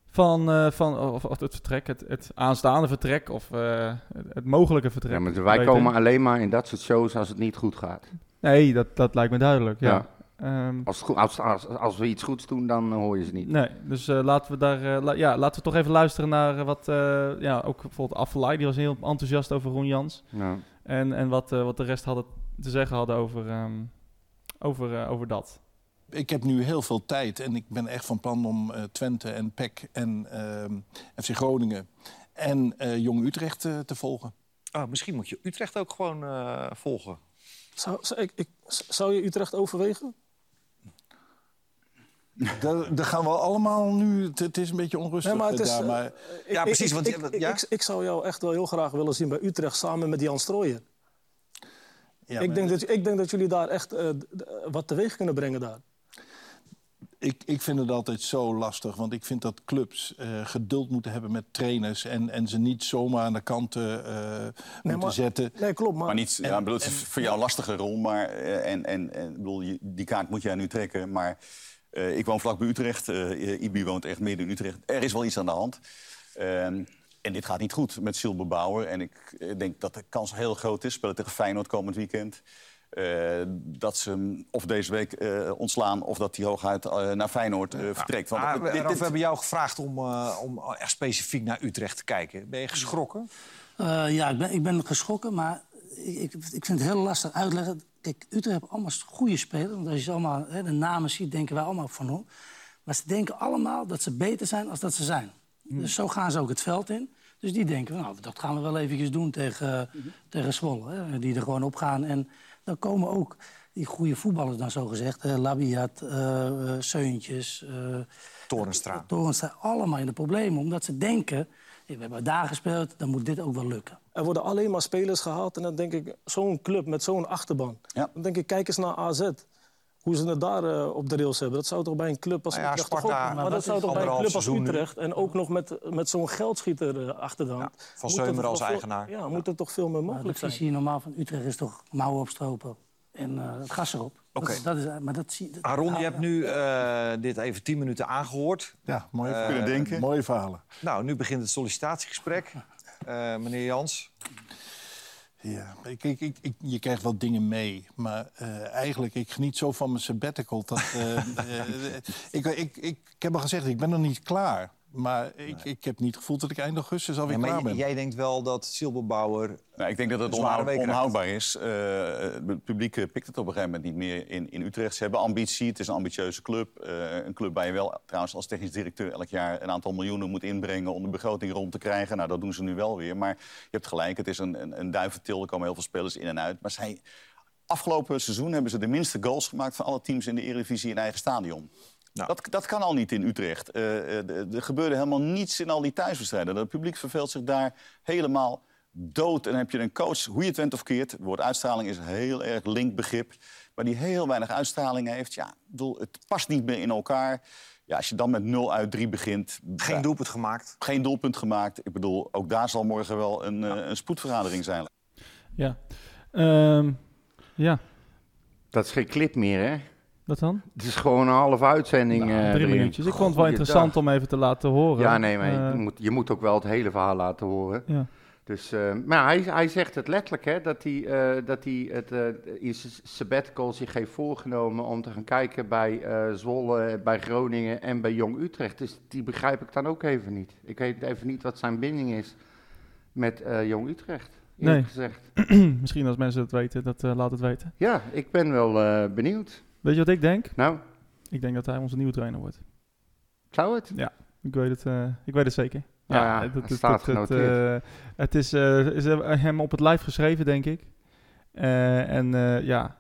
[SPEAKER 2] van, eh, van of, of het vertrek, het, het aanstaande vertrek of eh, het, het mogelijke vertrek.
[SPEAKER 1] Ja, maar wij
[SPEAKER 2] beter.
[SPEAKER 1] komen alleen maar in dat soort shows als het niet goed gaat.
[SPEAKER 2] Nee, dat, dat lijkt me duidelijk. Ja.
[SPEAKER 1] Ja.
[SPEAKER 2] Ehm,
[SPEAKER 1] Als, het goed- als, als, als we iets goeds doen, dan eh, hoor je ze niet.
[SPEAKER 2] nee, dus eh, laten, we daar, eh, la- ja, laten we toch even luisteren naar eh, wat... eh, ja, ook bijvoorbeeld Affelay, die was heel enthousiast over Ron Jans.
[SPEAKER 1] Ja.
[SPEAKER 2] En, en wat, eh, wat de rest hadden te zeggen hadden over, ehm, over, eh, over dat.
[SPEAKER 6] Ik heb nu heel veel tijd en ik ben echt van plan om eh, Twente en PEC en ehm, FC Groningen en eh, Jong Utrecht eh, te volgen.
[SPEAKER 7] Ah, misschien moet je Utrecht ook gewoon eh, volgen.
[SPEAKER 8] Zou, zou, ik, ik, zou je Utrecht overwegen?
[SPEAKER 6] Daar, daar gaan we allemaal nu. Het, het is een beetje onrustig.
[SPEAKER 8] Nee, maar het
[SPEAKER 6] eh,
[SPEAKER 8] is,
[SPEAKER 6] daar,
[SPEAKER 8] eh,
[SPEAKER 6] maar
[SPEAKER 8] Ik-
[SPEAKER 7] Ja,
[SPEAKER 8] ik-
[SPEAKER 7] precies,
[SPEAKER 8] Ik,
[SPEAKER 7] want-
[SPEAKER 8] ik, ik,
[SPEAKER 7] ja?
[SPEAKER 8] ik, ik zou jou echt wel heel graag willen zien bij Utrecht samen met Jan Strooijer.
[SPEAKER 6] ja,
[SPEAKER 8] ik,
[SPEAKER 6] maar-
[SPEAKER 8] denk dat, ik denk dat jullie daar echt eh, d- d- wat teweeg kunnen brengen daar.
[SPEAKER 6] Ik, ik vind het altijd zo lastig, want ik vind dat clubs eh, geduld moeten hebben met trainers en, en ze niet zomaar aan de kanten eh moeten
[SPEAKER 8] maar-
[SPEAKER 6] zetten.
[SPEAKER 8] Nee, klopt. Maar,
[SPEAKER 9] Maar niet, ja, ik bedoel, het is voor jou een lastige rol. Maar, eh, en, en, en, ik bedoel, je- die kaart moet jij nu trekken. Maar eh, ik woon vlak bij Utrecht. eh, Ibi woont echt midden in Utrecht. Er is wel iets aan de hand. Ehm, en dit gaat niet goed met Silber Bauer. En ik eh, denk dat de kans heel groot is. Spelen tegen Feyenoord komend weekend. eh, dat ze hem of deze week eh, ontslaan of dat hij hooguit eh, naar Feyenoord eh, vertrekt. Want
[SPEAKER 7] Ah,
[SPEAKER 9] het-
[SPEAKER 7] we-
[SPEAKER 9] dit-
[SPEAKER 7] Ralf,
[SPEAKER 9] dit-
[SPEAKER 7] we hebben jou gevraagd om, eh, om echt specifiek naar Utrecht te kijken. Ben je geschrokken?
[SPEAKER 10] Eh, ja, ik ben, ik ben geschrokken, maar ik, ik, ik vind het heel lastig uitleggen. Kijk, Utrecht heeft allemaal goede spelers. Want als je ze allemaal hè, de namen ziet, denken wij allemaal van hoor. Maar ze denken allemaal dat ze beter zijn dan dat ze zijn. Dus zo gaan ze ook het veld in. Dus die denken, van, nou, dat gaan we wel eventjes doen tegen, tegen Zwolle. Hè, die er gewoon op gaan. En dan komen ook die goede voetballers dan zogezegd. hè, Labiat, eh eh, Seuntjes... eh,
[SPEAKER 7] Torenstra.
[SPEAKER 10] Torenstra, allemaal in de problemen. Omdat ze denken, we hebben daar gespeeld, dan moet dit ook wel lukken.
[SPEAKER 8] Er worden alleen maar spelers gehaald. En dan denk ik, zo'n club met zo'n achterban.
[SPEAKER 9] Ja.
[SPEAKER 8] Dan denk ik, kijk eens naar AZ. Hoe ze het daar eh, op de rails hebben. Dat zou toch bij een club als
[SPEAKER 7] Nou ja,
[SPEAKER 8] Utrecht toch
[SPEAKER 7] Sparta,
[SPEAKER 8] ook- Maar,
[SPEAKER 7] maar
[SPEAKER 8] dat
[SPEAKER 7] dat
[SPEAKER 8] zou
[SPEAKER 7] is
[SPEAKER 8] toch bij een
[SPEAKER 7] anderhalf
[SPEAKER 8] club als
[SPEAKER 7] seizoen nu.
[SPEAKER 8] Utrecht... en ook nog met, met zo'n geldschieter eh, achter de hand...
[SPEAKER 7] Ja, Van
[SPEAKER 8] moet er
[SPEAKER 7] Zeumer
[SPEAKER 8] toch
[SPEAKER 7] als
[SPEAKER 8] veel-
[SPEAKER 7] eigenaar.
[SPEAKER 8] Ja, moet er toch veel meer
[SPEAKER 10] Maar de
[SPEAKER 8] mogelijk zijn.
[SPEAKER 10] visie normaal van Utrecht is toch mouwen opstropen en eh, het gas erop. Dat
[SPEAKER 7] Oké.
[SPEAKER 10] is- Dat, is, maar dat zie dat- Ah,
[SPEAKER 7] Aaron, je
[SPEAKER 10] ja,
[SPEAKER 7] hebt nu eh, dit even tien minuten aangehoord.
[SPEAKER 6] Ja, mooie,
[SPEAKER 7] Eh,
[SPEAKER 6] verhalen.
[SPEAKER 9] denken.
[SPEAKER 6] mooie verhalen.
[SPEAKER 7] Nou, nu begint het sollicitatiegesprek. Eh, meneer Jans,
[SPEAKER 6] Ja, ik, ik, ik, ik- je krijgt wel dingen mee, maar eh, eigenlijk, ik geniet zo van mijn sabbatical. Dat, eh, eh, ik, ik, ik, ik heb al gezegd, ik ben nog niet klaar. Maar ik, ik heb niet gevoeld dat ik eind augustus alweer
[SPEAKER 7] Nee, maar
[SPEAKER 6] klaar
[SPEAKER 7] j-
[SPEAKER 6] ben.
[SPEAKER 7] jij denkt wel dat Silberbouwer...
[SPEAKER 9] Nou, ik denk dat het
[SPEAKER 7] Een zware
[SPEAKER 9] onhoud-
[SPEAKER 7] week
[SPEAKER 9] onhoudbaar is. Eh, het publiek eh, pikt het op een gegeven moment niet meer in, in Utrecht. Ze hebben ambitie, het is een ambitieuze club. Eh, een club waar je wel trouwens als technisch directeur elk jaar een aantal miljoenen moet inbrengen om de begroting rond te krijgen. Nou, dat doen ze nu wel weer. Maar je hebt gelijk, het is een, een, een duiventil. Er komen heel veel spelers in en uit. Maar zij, afgelopen seizoen hebben ze de minste goals gemaakt van alle teams in de Eredivisie in eigen stadion.
[SPEAKER 7] Nou.
[SPEAKER 9] Dat, dat kan al niet in Utrecht. Eh, eh, d- er gebeurde helemaal niets in al die thuiswedstrijden. Dat publiek verveelt zich daar helemaal dood. En dan heb je een coach, hoe je het went of keert. Het woord uitstraling is een heel erg linkbegrip. Maar die heel weinig uitstraling heeft. Ja, ik bedoel, het past niet meer in elkaar. Ja, als je dan met 0 uit 3 begint.
[SPEAKER 7] Geen doelpunt gemaakt.
[SPEAKER 9] geen doelpunt gemaakt. Ik bedoel, ook daar zal morgen wel een, eh, een spoedvergadering zijn.
[SPEAKER 2] Ja. Ehm, ja,
[SPEAKER 1] Dat is geen clip meer, hè?
[SPEAKER 2] dat dan?
[SPEAKER 1] Het is gewoon een half uitzending.
[SPEAKER 2] Nou,
[SPEAKER 1] eh,
[SPEAKER 2] drie
[SPEAKER 1] erin.
[SPEAKER 2] minuutjes. Ik vond het wel
[SPEAKER 1] Goeiedag.
[SPEAKER 2] interessant om even te laten horen.
[SPEAKER 1] Ja, nee, maar je,
[SPEAKER 2] Eh,
[SPEAKER 1] moet, je moet ook wel het hele verhaal laten horen.
[SPEAKER 2] ja.
[SPEAKER 1] Dus, eh, maar hij, hij zegt het letterlijk, hè, dat hij, eh, dat hij het eh, is sabbatical zich heeft voorgenomen om te gaan kijken bij eh, Zwolle, bij Groningen en bij Jong Utrecht. Dus die begrijp ik dan ook even niet. Ik weet even niet wat zijn binding is met eh, Jong Utrecht, eerlijk
[SPEAKER 2] Nee.
[SPEAKER 1] gezegd.
[SPEAKER 2] Misschien als mensen het weten, dat eh, laat het weten.
[SPEAKER 1] Ja, ik ben wel eh, benieuwd.
[SPEAKER 2] Weet je wat ik denk?
[SPEAKER 1] Nou,
[SPEAKER 2] Ik denk dat hij onze nieuwe trainer wordt.
[SPEAKER 1] zou het?
[SPEAKER 2] Ik weet het, eh, ik weet het zeker.
[SPEAKER 1] Nou ja, het staat genoteerd.
[SPEAKER 2] eh, het is, eh, is hem op het lijf geschreven, denk ik. Eh, en eh, ja,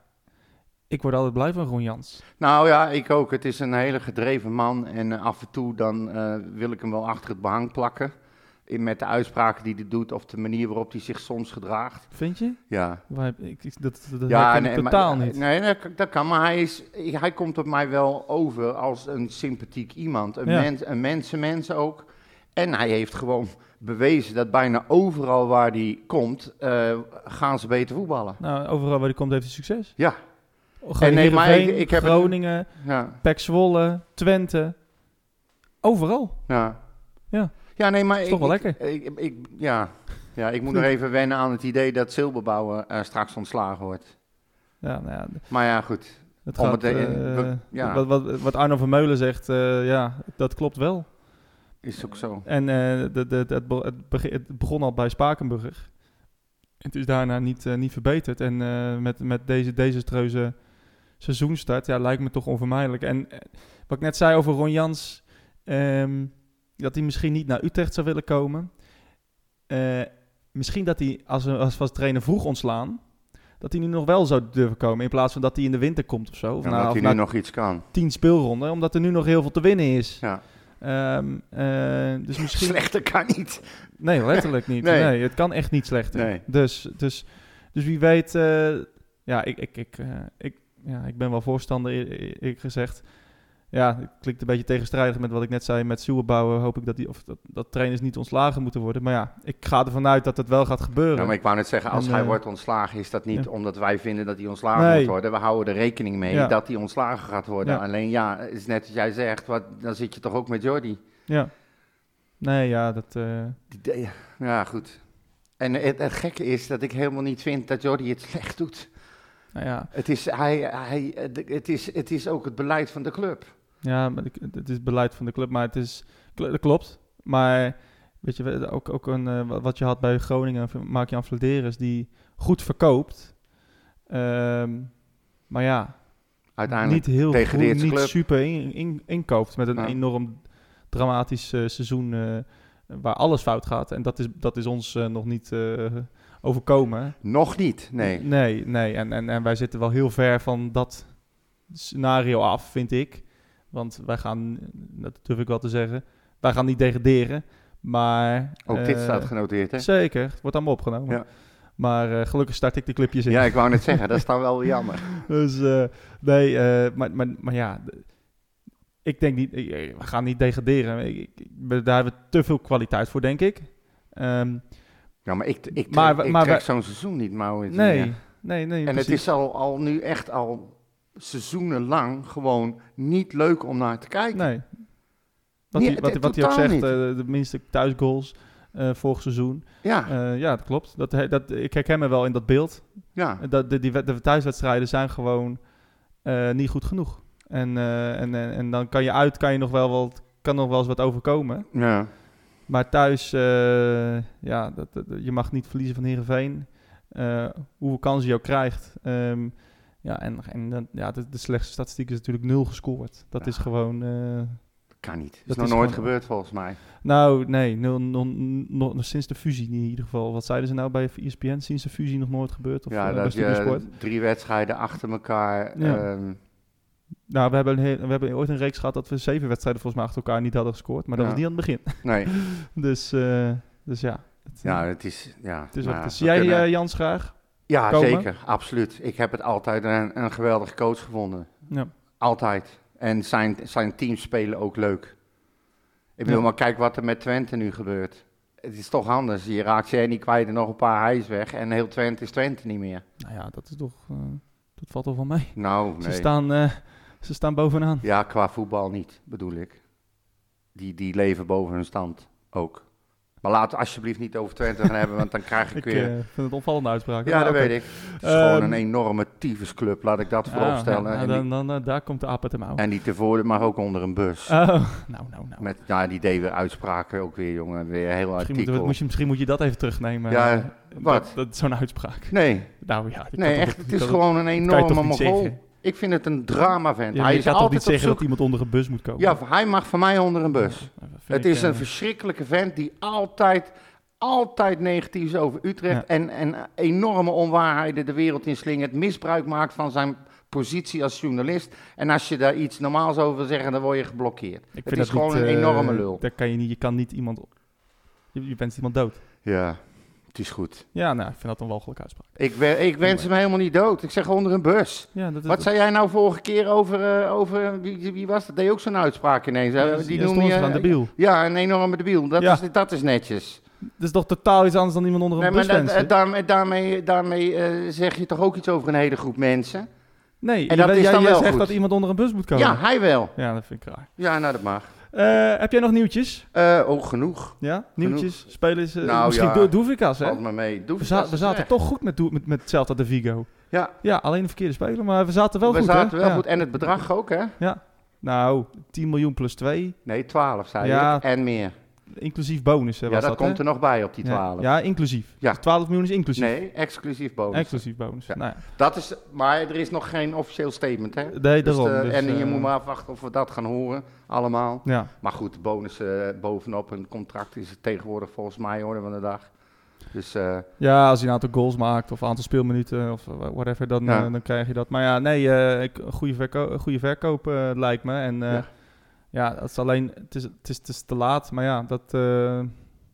[SPEAKER 2] ik word altijd blij van Ron Jans.
[SPEAKER 1] Nou ja, ik ook. Het is een hele gedreven man. En eh, af en toe dan eh, wil ik hem wel achter het behang plakken. In, met de uitspraken die hij doet of de manier waarop hij zich soms gedraagt.
[SPEAKER 2] Vind je?
[SPEAKER 1] Ja,
[SPEAKER 2] Waar heb- ik, ik- dat dat herken ik
[SPEAKER 1] maar-
[SPEAKER 2] totaal niet.
[SPEAKER 1] Nee, dat, dat kan, maar hij, is, hij komt op mij wel over als een sympathiek iemand. Een,
[SPEAKER 2] Ja.
[SPEAKER 1] mens, een mensenmens ook. En hij heeft gewoon bewezen dat bijna overal waar hij komt, eh, gaan ze beter voetballen.
[SPEAKER 2] Nou, overal waar hij komt heeft hij succes.
[SPEAKER 1] Ja,
[SPEAKER 2] Groningen,
[SPEAKER 1] nee, maar ik-
[SPEAKER 2] Heerenveen,
[SPEAKER 1] ik heb een-
[SPEAKER 2] Groningen,
[SPEAKER 1] ja,
[SPEAKER 2] Pek Zwolle, Twente. Overal.
[SPEAKER 1] ja.
[SPEAKER 2] Ja.
[SPEAKER 1] Ja, nee, maar...
[SPEAKER 2] Is
[SPEAKER 1] ik-
[SPEAKER 2] toch wel
[SPEAKER 1] ik,
[SPEAKER 2] lekker.
[SPEAKER 1] ik- ik- ja. ja, ik moet nog even wennen aan het idee dat Silberbouwer eh, straks ontslagen wordt.
[SPEAKER 2] Ja, nou ja,
[SPEAKER 1] Maar ja, goed.
[SPEAKER 2] Het
[SPEAKER 1] Om
[SPEAKER 2] gaat,
[SPEAKER 1] het, eh,
[SPEAKER 2] eh,
[SPEAKER 1] we- ja.
[SPEAKER 2] wat, wat, wat Arno van Meulen zegt, eh, ja, dat klopt wel.
[SPEAKER 1] Is ook zo.
[SPEAKER 2] En eh, de, de, de- het, be- het, beg- het begon al bij Spakenburg. Het is daarna niet, eh, niet verbeterd. En eh, met, met deze desastreuze seizoenstart, ja, lijkt me toch onvermijdelijk. En eh, wat ik net zei over Ron Jans, ehm, dat hij misschien niet naar Utrecht zou willen komen. Eh, misschien dat hij als, een- als, als trainer vroeg ontslaan, dat hij nu nog wel zou durven komen. In plaats van dat hij in de winter komt of zo. Of
[SPEAKER 1] En
[SPEAKER 2] na-
[SPEAKER 1] dat
[SPEAKER 2] nou, of
[SPEAKER 1] hij
[SPEAKER 2] na
[SPEAKER 1] nu nog iets kan.
[SPEAKER 2] tien speelronden, omdat er nu nog heel veel te winnen is.
[SPEAKER 1] Ja.
[SPEAKER 2] Ehm, eh, dus misschien...
[SPEAKER 1] Slechter kan niet.
[SPEAKER 2] Nee, letterlijk niet. nee.
[SPEAKER 1] Nee.
[SPEAKER 2] het kan echt niet slechter.
[SPEAKER 1] Nee.
[SPEAKER 2] Dus, dus, dus wie weet... eh, ja, ik, ik, ik, eh, ik, ja, ik ben wel voorstander, eer- eerlijk gezegd. Ja, het klinkt een beetje tegenstrijdig met wat ik net zei met Soerbouwen. Hoop ik dat, die, of dat, dat trainers niet ontslagen moeten worden. Maar ja, ik ga ervan uit dat dat wel gaat gebeuren.
[SPEAKER 1] Ja, maar ik wou net zeggen, als
[SPEAKER 2] En,
[SPEAKER 1] hij
[SPEAKER 2] eh,
[SPEAKER 1] wordt ontslagen, is dat niet
[SPEAKER 2] ja.
[SPEAKER 1] omdat wij vinden dat hij ontslagen
[SPEAKER 2] Nee.
[SPEAKER 1] moet worden. We houden er rekening mee
[SPEAKER 2] Ja.
[SPEAKER 1] dat hij ontslagen gaat worden.
[SPEAKER 2] Ja.
[SPEAKER 1] Alleen ja, is net wat jij zegt, wat, dan zit je toch ook met Jordi.
[SPEAKER 2] Ja. Nee, ja, dat... eh,
[SPEAKER 1] Die de- Ja, goed. En het, het gekke is dat ik helemaal niet vind dat Jordi het slecht doet.
[SPEAKER 2] nou ja,
[SPEAKER 1] Het is, hij, hij, het is, het is ook het beleid van de club.
[SPEAKER 2] Ja, maar ik- het is beleid van de club, maar het is, kl- dat klopt. Maar weet je, we- ook, ook een, eh, wa- wat je had bij Groningen, maak je aan Vladeris, die goed verkoopt. Ehm, maar ja,
[SPEAKER 1] Uiteindelijk
[SPEAKER 2] niet heel
[SPEAKER 1] tegen
[SPEAKER 2] goed,
[SPEAKER 1] deze
[SPEAKER 2] niet
[SPEAKER 1] club.
[SPEAKER 2] super in, in- inkoopt met een
[SPEAKER 1] Ja.
[SPEAKER 2] enorm dramatisch eh, seizoen eh, waar alles fout gaat. En dat is, dat is ons eh, nog niet eh, overkomen.
[SPEAKER 1] Nog niet, nee.
[SPEAKER 2] Nee, nee. En, en, en wij zitten wel heel ver van dat scenario af, vind ik. Want wij gaan, dat durf ik wel te zeggen, wij gaan niet degraderen. Maar...
[SPEAKER 1] Ook
[SPEAKER 2] eh,
[SPEAKER 1] dit staat genoteerd, hè?
[SPEAKER 2] Zeker, het wordt allemaal opgenomen.
[SPEAKER 1] Ja.
[SPEAKER 2] Maar eh, gelukkig start ik de clipjes in.
[SPEAKER 1] Ja, ik wou net zeggen, dat is dan wel weer jammer.
[SPEAKER 2] Dus eh, nee, eh, maar, maar, maar ja, d- ik denk niet, ik- ik- we gaan niet degraderen. Ik, ik- ik- we- daar hebben we te veel kwaliteit voor, denk ik. Ehm,
[SPEAKER 1] Ja, maar ik, ik,
[SPEAKER 2] Maar we-
[SPEAKER 1] trek, ik
[SPEAKER 2] maar
[SPEAKER 1] trek
[SPEAKER 2] we-
[SPEAKER 1] zo'n seizoen niet, Maurits.
[SPEAKER 2] nee,
[SPEAKER 1] meer.
[SPEAKER 2] nee, nee,
[SPEAKER 1] En het
[SPEAKER 2] precies.
[SPEAKER 1] is al, al nu echt al seizoenenlang gewoon niet leuk om naar te kijken.
[SPEAKER 2] Nee. Wat,
[SPEAKER 1] Nee,
[SPEAKER 2] hij, wat,
[SPEAKER 1] het-
[SPEAKER 2] wat hij ook
[SPEAKER 1] totaal
[SPEAKER 2] zegt,
[SPEAKER 1] niet.
[SPEAKER 2] eh, de minste thuisgoals eh vorig seizoen.
[SPEAKER 1] Ja,
[SPEAKER 2] Eh, ja, dat klopt. Dat, hij- dat, ik herken me wel in dat beeld.
[SPEAKER 1] ja.
[SPEAKER 2] Dat, de, die, wed- de thuiswedstrijden zijn gewoon eh, niet goed genoeg. En, eh, en, en, en dan kan je uit, kan je nog wel wat, kan nog wel eens wat overkomen.
[SPEAKER 1] ja.
[SPEAKER 2] Maar thuis, eh, ja, dat, dat- je mag niet verliezen van Heerenveen. Eh hoeveel kansen je ook krijgt. Ehm, ja, en, en dan- ja, de, de slechtste statistiek is natuurlijk nul gescoord. Dat is gewoon... eh,
[SPEAKER 1] Kan niet. Dat is
[SPEAKER 2] Dat
[SPEAKER 1] nog
[SPEAKER 2] is
[SPEAKER 1] nooit
[SPEAKER 2] gewoon-
[SPEAKER 1] gebeurd volgens mij.
[SPEAKER 2] nou, nee, nul, nul, nul- nul- sinds de fusie in ieder geval. Wat zeiden ze nou bij ESPN? Sinds de fusie nog nooit gebeurd? Of,
[SPEAKER 1] ja,
[SPEAKER 2] eh,
[SPEAKER 1] dat
[SPEAKER 2] bij
[SPEAKER 1] je
[SPEAKER 2] Studiosport?
[SPEAKER 1] drie wedstrijden achter elkaar.
[SPEAKER 2] Ja.
[SPEAKER 1] ehm,
[SPEAKER 2] Nou, we hebben, een heel- we hebben ooit een reeks gehad dat we zeven wedstrijden volgens mij achter elkaar niet hadden gescoord. Maar dat
[SPEAKER 1] Ja.
[SPEAKER 2] was niet aan het begin.
[SPEAKER 1] nee,
[SPEAKER 2] Dus, eh, dus ja. Het,
[SPEAKER 1] ja, het is. Ja,
[SPEAKER 2] het is
[SPEAKER 1] nou,
[SPEAKER 2] wat het is.
[SPEAKER 1] we
[SPEAKER 2] Jij,
[SPEAKER 1] kunnen-
[SPEAKER 2] eh, Jans, graag?
[SPEAKER 1] ja
[SPEAKER 2] komen?
[SPEAKER 1] zeker. Absoluut. Ik heb het altijd een, een geweldige coach gevonden.
[SPEAKER 2] Ja.
[SPEAKER 1] Altijd. En zijn, zijn teams spelen ook leuk. Ik bedoel,
[SPEAKER 2] Ja.
[SPEAKER 1] maar kijk wat er met Twente nu gebeurt. Het is toch anders. Je raakt Jenny kwijt en nog een paar hijs weg. En heel Twente is Twente niet meer.
[SPEAKER 2] Nou ja, dat is toch... eh, dat valt al van mee.
[SPEAKER 1] Nou,
[SPEAKER 2] Ze,
[SPEAKER 1] nee.
[SPEAKER 2] staan, eh, ze staan bovenaan.
[SPEAKER 1] Ja, qua voetbal niet, bedoel ik. Die, die leven boven hun stand ook. Maar laten we alsjeblieft niet over Twente gaan hebben, want dan krijg ik
[SPEAKER 2] Ik
[SPEAKER 1] weer...
[SPEAKER 2] eh, vind het opvallende uitspraak.
[SPEAKER 1] ja, dat weet ik. Het is gewoon een
[SPEAKER 2] Ehm, ah,
[SPEAKER 1] enorme tyfusclub, laat ik dat vooropstellen. en, die,
[SPEAKER 2] dan, dan, eh, daar komt de aap uit de mouw.
[SPEAKER 1] en die tevoren mag ook onder een bus.
[SPEAKER 2] Oh, nou, nou, nou.
[SPEAKER 1] Met, nou, die deed weer uitspraken ook weer, jongen. Weer een heel
[SPEAKER 2] Misschien, moeten we-
[SPEAKER 1] artikel.
[SPEAKER 2] moet je, misschien moet je dat even terugnemen.
[SPEAKER 1] Ja,
[SPEAKER 2] Dat-
[SPEAKER 1] wat?
[SPEAKER 2] Dat, zo'n uitspraak.
[SPEAKER 1] Nee,
[SPEAKER 2] Nou ja. ik kan
[SPEAKER 1] nee
[SPEAKER 2] toch-
[SPEAKER 1] echt.
[SPEAKER 2] ik
[SPEAKER 1] Het is
[SPEAKER 2] kan-
[SPEAKER 1] gewoon een
[SPEAKER 2] kan je toch
[SPEAKER 1] enorme
[SPEAKER 2] niet
[SPEAKER 1] mogol.
[SPEAKER 2] zeggen?
[SPEAKER 1] Ik vind het een drama, vent.
[SPEAKER 2] Ja, maar
[SPEAKER 1] hij
[SPEAKER 2] je
[SPEAKER 1] is
[SPEAKER 2] gaat toch
[SPEAKER 1] altijd
[SPEAKER 2] niet
[SPEAKER 1] op
[SPEAKER 2] zeggen
[SPEAKER 1] zoek...
[SPEAKER 2] dat iemand onder een bus moet komen?
[SPEAKER 1] Ja, hij mag van mij onder een bus.
[SPEAKER 2] Dat vind
[SPEAKER 1] Het
[SPEAKER 2] ik,
[SPEAKER 1] is een
[SPEAKER 2] eh,
[SPEAKER 1] verschrikkelijke vent die altijd, altijd negatief is over Utrecht.
[SPEAKER 2] Ja.
[SPEAKER 1] En, en enorme onwaarheden de wereld in slingert. Misbruik maakt van zijn positie als journalist. En als je daar iets normaals over wil zeggen, dan word je geblokkeerd.
[SPEAKER 2] ik
[SPEAKER 1] het
[SPEAKER 2] vind
[SPEAKER 1] is
[SPEAKER 2] dat
[SPEAKER 1] gewoon
[SPEAKER 2] niet,
[SPEAKER 1] een
[SPEAKER 2] eh,
[SPEAKER 1] enorme lul.
[SPEAKER 2] Daar kan je, niet, je kan niet iemand... Je, je wenst iemand dood.
[SPEAKER 1] Ja, het is goed.
[SPEAKER 2] Ja, nou, ik vind dat een walgelijke uitspraak.
[SPEAKER 1] Ik, we- ik wens hem helemaal niet dood. Ik zeg onder een bus.
[SPEAKER 2] Ja, dat,
[SPEAKER 1] Wat zei jij nou vorige keer over, eh, over wie, wie was dat? Deed ook zo'n uitspraak ineens. hè?
[SPEAKER 2] Ja,
[SPEAKER 1] die
[SPEAKER 2] ja,
[SPEAKER 1] noemde
[SPEAKER 2] stond
[SPEAKER 1] je-
[SPEAKER 2] aan de biel.
[SPEAKER 1] Ja, een enorme debiel. Dat,
[SPEAKER 2] Ja.
[SPEAKER 1] is, dat is netjes.
[SPEAKER 2] Dat is toch totaal iets anders dan iemand onder een
[SPEAKER 1] Nee,
[SPEAKER 2] bus
[SPEAKER 1] maar da-
[SPEAKER 2] wensen?
[SPEAKER 1] da- daarmee, daarmee, daarmee eh, zeg je toch ook iets over een hele groep mensen?
[SPEAKER 2] nee,
[SPEAKER 1] en
[SPEAKER 2] je-
[SPEAKER 1] dat is
[SPEAKER 2] jij,
[SPEAKER 1] dan
[SPEAKER 2] jij
[SPEAKER 1] wel
[SPEAKER 2] zegt
[SPEAKER 1] goed.
[SPEAKER 2] dat iemand onder een bus moet komen.
[SPEAKER 1] Ja, hij wel.
[SPEAKER 2] Ja, dat vind ik raar.
[SPEAKER 1] Ja, nou dat mag.
[SPEAKER 2] Eh, heb jij nog nieuwtjes?
[SPEAKER 1] Eh, oh, genoeg.
[SPEAKER 2] Ja, nieuwtjes, spelers. eh,
[SPEAKER 1] Nou,
[SPEAKER 2] misschien
[SPEAKER 1] ja.
[SPEAKER 2] Do Doevikas, hè?
[SPEAKER 1] Valt maar mee.
[SPEAKER 2] we,
[SPEAKER 1] Doevikas
[SPEAKER 2] za- we
[SPEAKER 1] is
[SPEAKER 2] zaten
[SPEAKER 1] weg.
[SPEAKER 2] toch goed met, Doe- met, met Celta de Vigo.
[SPEAKER 1] Ja.
[SPEAKER 2] Ja, alleen de verkeerde speler, maar we zaten wel
[SPEAKER 1] we
[SPEAKER 2] goed,
[SPEAKER 1] zaten
[SPEAKER 2] hè?
[SPEAKER 1] wel
[SPEAKER 2] Ja.
[SPEAKER 1] goed. En het bedrag ook, hè?
[SPEAKER 2] Ja. Nou, 10 miljoen plus 2.
[SPEAKER 1] Nee, 12 zei
[SPEAKER 2] Ja.
[SPEAKER 1] ik. En meer.
[SPEAKER 2] Inclusief bonus, hè,
[SPEAKER 1] Ja,
[SPEAKER 2] was
[SPEAKER 1] dat
[SPEAKER 2] hè?
[SPEAKER 1] komt er nog bij op die
[SPEAKER 2] Ja.
[SPEAKER 1] 12.
[SPEAKER 2] Ja, inclusief.
[SPEAKER 1] Ja.
[SPEAKER 2] Dus 12 miljoen is inclusief.
[SPEAKER 1] Nee, exclusief bonus.
[SPEAKER 2] Exclusief bonus. Nou ja.
[SPEAKER 1] Dat is, maar er is nog geen officieel statement, hè? Nee,
[SPEAKER 2] daarom, dus,
[SPEAKER 1] en je
[SPEAKER 2] eh,
[SPEAKER 1] moet maar afwachten of we dat gaan horen, allemaal.
[SPEAKER 2] Ja.
[SPEAKER 1] Maar goed, de bonus eh, bovenop een contract is het tegenwoordig volgens mij orde van de dag. Dus eh,
[SPEAKER 2] Ja, als je een aantal goals maakt of een aantal speelminuten of whatever, dan,
[SPEAKER 1] Ja.
[SPEAKER 2] eh, dan krijg je dat. Maar ja, nee, eh, ik- een goede, verko een goede verkoop eh, lijkt me. En eh, ja.
[SPEAKER 1] Ja.
[SPEAKER 2] dat is alleen, het is, het, is, het is te laat. Maar ja, dat, eh,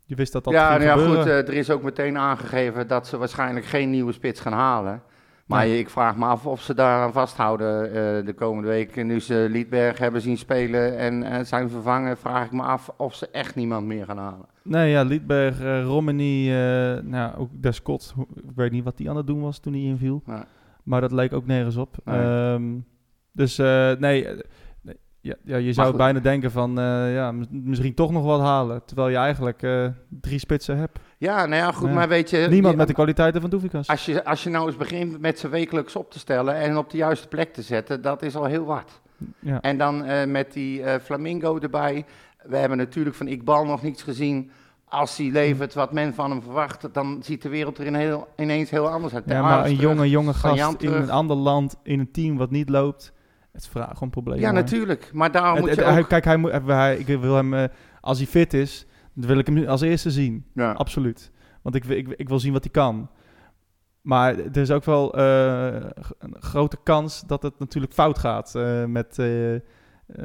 [SPEAKER 2] je wist dat dat
[SPEAKER 1] ja,
[SPEAKER 2] ging
[SPEAKER 1] nou ja,
[SPEAKER 2] gebeuren.
[SPEAKER 1] goed, eh, er is ook meteen aangegeven dat ze waarschijnlijk geen nieuwe spits gaan halen. Maar
[SPEAKER 2] Nee.
[SPEAKER 1] ik vraag me af of ze daaraan vasthouden eh, de komende weken. Nu ze Liedberg hebben zien spelen en eh, zijn vervangen, vraag ik me af of ze echt niemand meer gaan halen.
[SPEAKER 2] Nee, ja, Liedberg, eh Romani, eh, nou, ook Descott. hoe- Ik weet niet wat die aan het doen was toen hij inviel.
[SPEAKER 1] Ja.
[SPEAKER 2] Maar dat leek ook nergens op.
[SPEAKER 1] Nee.
[SPEAKER 2] Ehm, dus eh, nee, eh, nee, ja, ja, je zou
[SPEAKER 1] goed.
[SPEAKER 2] bijna denken van eh, ja, mis- misschien toch nog wat halen. Terwijl je eigenlijk eh, drie spitsen hebt.
[SPEAKER 1] Ja, nou ja, goed,
[SPEAKER 2] Ja.
[SPEAKER 1] maar weet je...
[SPEAKER 2] Niemand
[SPEAKER 1] je-
[SPEAKER 2] met de kwaliteiten van Doevikas.
[SPEAKER 1] Als je, als je nou eens begint met ze wekelijks op te stellen en op de juiste plek te zetten, dat is al heel wat.
[SPEAKER 2] Ja.
[SPEAKER 1] En dan eh, met die eh, Flamingo erbij. We hebben natuurlijk van Iqbal nog niets gezien. Als hij levert wat men van hem verwacht, dan ziet de wereld er in heel, ineens heel anders uit.
[SPEAKER 2] Ja, maar
[SPEAKER 1] Ares
[SPEAKER 2] een
[SPEAKER 1] terug,
[SPEAKER 2] jonge, jonge
[SPEAKER 1] Van Jan
[SPEAKER 2] gast in
[SPEAKER 1] terug.
[SPEAKER 2] een ander land, in een team wat niet loopt. Het is vraag om problemen.
[SPEAKER 1] Ja, natuurlijk. Maar daarom
[SPEAKER 2] Het-
[SPEAKER 1] moet
[SPEAKER 2] het-
[SPEAKER 1] je
[SPEAKER 2] hij-
[SPEAKER 1] ook...
[SPEAKER 2] kijk, hij moet, hij- ik wil hem, eh, als hij fit is, dan wil ik hem als eerste zien.
[SPEAKER 1] Ja.
[SPEAKER 2] Absoluut. Want ik, wil- ik, ik wil zien wat hij kan. Maar er is ook wel eh, g- een grote kans dat het natuurlijk fout gaat eh, met, eh eh,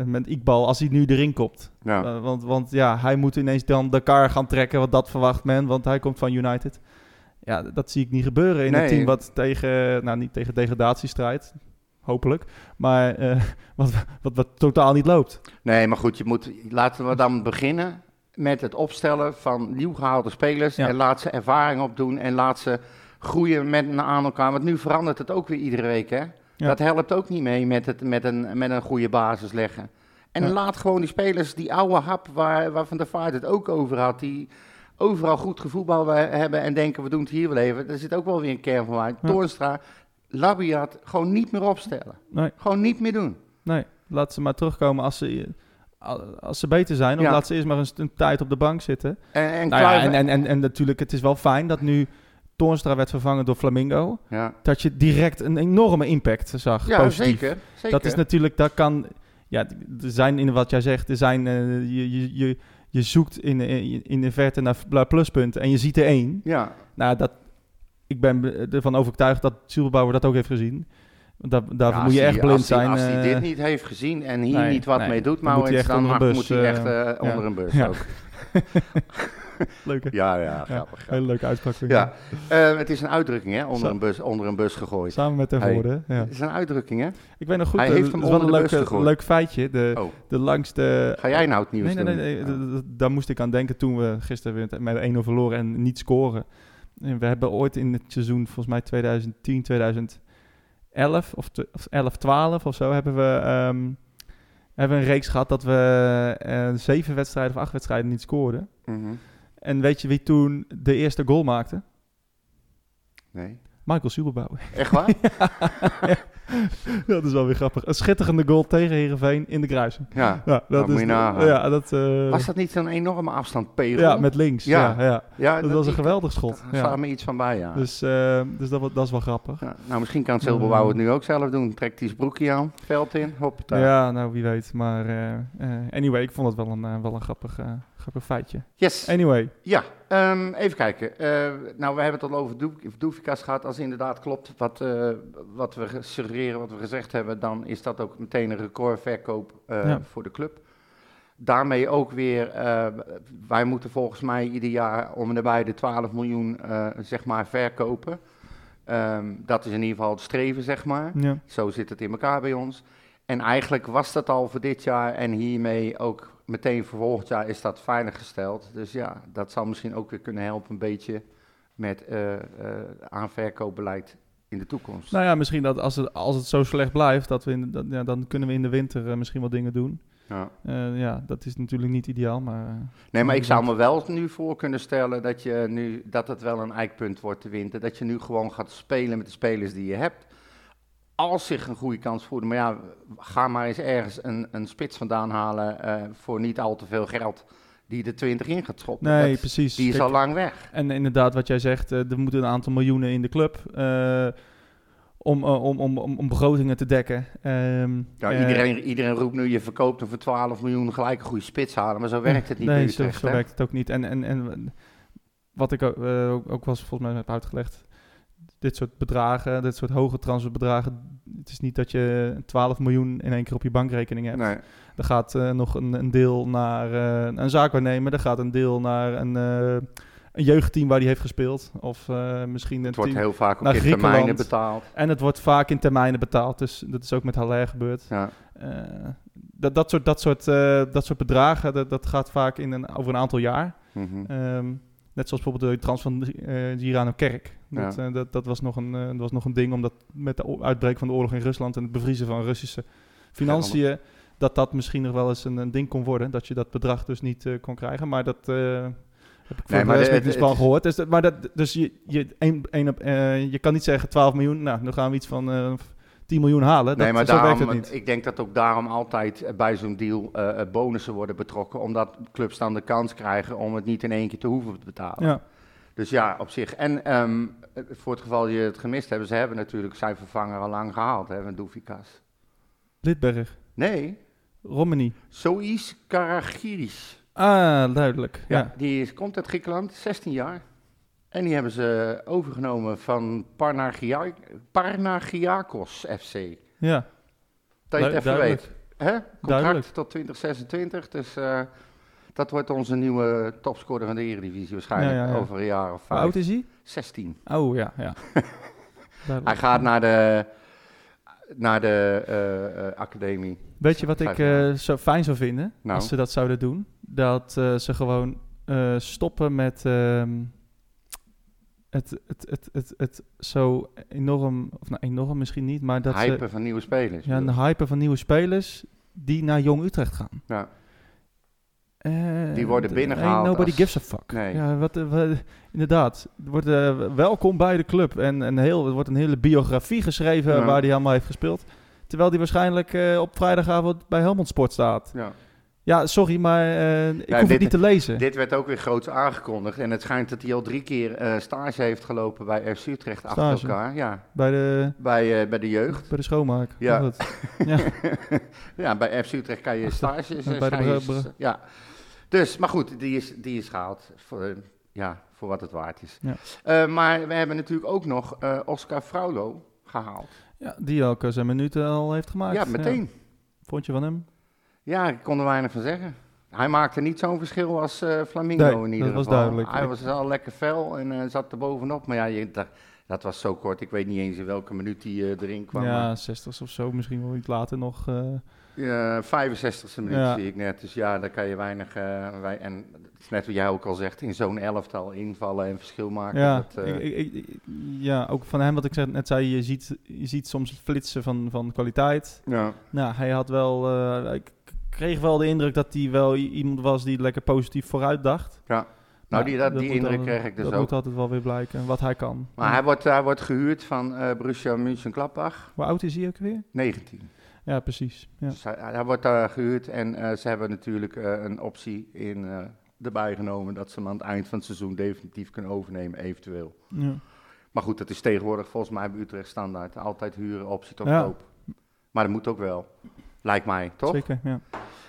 [SPEAKER 2] met Iqbal als hij nu erin komt.
[SPEAKER 1] Ja.
[SPEAKER 2] Eh, want, want ja, hij moet ineens dan Dakar gaan trekken, want dat verwacht men, want hij komt van United. Ja, d- dat zie ik niet gebeuren in een
[SPEAKER 1] Nee.
[SPEAKER 2] team wat tegen, nou niet tegen degradatie strijdt, hopelijk, maar eh, wat, wat, wat totaal niet loopt.
[SPEAKER 1] Nee, maar goed, je moet, laten we dan beginnen met het opstellen van nieuw gehaalde spelers.
[SPEAKER 2] Ja.
[SPEAKER 1] En laat ze ervaring opdoen en laat ze groeien met en aan elkaar. Want nu verandert het ook weer iedere week, hè?
[SPEAKER 2] Ja.
[SPEAKER 1] Dat helpt ook niet mee met, het, met, een, met een goede basis leggen. En
[SPEAKER 2] Ja.
[SPEAKER 1] laat gewoon die spelers, die oude hap waar, waar Van der Vaart het ook over had... die overal goed gevoetbal we- hebben en denken we doen het hier wel even... daar zit ook wel weer een kern van waarheid.
[SPEAKER 2] Ja.
[SPEAKER 1] Toornstra, Labiat, gewoon niet meer opstellen.
[SPEAKER 2] Nee.
[SPEAKER 1] Gewoon niet meer doen.
[SPEAKER 2] Nee, laat ze maar terugkomen als ze, als ze beter zijn. Of
[SPEAKER 1] Ja.
[SPEAKER 2] laat ze eerst maar een, st- een tijd op de bank zitten.
[SPEAKER 1] En, en
[SPEAKER 2] Nou ja,
[SPEAKER 1] Kluivert-
[SPEAKER 2] en, en, en, en natuurlijk, het is wel fijn dat nu Toornstra werd vervangen door Flamingo.
[SPEAKER 1] ja.
[SPEAKER 2] Dat je direct een enorme impact zag.
[SPEAKER 1] Ja,
[SPEAKER 2] positief.
[SPEAKER 1] zeker, zeker.
[SPEAKER 2] Dat is natuurlijk, dat kan. Ja, d- er zijn in wat jij zegt, er zijn, eh, je, je, je, je zoekt in, in, in de verte naar v- pluspunten en je ziet er één.
[SPEAKER 1] Ja,
[SPEAKER 2] Nou, dat, ik ben be- ervan overtuigd dat Zielbouwer dat ook heeft gezien. Want Daar, daarvoor
[SPEAKER 1] Ja,
[SPEAKER 2] moet je
[SPEAKER 1] als
[SPEAKER 2] echt
[SPEAKER 1] hij-
[SPEAKER 2] blind
[SPEAKER 1] als hij-
[SPEAKER 2] zijn.
[SPEAKER 1] Als hij
[SPEAKER 2] eh,
[SPEAKER 1] dit niet heeft gezien en hier
[SPEAKER 2] nee,
[SPEAKER 1] niet wat
[SPEAKER 2] nee.
[SPEAKER 1] mee doet,
[SPEAKER 2] Dan moet hij
[SPEAKER 1] Maurits,
[SPEAKER 2] echt
[SPEAKER 1] dan
[SPEAKER 2] onder een
[SPEAKER 1] mag-
[SPEAKER 2] bus,
[SPEAKER 1] moet hij echt
[SPEAKER 2] eh,
[SPEAKER 1] eh, onder
[SPEAKER 2] ja.
[SPEAKER 1] een bus
[SPEAKER 2] Ja.
[SPEAKER 1] ook.
[SPEAKER 2] Leuk hè?
[SPEAKER 1] Ja, ja,
[SPEAKER 2] Ja,
[SPEAKER 1] grappig.
[SPEAKER 2] hele leuke uitspraak. vind ik.
[SPEAKER 1] Ja. Eh, het is een uitdrukking, hè?
[SPEAKER 2] Zo.
[SPEAKER 1] Onder, een bus, onder een bus gegooid.
[SPEAKER 2] Samen met Ter
[SPEAKER 1] Hey.
[SPEAKER 2] Voorde, Ja.
[SPEAKER 1] Het is een uitdrukking, hè?
[SPEAKER 2] Ik weet nog goed,
[SPEAKER 1] Hij
[SPEAKER 2] eh,
[SPEAKER 1] heeft
[SPEAKER 2] dat
[SPEAKER 1] hem
[SPEAKER 2] is wel een
[SPEAKER 1] onder de bus
[SPEAKER 2] leuk,
[SPEAKER 1] gegooid.
[SPEAKER 2] leuk feitje. De,
[SPEAKER 1] Oh,
[SPEAKER 2] de langste...
[SPEAKER 1] ga jij nou het nieuws
[SPEAKER 2] Nee, nee, nee.
[SPEAKER 1] doen?
[SPEAKER 2] nee,
[SPEAKER 1] Ja.
[SPEAKER 2] d- d- d- Daar moest ik aan denken toen we gisteren weer met 1-0 verloren en niet scoren. En we hebben ooit in het seizoen, volgens mij 2010, 2011 of, tw- of 11, 12 of zo, hebben we, ehm, hebben we een reeks gehad dat we eh, zeven wedstrijden of acht wedstrijden niet scoorden.
[SPEAKER 1] Mhm.
[SPEAKER 2] En weet je wie toen de eerste goal maakte?
[SPEAKER 1] Nee.
[SPEAKER 2] Michael Superbouwer.
[SPEAKER 1] Echt waar?
[SPEAKER 2] dat is wel weer grappig. Een schitterende goal tegen Heerenveen in de Kruisen.
[SPEAKER 1] Ja.
[SPEAKER 2] Ja, dat
[SPEAKER 1] Nou, moet
[SPEAKER 2] is
[SPEAKER 1] je
[SPEAKER 2] de-
[SPEAKER 1] nagaan.
[SPEAKER 2] ja, dat, eh,
[SPEAKER 1] Was dat niet zo'n enorme afstand, Perel?
[SPEAKER 2] ja, met links. Ja,
[SPEAKER 1] Ja.
[SPEAKER 2] ja,
[SPEAKER 1] Ja,
[SPEAKER 2] Dat, was een
[SPEAKER 1] die-
[SPEAKER 2] geweldig schot.
[SPEAKER 1] Daar
[SPEAKER 2] Ja.
[SPEAKER 1] staat me iets van bij, ja.
[SPEAKER 2] Dus, eh, dus dat, wa- dat is wel grappig.
[SPEAKER 1] Ja, nou, misschien kan Silberbouw het nu ook zelf doen. Trekt hij zijn broekje aan, veld in, hop. daar.
[SPEAKER 2] Mm. Ja, nou wie weet. Maar eh, eh, anyway, ik vond het wel een, eh, wel een grappig, eh, grappig feitje.
[SPEAKER 1] Yes.
[SPEAKER 2] Anyway,
[SPEAKER 1] Ja, ehm, even kijken. Eh, nou, we hebben het al over Doef- Doefikas gehad. Als inderdaad klopt wat, eh, wat we ge- suggereren, wat we gezegd hebben, dan is dat ook meteen een recordverkoop eh,
[SPEAKER 2] Ja.
[SPEAKER 1] voor de club. Daarmee ook weer, eh, wij moeten volgens mij ieder jaar om en nabij de 12 miljoen eh, zeg maar verkopen. Ehm, dat is in ieder geval het streven, zeg maar.
[SPEAKER 2] ja.
[SPEAKER 1] Zo zit het in elkaar bij ons. En eigenlijk was dat al voor dit jaar en hiermee ook meteen voor volgend jaar is dat veilig gesteld. Dus ja, dat zal misschien ook weer kunnen helpen een beetje met eh eh, aan verkoopbeleid in de toekomst.
[SPEAKER 2] nou ja, misschien dat als het, als het zo slecht blijft, dat we in, dat, ja, dan kunnen we in de winter eh, misschien wat dingen doen.
[SPEAKER 1] Ja.
[SPEAKER 2] Eh, ja, dat is natuurlijk niet ideaal, maar... eh,
[SPEAKER 1] Nee, maar ik zou me wel nu voor kunnen stellen dat, je nu, dat het wel een eikpunt wordt te winter. Dat je nu gewoon gaat spelen met de spelers die je hebt. Als zich een goede kans voeren. Maar ja, ga maar eens ergens een, een spits vandaan halen eh, voor niet al te veel geld. Die de 20 in gaat schoppen.
[SPEAKER 2] Nee,
[SPEAKER 1] Dat-
[SPEAKER 2] precies.
[SPEAKER 1] Die is
[SPEAKER 2] Kijk,
[SPEAKER 1] al lang weg.
[SPEAKER 2] En inderdaad, wat jij zegt, eh, er moeten een aantal miljoenen in de club eh, om, eh, om, om, om, om begrotingen te dekken. Ehm,
[SPEAKER 1] Ja,
[SPEAKER 2] eh,
[SPEAKER 1] Nou, iedereen, iedereen roept nu, je verkoopt hem voor 12 miljoen gelijk een goede spits halen. Maar zo werkt het niet
[SPEAKER 2] Nee,
[SPEAKER 1] bij
[SPEAKER 2] zo,
[SPEAKER 1] Utrecht,
[SPEAKER 2] zo
[SPEAKER 1] hè?
[SPEAKER 2] werkt het ook niet. En, en, en wat ik ook, eh, ook, ook wel eens volgens mij heb uitgelegd, dit soort bedragen, dit soort hoge transferbedragen, het is niet dat je 12 miljoen in één keer op je bankrekening hebt.
[SPEAKER 1] Nee.
[SPEAKER 2] Er gaat eh, nog een, een deel naar eh, een zaakwaarnemer, er gaat een deel naar een, eh, een jeugdteam waar die heeft gespeeld. Of eh, misschien een
[SPEAKER 1] Het wordt
[SPEAKER 2] team
[SPEAKER 1] heel vaak ook
[SPEAKER 2] naar
[SPEAKER 1] in termijnen
[SPEAKER 2] Griekenland.
[SPEAKER 1] betaald.
[SPEAKER 2] En het wordt vaak in termijnen betaald, dus dat is ook met Haller gebeurd.
[SPEAKER 1] Ja.
[SPEAKER 2] Eh, dat, dat, soort, dat, soort, eh, dat soort bedragen, dat, dat gaat vaak in een, over een aantal jaar.
[SPEAKER 1] Mhm.
[SPEAKER 2] Ehm, net zoals bijvoorbeeld de trans van eh, Girano Kerk. Dat, eh, dat, dat, was nog een, eh, dat was nog een ding, omdat met de o- uitbreek van de oorlog in Rusland en het bevriezen van Russische financiën, dat dat misschien nog wel eens een, een ding kon worden. Dat je dat bedrag dus niet eh, kon krijgen. Maar dat eh, heb ik
[SPEAKER 1] maar
[SPEAKER 2] voor
[SPEAKER 1] de-
[SPEAKER 2] de rest niet
[SPEAKER 1] het-
[SPEAKER 2] eens van
[SPEAKER 1] het-
[SPEAKER 2] gehoord. Dus, dat- maar dat, dus je, je, één- één op, eh, je kan niet zeggen 12 miljoen, nou, dan gaan we iets van eh, 10 miljoen halen. Dat,
[SPEAKER 1] nee, maar
[SPEAKER 2] zo
[SPEAKER 1] daarom,
[SPEAKER 2] werkt het niet.
[SPEAKER 1] ik denk dat ook daarom altijd eh, bij zo'n deal eh, eh, bonussen worden betrokken. Omdat clubs dan de kans krijgen om het niet in één keer te hoeven te betalen.
[SPEAKER 2] Ja.
[SPEAKER 1] Dus ja, op zich. En ehm, eh, voor het geval je het gemist hebben, ze hebben natuurlijk zijn vervanger al lang gehaald, hè, van Doefikas.
[SPEAKER 2] Lidberg,
[SPEAKER 1] Nee,
[SPEAKER 2] Romani.
[SPEAKER 1] Sois Karagiris.
[SPEAKER 2] Ah, duidelijk.
[SPEAKER 1] Ja,
[SPEAKER 2] ja.
[SPEAKER 1] die is, komt uit Griekenland, 16 jaar. En die hebben ze overgenomen van Parnagia- Parnagiakos FC.
[SPEAKER 2] ja.
[SPEAKER 1] Dat je het
[SPEAKER 2] Du-
[SPEAKER 1] even
[SPEAKER 2] duidelijk.
[SPEAKER 1] weet. Hè? Contract
[SPEAKER 2] Duidelijk.
[SPEAKER 1] tot 2026. Dus eh, dat wordt onze nieuwe topscorer van de Eredivisie waarschijnlijk
[SPEAKER 2] Ja, ja, ja.
[SPEAKER 1] over een jaar of
[SPEAKER 2] Hoe
[SPEAKER 1] vijf.
[SPEAKER 2] oud is hij?
[SPEAKER 1] 16.
[SPEAKER 2] Oh ja, ja. Duidelijk.
[SPEAKER 1] Hij gaat naar de, naar de eh, eh, academie.
[SPEAKER 2] Weet je wat
[SPEAKER 1] Vijf
[SPEAKER 2] ik
[SPEAKER 1] jaar.
[SPEAKER 2] eh, zo fijn zou vinden?
[SPEAKER 1] Nou.
[SPEAKER 2] Als ze dat zouden doen. Dat eh, ze gewoon eh, stoppen met ehm, het, het, het, het, het zo enorm, of nou enorm misschien niet, maar dat
[SPEAKER 1] Hypen
[SPEAKER 2] ze
[SPEAKER 1] van nieuwe spelers.
[SPEAKER 2] ja, een
[SPEAKER 1] bedoel ik.
[SPEAKER 2] hype van nieuwe spelers die naar Jong Utrecht gaan.
[SPEAKER 1] Ja.
[SPEAKER 2] Eh,
[SPEAKER 1] Die worden
[SPEAKER 2] d-
[SPEAKER 1] binnengehaald
[SPEAKER 2] ain't nobody
[SPEAKER 1] als-
[SPEAKER 2] gives a fuck.
[SPEAKER 1] Nee.
[SPEAKER 2] Ja, wat, eh, wat- inderdaad. Er Wordt, eh, welkom bij de club. En een heel, er wordt een hele biografie geschreven
[SPEAKER 1] Ja.
[SPEAKER 2] waar hij allemaal heeft gespeeld. Terwijl die waarschijnlijk eh, op vrijdagavond bij Helmond Sport staat.
[SPEAKER 1] Ja.
[SPEAKER 2] Ja, sorry, maar eh, ik
[SPEAKER 1] Ja,
[SPEAKER 2] hoef
[SPEAKER 1] dit-
[SPEAKER 2] het niet te lezen.
[SPEAKER 1] Dit werd ook weer groots aangekondigd. En het schijnt dat hij al drie keer eh, stage heeft gelopen bij FC Utrecht
[SPEAKER 2] Stage.
[SPEAKER 1] achter elkaar. Ja,
[SPEAKER 2] bij, de,
[SPEAKER 1] bij, eh, bij de jeugd.
[SPEAKER 2] bij de schoonmaak.
[SPEAKER 1] Ja.
[SPEAKER 2] Of wat? ja.
[SPEAKER 1] Ja, bij FC Utrecht kan je
[SPEAKER 2] Ach,
[SPEAKER 1] stages...
[SPEAKER 2] bij
[SPEAKER 1] eh, ga
[SPEAKER 2] de Bra-
[SPEAKER 1] je-
[SPEAKER 2] Bra-
[SPEAKER 1] Ja. Dus, maar goed, die is, die is gehaald. Voor, eh, ja, voor wat het waard is.
[SPEAKER 2] Ja.
[SPEAKER 1] Eh, maar we hebben natuurlijk ook nog eh, Oscar Fraulo gehaald.
[SPEAKER 2] Ja, die ook eh, zijn minuten al heeft gemaakt.
[SPEAKER 1] ja, meteen.
[SPEAKER 2] Vond je van hem?
[SPEAKER 1] Ja. ik kon er weinig van zeggen. Hij maakte niet zo'n verschil als eh, Flamingo
[SPEAKER 2] Nee,
[SPEAKER 1] in ieder
[SPEAKER 2] dat
[SPEAKER 1] geval.
[SPEAKER 2] was duidelijk.
[SPEAKER 1] Hij
[SPEAKER 2] Ik-
[SPEAKER 1] was al lekker fel en eh, zat er bovenop. Maar ja, je, dat, dat was zo kort. Ik weet niet eens in welke minuut hij eh, erin kwam.
[SPEAKER 2] Ja,
[SPEAKER 1] Ja.
[SPEAKER 2] 60 of zo. Misschien wel iets later nog. eh,
[SPEAKER 1] 65e minuut
[SPEAKER 2] Ja.
[SPEAKER 1] zie ik net. Dus ja, daar kan je weinig... eh, wij, en het is net wat jij ook al zegt. In zo'n elftal invallen en verschil maken.
[SPEAKER 2] Ja,
[SPEAKER 1] dat, eh,
[SPEAKER 2] ik, ik, ik- ja, ook van hem wat ik zei- net zei, je ziet, je ziet soms flitsen van, van kwaliteit.
[SPEAKER 1] ja.
[SPEAKER 2] Nou, hij had wel, eh, hij k- kreeg wel de indruk dat hij wel i- iemand was die lekker positief vooruit dacht.
[SPEAKER 1] Ja. Nou, die- dat- die
[SPEAKER 2] moet
[SPEAKER 1] indruk
[SPEAKER 2] altijd-
[SPEAKER 1] kreeg ik dus
[SPEAKER 2] dat
[SPEAKER 1] ook.
[SPEAKER 2] moet altijd wel weer blijken, wat hij kan.
[SPEAKER 1] Maar hij wordt, hij wordt gehuurd van eh Borussia Mönchengladbach,
[SPEAKER 2] Hoe oud is hij ook weer?
[SPEAKER 1] 19.
[SPEAKER 2] Ja, precies. Ja.
[SPEAKER 1] Dus hij, hij wordt daar gehuurd en eh, ze hebben natuurlijk eh, een optie in, eh, erbij genomen dat ze hem aan het eind van het seizoen definitief kunnen overnemen, eventueel.
[SPEAKER 2] Ja.
[SPEAKER 1] Maar goed, dat is tegenwoordig volgens mij bij Utrecht standaard. Altijd huren, optie tot
[SPEAKER 2] Ja.
[SPEAKER 1] koop. Maar dat moet ook wel, lijkt mij, toch?
[SPEAKER 2] Zeker, ja.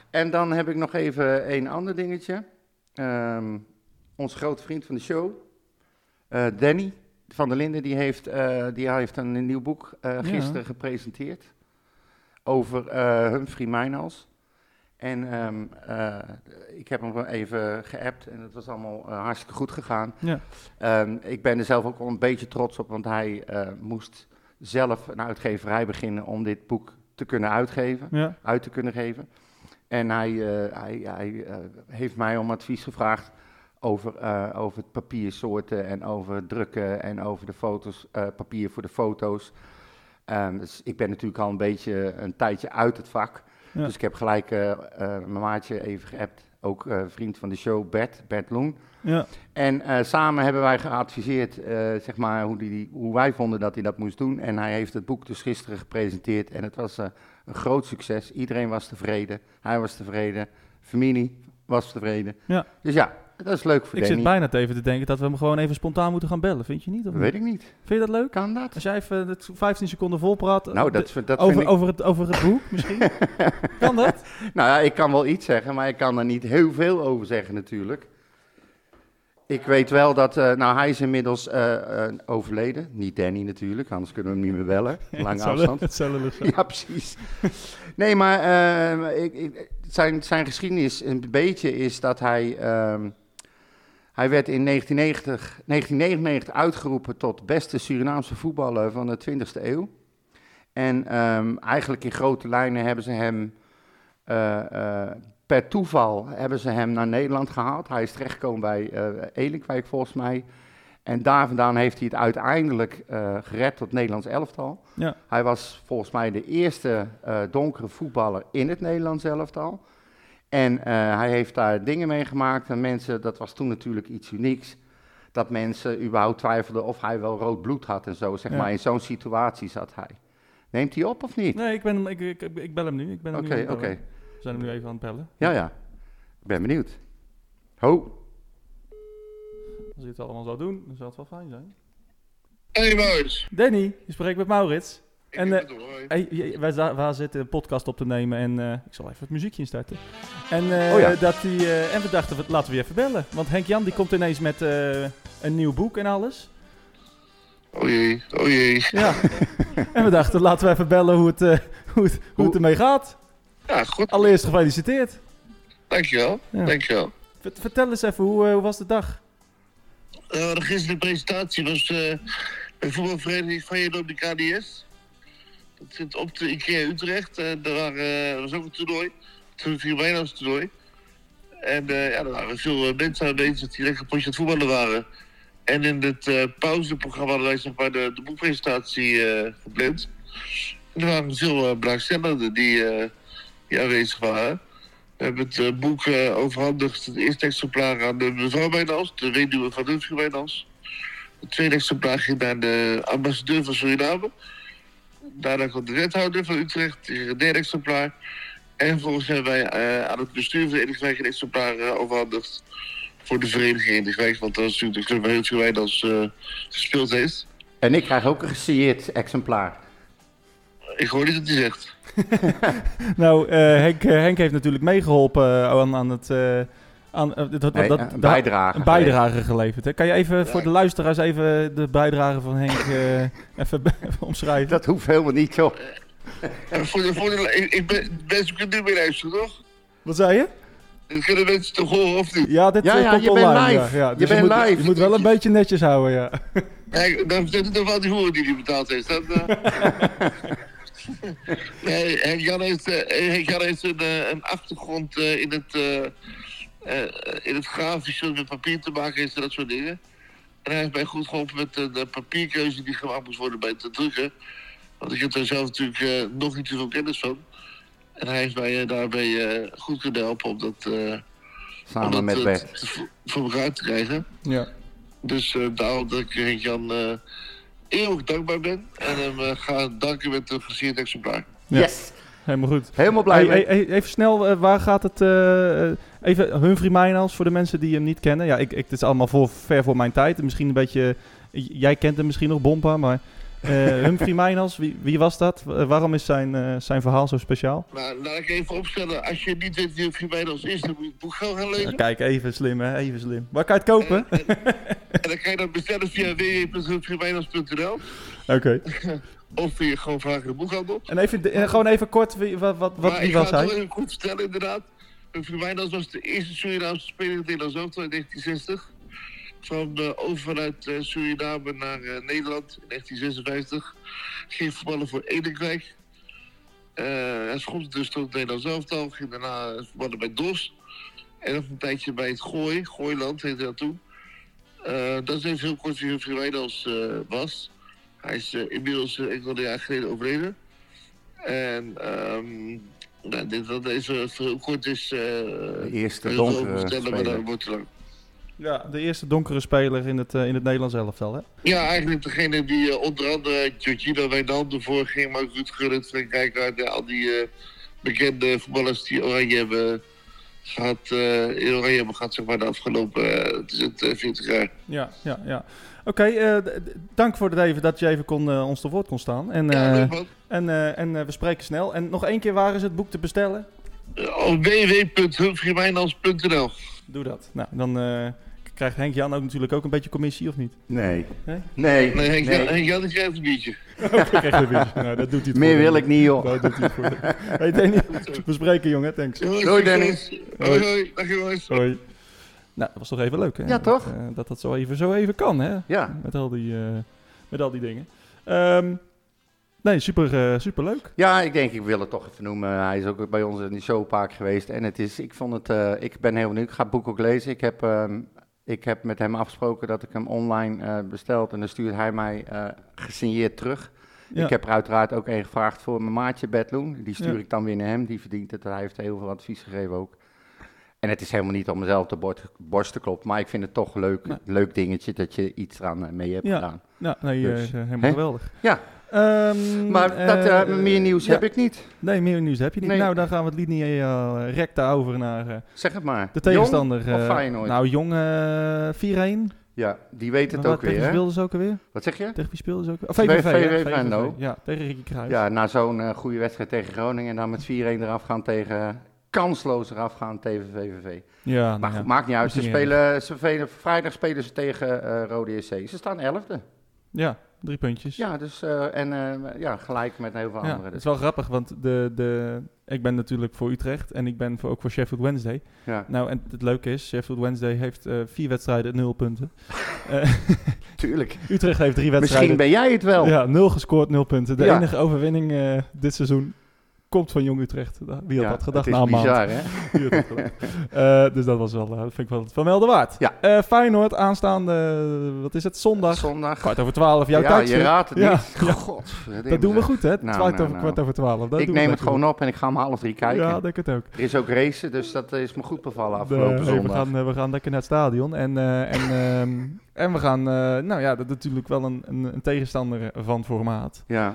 [SPEAKER 1] En dan heb ik nog even een ander dingetje. Ehm onze grote vriend van de show, eh, Danny van der Linden, die heeft, eh, die heeft een nieuw boek eh, gisteren gepresenteerd over eh Humphrey Mijnals. En ehm, eh, ik heb hem wel even geappt en het was allemaal eh, hartstikke goed gegaan.
[SPEAKER 2] Ja.
[SPEAKER 1] Ehm, ik ben er zelf ook wel een beetje trots op, want hij eh, moest zelf een uitgeverij beginnen om dit boek te kunnen uitgeven
[SPEAKER 2] ja.
[SPEAKER 1] uit te kunnen geven. En hij, eh, hij, hij eh, heeft mij om advies gevraagd over, eh, over het papiersoorten en over het drukken en over de foto's, eh, papier voor de foto's. Ehm, dus ik ben natuurlijk al een beetje een tijdje uit het vak. Ja. Dus ik heb gelijk eh, eh, mijn maatje even geappt. Ook eh, vriend van de show, Bert, Bert Loen.
[SPEAKER 2] Ja.
[SPEAKER 1] En eh, samen hebben wij geadviseerd eh, zeg maar, hoe, die, die- hoe wij vonden dat hij dat moest doen. En hij heeft het boek dus gisteren gepresenteerd. En het was eh, een groot succes. Iedereen was tevreden. Hij was tevreden. Familie was tevreden.
[SPEAKER 2] Ja.
[SPEAKER 1] Dus ja, dat is leuk voor
[SPEAKER 2] Ik
[SPEAKER 1] Danny.
[SPEAKER 2] zit bijna even te denken dat we hem gewoon even spontaan moeten gaan bellen. Vind je niet? Of
[SPEAKER 1] Weet ik niet.
[SPEAKER 2] Vind je dat leuk?
[SPEAKER 1] Kan dat?
[SPEAKER 2] Als jij even het 15 seconden volpraat eh,
[SPEAKER 1] Nou,
[SPEAKER 2] de-
[SPEAKER 1] dat, vind- dat
[SPEAKER 2] over,
[SPEAKER 1] vind ik...
[SPEAKER 2] over, het, over het boek misschien. kan dat?
[SPEAKER 1] Nou ja, ik kan wel iets zeggen, maar ik kan er niet heel veel over zeggen natuurlijk. Ik weet wel dat, eh, nou hij is inmiddels eh, eh, overleden. Niet Danny natuurlijk, anders kunnen we hem niet meer bellen. Lange afstand.
[SPEAKER 2] Het zou lullig zijn.
[SPEAKER 1] Ja, precies. Nee, maar eh, ik, ik- zijn, zijn geschiedenis een beetje is dat hij... ehm, hij werd in 1990, 1999 uitgeroepen tot beste Surinaamse voetballer van de 20e eeuw. En ehm, eigenlijk in grote lijnen hebben ze hem... eh, eh, per toeval hebben ze hem naar Nederland gehaald. Hij is terechtgekomen bij eh Elinkwijk volgens mij. En daar vandaan heeft hij het uiteindelijk eh, gered tot het Nederlands elftal.
[SPEAKER 2] Ja.
[SPEAKER 1] Hij was volgens mij de eerste eh, donkere voetballer in het Nederlands elftal. En eh, hij heeft daar dingen mee gemaakt. En mensen, dat was toen natuurlijk iets unieks. Dat mensen überhaupt twijfelden of hij wel rood bloed had en zo. Zeg
[SPEAKER 2] Ja.
[SPEAKER 1] maar, in zo'n situatie zat hij. Neemt hij op of niet?
[SPEAKER 2] Nee, ik, ben, hem- ik, ik, ik bel hem nu. Ik ben hem nu
[SPEAKER 1] Oké,
[SPEAKER 2] aan het bellen.
[SPEAKER 1] oké.
[SPEAKER 2] We zijn hem nu even aan het bellen.
[SPEAKER 1] Ja, ja. Ik ben benieuwd. Ho.
[SPEAKER 2] Als je het allemaal zou doen, dan zou het wel fijn zijn.
[SPEAKER 11] Hey Maurits.
[SPEAKER 2] Danny, je spreekt met Maurits. En
[SPEAKER 11] neem
[SPEAKER 2] eh,
[SPEAKER 11] het door, hoi.
[SPEAKER 2] hey, je- wij, za- wij zitten een podcast op te nemen en eh, ik zal even het muziekje instarten. En, eh,
[SPEAKER 1] Oh ja.
[SPEAKER 2] dat die, eh, en we dachten, we- laten we je even bellen. Want Henk Jan die komt ineens met eh, een nieuw boek en alles.
[SPEAKER 11] Oh jee, oh jee.
[SPEAKER 2] Ja. en we dachten, laten we even bellen hoe het, eh, hoe het, hoe het ermee gaat.
[SPEAKER 11] Ja, goed.
[SPEAKER 2] Allereerst gefeliciteerd.
[SPEAKER 11] Dankjewel,
[SPEAKER 2] Ja.
[SPEAKER 11] dankjewel.
[SPEAKER 2] Ver- vertel eens even, hoe, eh, hoe was de dag?
[SPEAKER 11] Eh, we hadden gisteren een presentatie was eh de voetbalvereniging van Jelo de KDS. Dat zit op de IKEA Utrecht. En daar waren, eh, er was ook een toernooi. Toen viel bijna als toernooi. En eh, ja, er waren veel eh, mensen aanwezig die lekker potje aan het voetballen waren. En in het eh, pauzeprogramma hadden wij zeg maar, de, de boekpresentatie eh gepland. En er waren veel eh belangstellenden die, eh, die aanwezig waren. We hebben het eh, boek eh, overhandigd, het eerste exemplaar aan de mevrouw Wijnals, de weduwe van Dunfie Wijnals. Het tweede exemplaar ging naar de ambassadeur van Suriname. Daarna kwam de wethouder van Utrecht, die kreeg het derde exemplaar. En vervolgens hebben wij eh, aan het bestuur van Edinburgh een exemplaar eh, overhandigd voor de vereniging Edinburgh. Want dat is natuurlijk de club waar Dunfie Wijnals eh, gespeeld heeft.
[SPEAKER 1] En ik krijg ook een gesieerd exemplaar.
[SPEAKER 11] Ik hoor niet wat hij zegt.
[SPEAKER 2] Nou, eh, Henk, eh, Henk heeft natuurlijk meegeholpen eh, aan, aan het... eh, aan, eh, dat,
[SPEAKER 1] Nee,
[SPEAKER 2] dat-
[SPEAKER 1] een
[SPEAKER 2] dat-
[SPEAKER 1] bijdrage
[SPEAKER 2] Een bijdrage geleverd. hè? Kan je even voor de luisteraars even de bijdrage van Henk eh, even, even omschrijven?
[SPEAKER 1] Dat hoeft helemaal niet, joh.
[SPEAKER 11] En eh, voor de, voor de, ik, ik ben, mensen kunnen nu meer luisteren, toch?
[SPEAKER 2] Wat zei je?
[SPEAKER 11] Dat kunnen mensen toch horen of niet?
[SPEAKER 2] Ja, dit
[SPEAKER 1] Ja,
[SPEAKER 2] eh,
[SPEAKER 1] ja,
[SPEAKER 2] komt
[SPEAKER 1] je bent
[SPEAKER 2] online.
[SPEAKER 1] live.
[SPEAKER 2] Ja, ja.
[SPEAKER 1] Je
[SPEAKER 2] Dus
[SPEAKER 1] bent
[SPEAKER 2] moet,
[SPEAKER 1] live.
[SPEAKER 2] Je moet wel een beetje netjes houden, ja.
[SPEAKER 11] Kijk, dan zit het nog wel die hoeren die hij betaald heeft. Dat, eh. nee, Henk Jan heeft, eh, Henk Jan heeft een, eh, een achtergrond eh, in, het, eh eh, in het grafische, wat met papier te maken heeft en dat soort dingen. En hij heeft mij goed geholpen met eh, de papierkeuze die gemaakt moest worden bij het drukken. Want ik heb daar zelf natuurlijk eh, nog niet zoveel kennis van. En hij heeft mij eh, daarbij eh, goed kunnen helpen om dat, eh, om
[SPEAKER 1] Samen
[SPEAKER 11] dat
[SPEAKER 1] met
[SPEAKER 11] eh,
[SPEAKER 1] Bert.
[SPEAKER 11] te- voor- voor elkaar te krijgen.
[SPEAKER 2] ja.
[SPEAKER 11] Dus eh daarom dat ik Henk Jan eh, eeuwig dankbaar ben. En hem eh, ga danken met een versierd exemplaar.
[SPEAKER 2] Ja.
[SPEAKER 1] Yes.
[SPEAKER 2] Helemaal goed.
[SPEAKER 1] Helemaal blij
[SPEAKER 2] Hey,
[SPEAKER 1] mee.
[SPEAKER 2] hey, hey, even snel, eh, waar gaat het... eh, eh, even Humphrey Mijnals, voor de mensen die hem niet kennen. Ja, ik, ik, dit is allemaal voor, ver voor mijn tijd. Misschien een beetje... eh, Jij kent hem misschien nog, Bompa, maar... eh, Humphrey Mijnals, wie, wie was dat? Wa- waarom is zijn, eh, zijn verhaal zo speciaal?
[SPEAKER 11] Nou, laat ik even opstellen. Als je niet weet wie Free als is, dan moet je het boek gewoon gaan lezen.
[SPEAKER 2] Ja, kijk, even slim, hè? Even slim. Waar kan je het kopen?
[SPEAKER 11] Eh, En dan kan je dat bestellen via www.vriendwijnals.nl
[SPEAKER 2] Oké.
[SPEAKER 11] Of via gewoon vragen in de boekhandel.
[SPEAKER 2] En even, de- eh, gewoon even kort, wie, wat, wat, wat,
[SPEAKER 11] maar
[SPEAKER 2] wie
[SPEAKER 11] ik ga
[SPEAKER 2] was
[SPEAKER 11] het wel
[SPEAKER 2] hij?
[SPEAKER 11] even goed vertellen, inderdaad. Humphrey Wijnands was de eerste Surinaamse speler in het Nederlands elftal in 1960. Kwam eh, over vanuit eh, Suriname naar eh, Nederland in 1956. Ging voetballen voor Edenkwijk. Eh, hij schopte dus tot het Nederlands elftal. Ging daarna eh, voetballen bij DOS. En nog een tijdje bij het Gooi. Gooiland heette dat toen. Eh, dat is even heel kort wie Humphrey Wijnands eh, was. Hij is eh, inmiddels eh, enkele jaren geleden overleden. En ehm, Nou, ik denk dat deze veel kort is. eh de
[SPEAKER 1] eerste donkere
[SPEAKER 11] vertellen, maar
[SPEAKER 1] speler.
[SPEAKER 11] dat wordt te lang.
[SPEAKER 2] Ja, de eerste donkere speler in het, eh, in het Nederlands elftal, hè?
[SPEAKER 11] Ja, eigenlijk degene die eh, onder andere Giorgino Wijnaldum ervoor ging, maar ook Ruud Gullit, Frank Rijkaard, ja, al die eh, bekende voetballers die Oranje hebben gehad, eh, in Oranje hebben gehad zeg maar, de afgelopen eh, het is het, eh, 40 jaar.
[SPEAKER 2] Ja, ja, ja. Oké, eh, d- d- dank voor het even dat je even kon, eh, ons te woord kon staan. En, eh, en, eh, en eh, we spreken snel. En nog één keer, waar is het boek te bestellen?
[SPEAKER 11] Eh, Op www.humfreywijnands.nl
[SPEAKER 2] Doe dat. Nou, dan eh, k- krijgt Henk-Jan ook natuurlijk ook een beetje commissie, of niet?
[SPEAKER 1] Nee.
[SPEAKER 2] Nee?
[SPEAKER 1] Nee.
[SPEAKER 11] Nee, Henk,
[SPEAKER 1] Nee.
[SPEAKER 11] Henk Jan, die krijgt een biertje.
[SPEAKER 2] Oké, krijg je een biertje. Nou, dat doet hij het
[SPEAKER 1] Meer
[SPEAKER 2] voor,
[SPEAKER 1] wil
[SPEAKER 2] Danny.
[SPEAKER 1] ik niet, joh.
[SPEAKER 2] Dat doet hij het voor. Danny. Hey, Danny, we spreken, jongen. Thanks.
[SPEAKER 1] Doei, Dennis.
[SPEAKER 11] Hoi, hoi. Dag jongens.
[SPEAKER 2] Hoi. Nou, dat was toch even leuk, hè?
[SPEAKER 1] Ja,
[SPEAKER 2] Dat,
[SPEAKER 1] toch?
[SPEAKER 2] eh, dat dat zo even, zo even kan, hè?
[SPEAKER 1] Ja.
[SPEAKER 2] Met al die, eh, met al die dingen. Ehm, nee, super, eh, super leuk.
[SPEAKER 1] Ja, ik denk, ik wil het toch even noemen. Hij is ook bij ons in de showpark geweest. En het is, ik vond het, eh, ik ben heel benieuwd. Ik ga het boek ook lezen. Ik heb, ehm, ik heb met hem afgesproken dat ik hem online eh besteld. En dan stuurt hij mij eh, gesigneerd terug.
[SPEAKER 2] Ja.
[SPEAKER 1] Ik heb er uiteraard ook één gevraagd voor mijn maatje Bedloen. Die stuur
[SPEAKER 2] Ja.
[SPEAKER 1] ik dan weer naar hem. Die verdient het. Hij heeft heel veel advies gegeven ook. En het is helemaal niet om mezelf de bord- borst te kloppen. Maar ik vind het toch een leuk, leuk dingetje dat je iets eraan eh, mee hebt
[SPEAKER 2] Ja.
[SPEAKER 1] gedaan.
[SPEAKER 2] Ja, nee, eh,
[SPEAKER 1] Dus,
[SPEAKER 2] helemaal
[SPEAKER 1] hè?
[SPEAKER 2] geweldig.
[SPEAKER 1] Ja.
[SPEAKER 2] Ehm,
[SPEAKER 1] Maar dat,
[SPEAKER 2] eh,
[SPEAKER 1] eh, meer nieuws
[SPEAKER 2] ja.
[SPEAKER 1] heb ik niet.
[SPEAKER 2] Nee, meer nieuws heb je niet.
[SPEAKER 1] Nee.
[SPEAKER 2] Nou, dan gaan we het lineaal eh, recta over naar eh,
[SPEAKER 1] Zeg het maar.
[SPEAKER 2] de
[SPEAKER 1] Jong
[SPEAKER 2] tegenstander.
[SPEAKER 1] of
[SPEAKER 2] eh,
[SPEAKER 1] Feyenoord?
[SPEAKER 2] Nou, Jong eh, 4-1.
[SPEAKER 1] Ja, die weet het
[SPEAKER 2] Maar
[SPEAKER 1] ook
[SPEAKER 2] tegen
[SPEAKER 1] weer.
[SPEAKER 2] wie
[SPEAKER 1] hè?
[SPEAKER 2] speelden ze ook alweer?
[SPEAKER 1] Wat zeg je?
[SPEAKER 2] Tegen wie speelden ze ook weer? Oh,
[SPEAKER 1] Bij
[SPEAKER 2] VVV, hè?
[SPEAKER 1] VVV Venlo.
[SPEAKER 2] Ja, tegen Ricky Kruijs.
[SPEAKER 1] Ja, na zo'n eh, goede wedstrijd tegen Groningen en dan met 4-1 eraf gaan tegen kansloos eraf gaan tegen VVV.
[SPEAKER 2] Ja, nou
[SPEAKER 1] maar goed,
[SPEAKER 2] ja.
[SPEAKER 1] maakt niet uit.
[SPEAKER 2] Is
[SPEAKER 1] Ze
[SPEAKER 2] niet
[SPEAKER 1] spelen, ze spelen- vrijdag spelen ze tegen eh Rode SC. Ze staan 11e.
[SPEAKER 2] Ja, drie puntjes.
[SPEAKER 1] Ja, dus, eh, en eh, ja, gelijk met heel veel
[SPEAKER 2] Ja,
[SPEAKER 1] anderen.
[SPEAKER 2] het is
[SPEAKER 1] Dus.
[SPEAKER 2] wel grappig, want de, de, ik ben natuurlijk voor Utrecht en ik ben voor, ook voor Sheffield Wednesday.
[SPEAKER 1] Ja.
[SPEAKER 2] Nou, en het leuke is, Sheffield Wednesday heeft eh, vier wedstrijden, nul punten. Eh,
[SPEAKER 1] Tuurlijk.
[SPEAKER 2] Utrecht heeft drie wedstrijden.
[SPEAKER 1] Misschien ben jij het wel.
[SPEAKER 2] Ja, nul gescoord, nul punten. De
[SPEAKER 1] Ja.
[SPEAKER 2] enige overwinning eh, dit seizoen komt van Jong Utrecht. eh, Wie had
[SPEAKER 1] Ja,
[SPEAKER 2] dat gedacht
[SPEAKER 1] het is
[SPEAKER 2] na een
[SPEAKER 1] bizar,
[SPEAKER 2] maand?
[SPEAKER 1] hè?
[SPEAKER 2] Wie had dat gedacht? Eh, dus dat was wel, eh, dat vind ik wel van melden waard. Ja. Feyenoord aanstaande, wat is het, zondag?
[SPEAKER 1] Zondag.
[SPEAKER 2] Kwart over twaalf, jouw
[SPEAKER 1] Ja,
[SPEAKER 2] tijdstip.
[SPEAKER 1] je raadt het
[SPEAKER 2] Ja.
[SPEAKER 1] niet.
[SPEAKER 2] Ja.
[SPEAKER 1] Godverdimme.
[SPEAKER 2] Dat doen we goed, hè?
[SPEAKER 1] Nou,
[SPEAKER 2] Kwart
[SPEAKER 1] nou,
[SPEAKER 2] over-
[SPEAKER 1] nou.
[SPEAKER 2] kwart over twaalf. Dat
[SPEAKER 1] Ik
[SPEAKER 2] doen we
[SPEAKER 1] neem het
[SPEAKER 2] lekker
[SPEAKER 1] gewoon
[SPEAKER 2] goed.
[SPEAKER 1] op en ik ga om half drie kijken.
[SPEAKER 2] Ja, denk het ook.
[SPEAKER 1] Er is ook racen, dus dat is me goed bevallen
[SPEAKER 2] De-
[SPEAKER 1] afgelopen
[SPEAKER 2] hey, we,
[SPEAKER 1] zondag.
[SPEAKER 2] gaan, eh, we gaan lekker naar het stadion. En, eh, en, ehm, en we gaan, eh, nou ja, dat is natuurlijk wel een, een, een tegenstander van formaat.
[SPEAKER 1] Ja.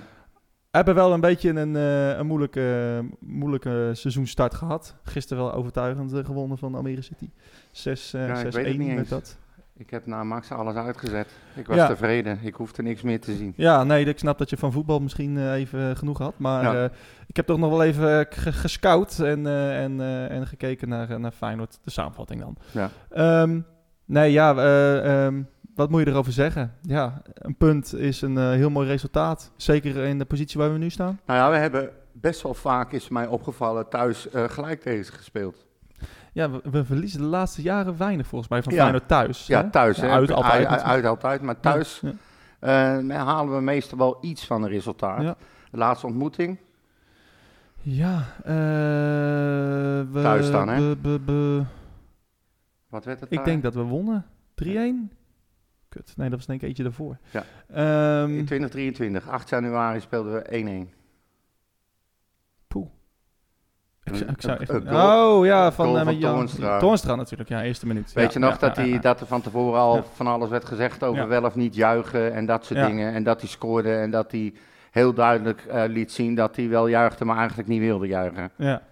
[SPEAKER 2] Hebben wel een beetje een, eh, een moeilijke, moeilijke seizoenstart gehad. Gisteren wel overtuigend eh, gewonnen van Almere City. 6 eh,
[SPEAKER 1] Ja, ik
[SPEAKER 2] 6-1
[SPEAKER 1] weet het niet
[SPEAKER 2] met
[SPEAKER 1] eens.
[SPEAKER 2] dat.
[SPEAKER 1] Ik heb na Max alles uitgezet. Ik was
[SPEAKER 2] Ja.
[SPEAKER 1] tevreden. Ik hoefde niks meer te zien.
[SPEAKER 2] Ja, nee, ik snap dat je van voetbal misschien eh, even eh, genoeg had. Maar
[SPEAKER 1] Ja.
[SPEAKER 2] eh, ik heb toch nog wel even eh, ge- gescout en, eh, en, eh, en gekeken naar, eh, naar Feyenoord. De samenvatting dan.
[SPEAKER 1] Ja.
[SPEAKER 2] Ehm, nee, ja, eh, ehm, wat moet je erover zeggen? Ja, een punt is een eh, heel mooi resultaat. Zeker in de positie waar we nu staan.
[SPEAKER 1] Nou ja, we hebben best wel vaak, is mij opgevallen, thuis eh, gelijk tegen ze gespeeld.
[SPEAKER 2] Ja, we, we verliezen de laatste jaren weinig volgens mij van
[SPEAKER 1] Ja.
[SPEAKER 2] Feyenoord thuis.
[SPEAKER 1] Ja,
[SPEAKER 2] hè?
[SPEAKER 1] thuis.
[SPEAKER 2] Ja,
[SPEAKER 1] hè.
[SPEAKER 2] uit altijd.
[SPEAKER 1] Uit,
[SPEAKER 2] natuurlijk.
[SPEAKER 1] uit altijd. Maar thuis
[SPEAKER 2] Ja,
[SPEAKER 1] eh, halen we meestal wel iets van een resultaat.
[SPEAKER 2] Ja.
[SPEAKER 1] De laatste ontmoeting.
[SPEAKER 2] Ja, eh, we-
[SPEAKER 1] Thuis dan, hè? Eh.
[SPEAKER 2] we- we- we-
[SPEAKER 1] Wat werd het
[SPEAKER 2] Ik
[SPEAKER 1] daar?
[SPEAKER 2] denk dat we wonnen. 3-1? Kut. Nee, dat was denk ik eentje daarvoor.
[SPEAKER 1] Ja.
[SPEAKER 2] Ehm,
[SPEAKER 1] In 2023, 8 januari speelden we 1-1.
[SPEAKER 2] Poeh. ik zou-
[SPEAKER 1] Een-
[SPEAKER 2] ik zou
[SPEAKER 1] een-
[SPEAKER 2] echt-
[SPEAKER 1] een goal-
[SPEAKER 2] oh ja, van,
[SPEAKER 1] goal
[SPEAKER 2] eh,
[SPEAKER 1] van
[SPEAKER 2] met Jan-
[SPEAKER 1] Toornstra.
[SPEAKER 2] Toornstra natuurlijk, ja, eerste minuut.
[SPEAKER 1] Weet
[SPEAKER 2] Ja,
[SPEAKER 1] je nog
[SPEAKER 2] ja,
[SPEAKER 1] dat,
[SPEAKER 2] ja,
[SPEAKER 1] die,
[SPEAKER 2] ja.
[SPEAKER 1] dat er van tevoren al
[SPEAKER 2] Ja.
[SPEAKER 1] van alles werd gezegd over
[SPEAKER 2] Ja.
[SPEAKER 1] wel of niet juichen en dat soort
[SPEAKER 2] Ja.
[SPEAKER 1] dingen. En dat hij scoorde en dat hij heel duidelijk eh, liet zien dat hij wel juichte, maar eigenlijk niet wilde juichen.
[SPEAKER 2] Ja.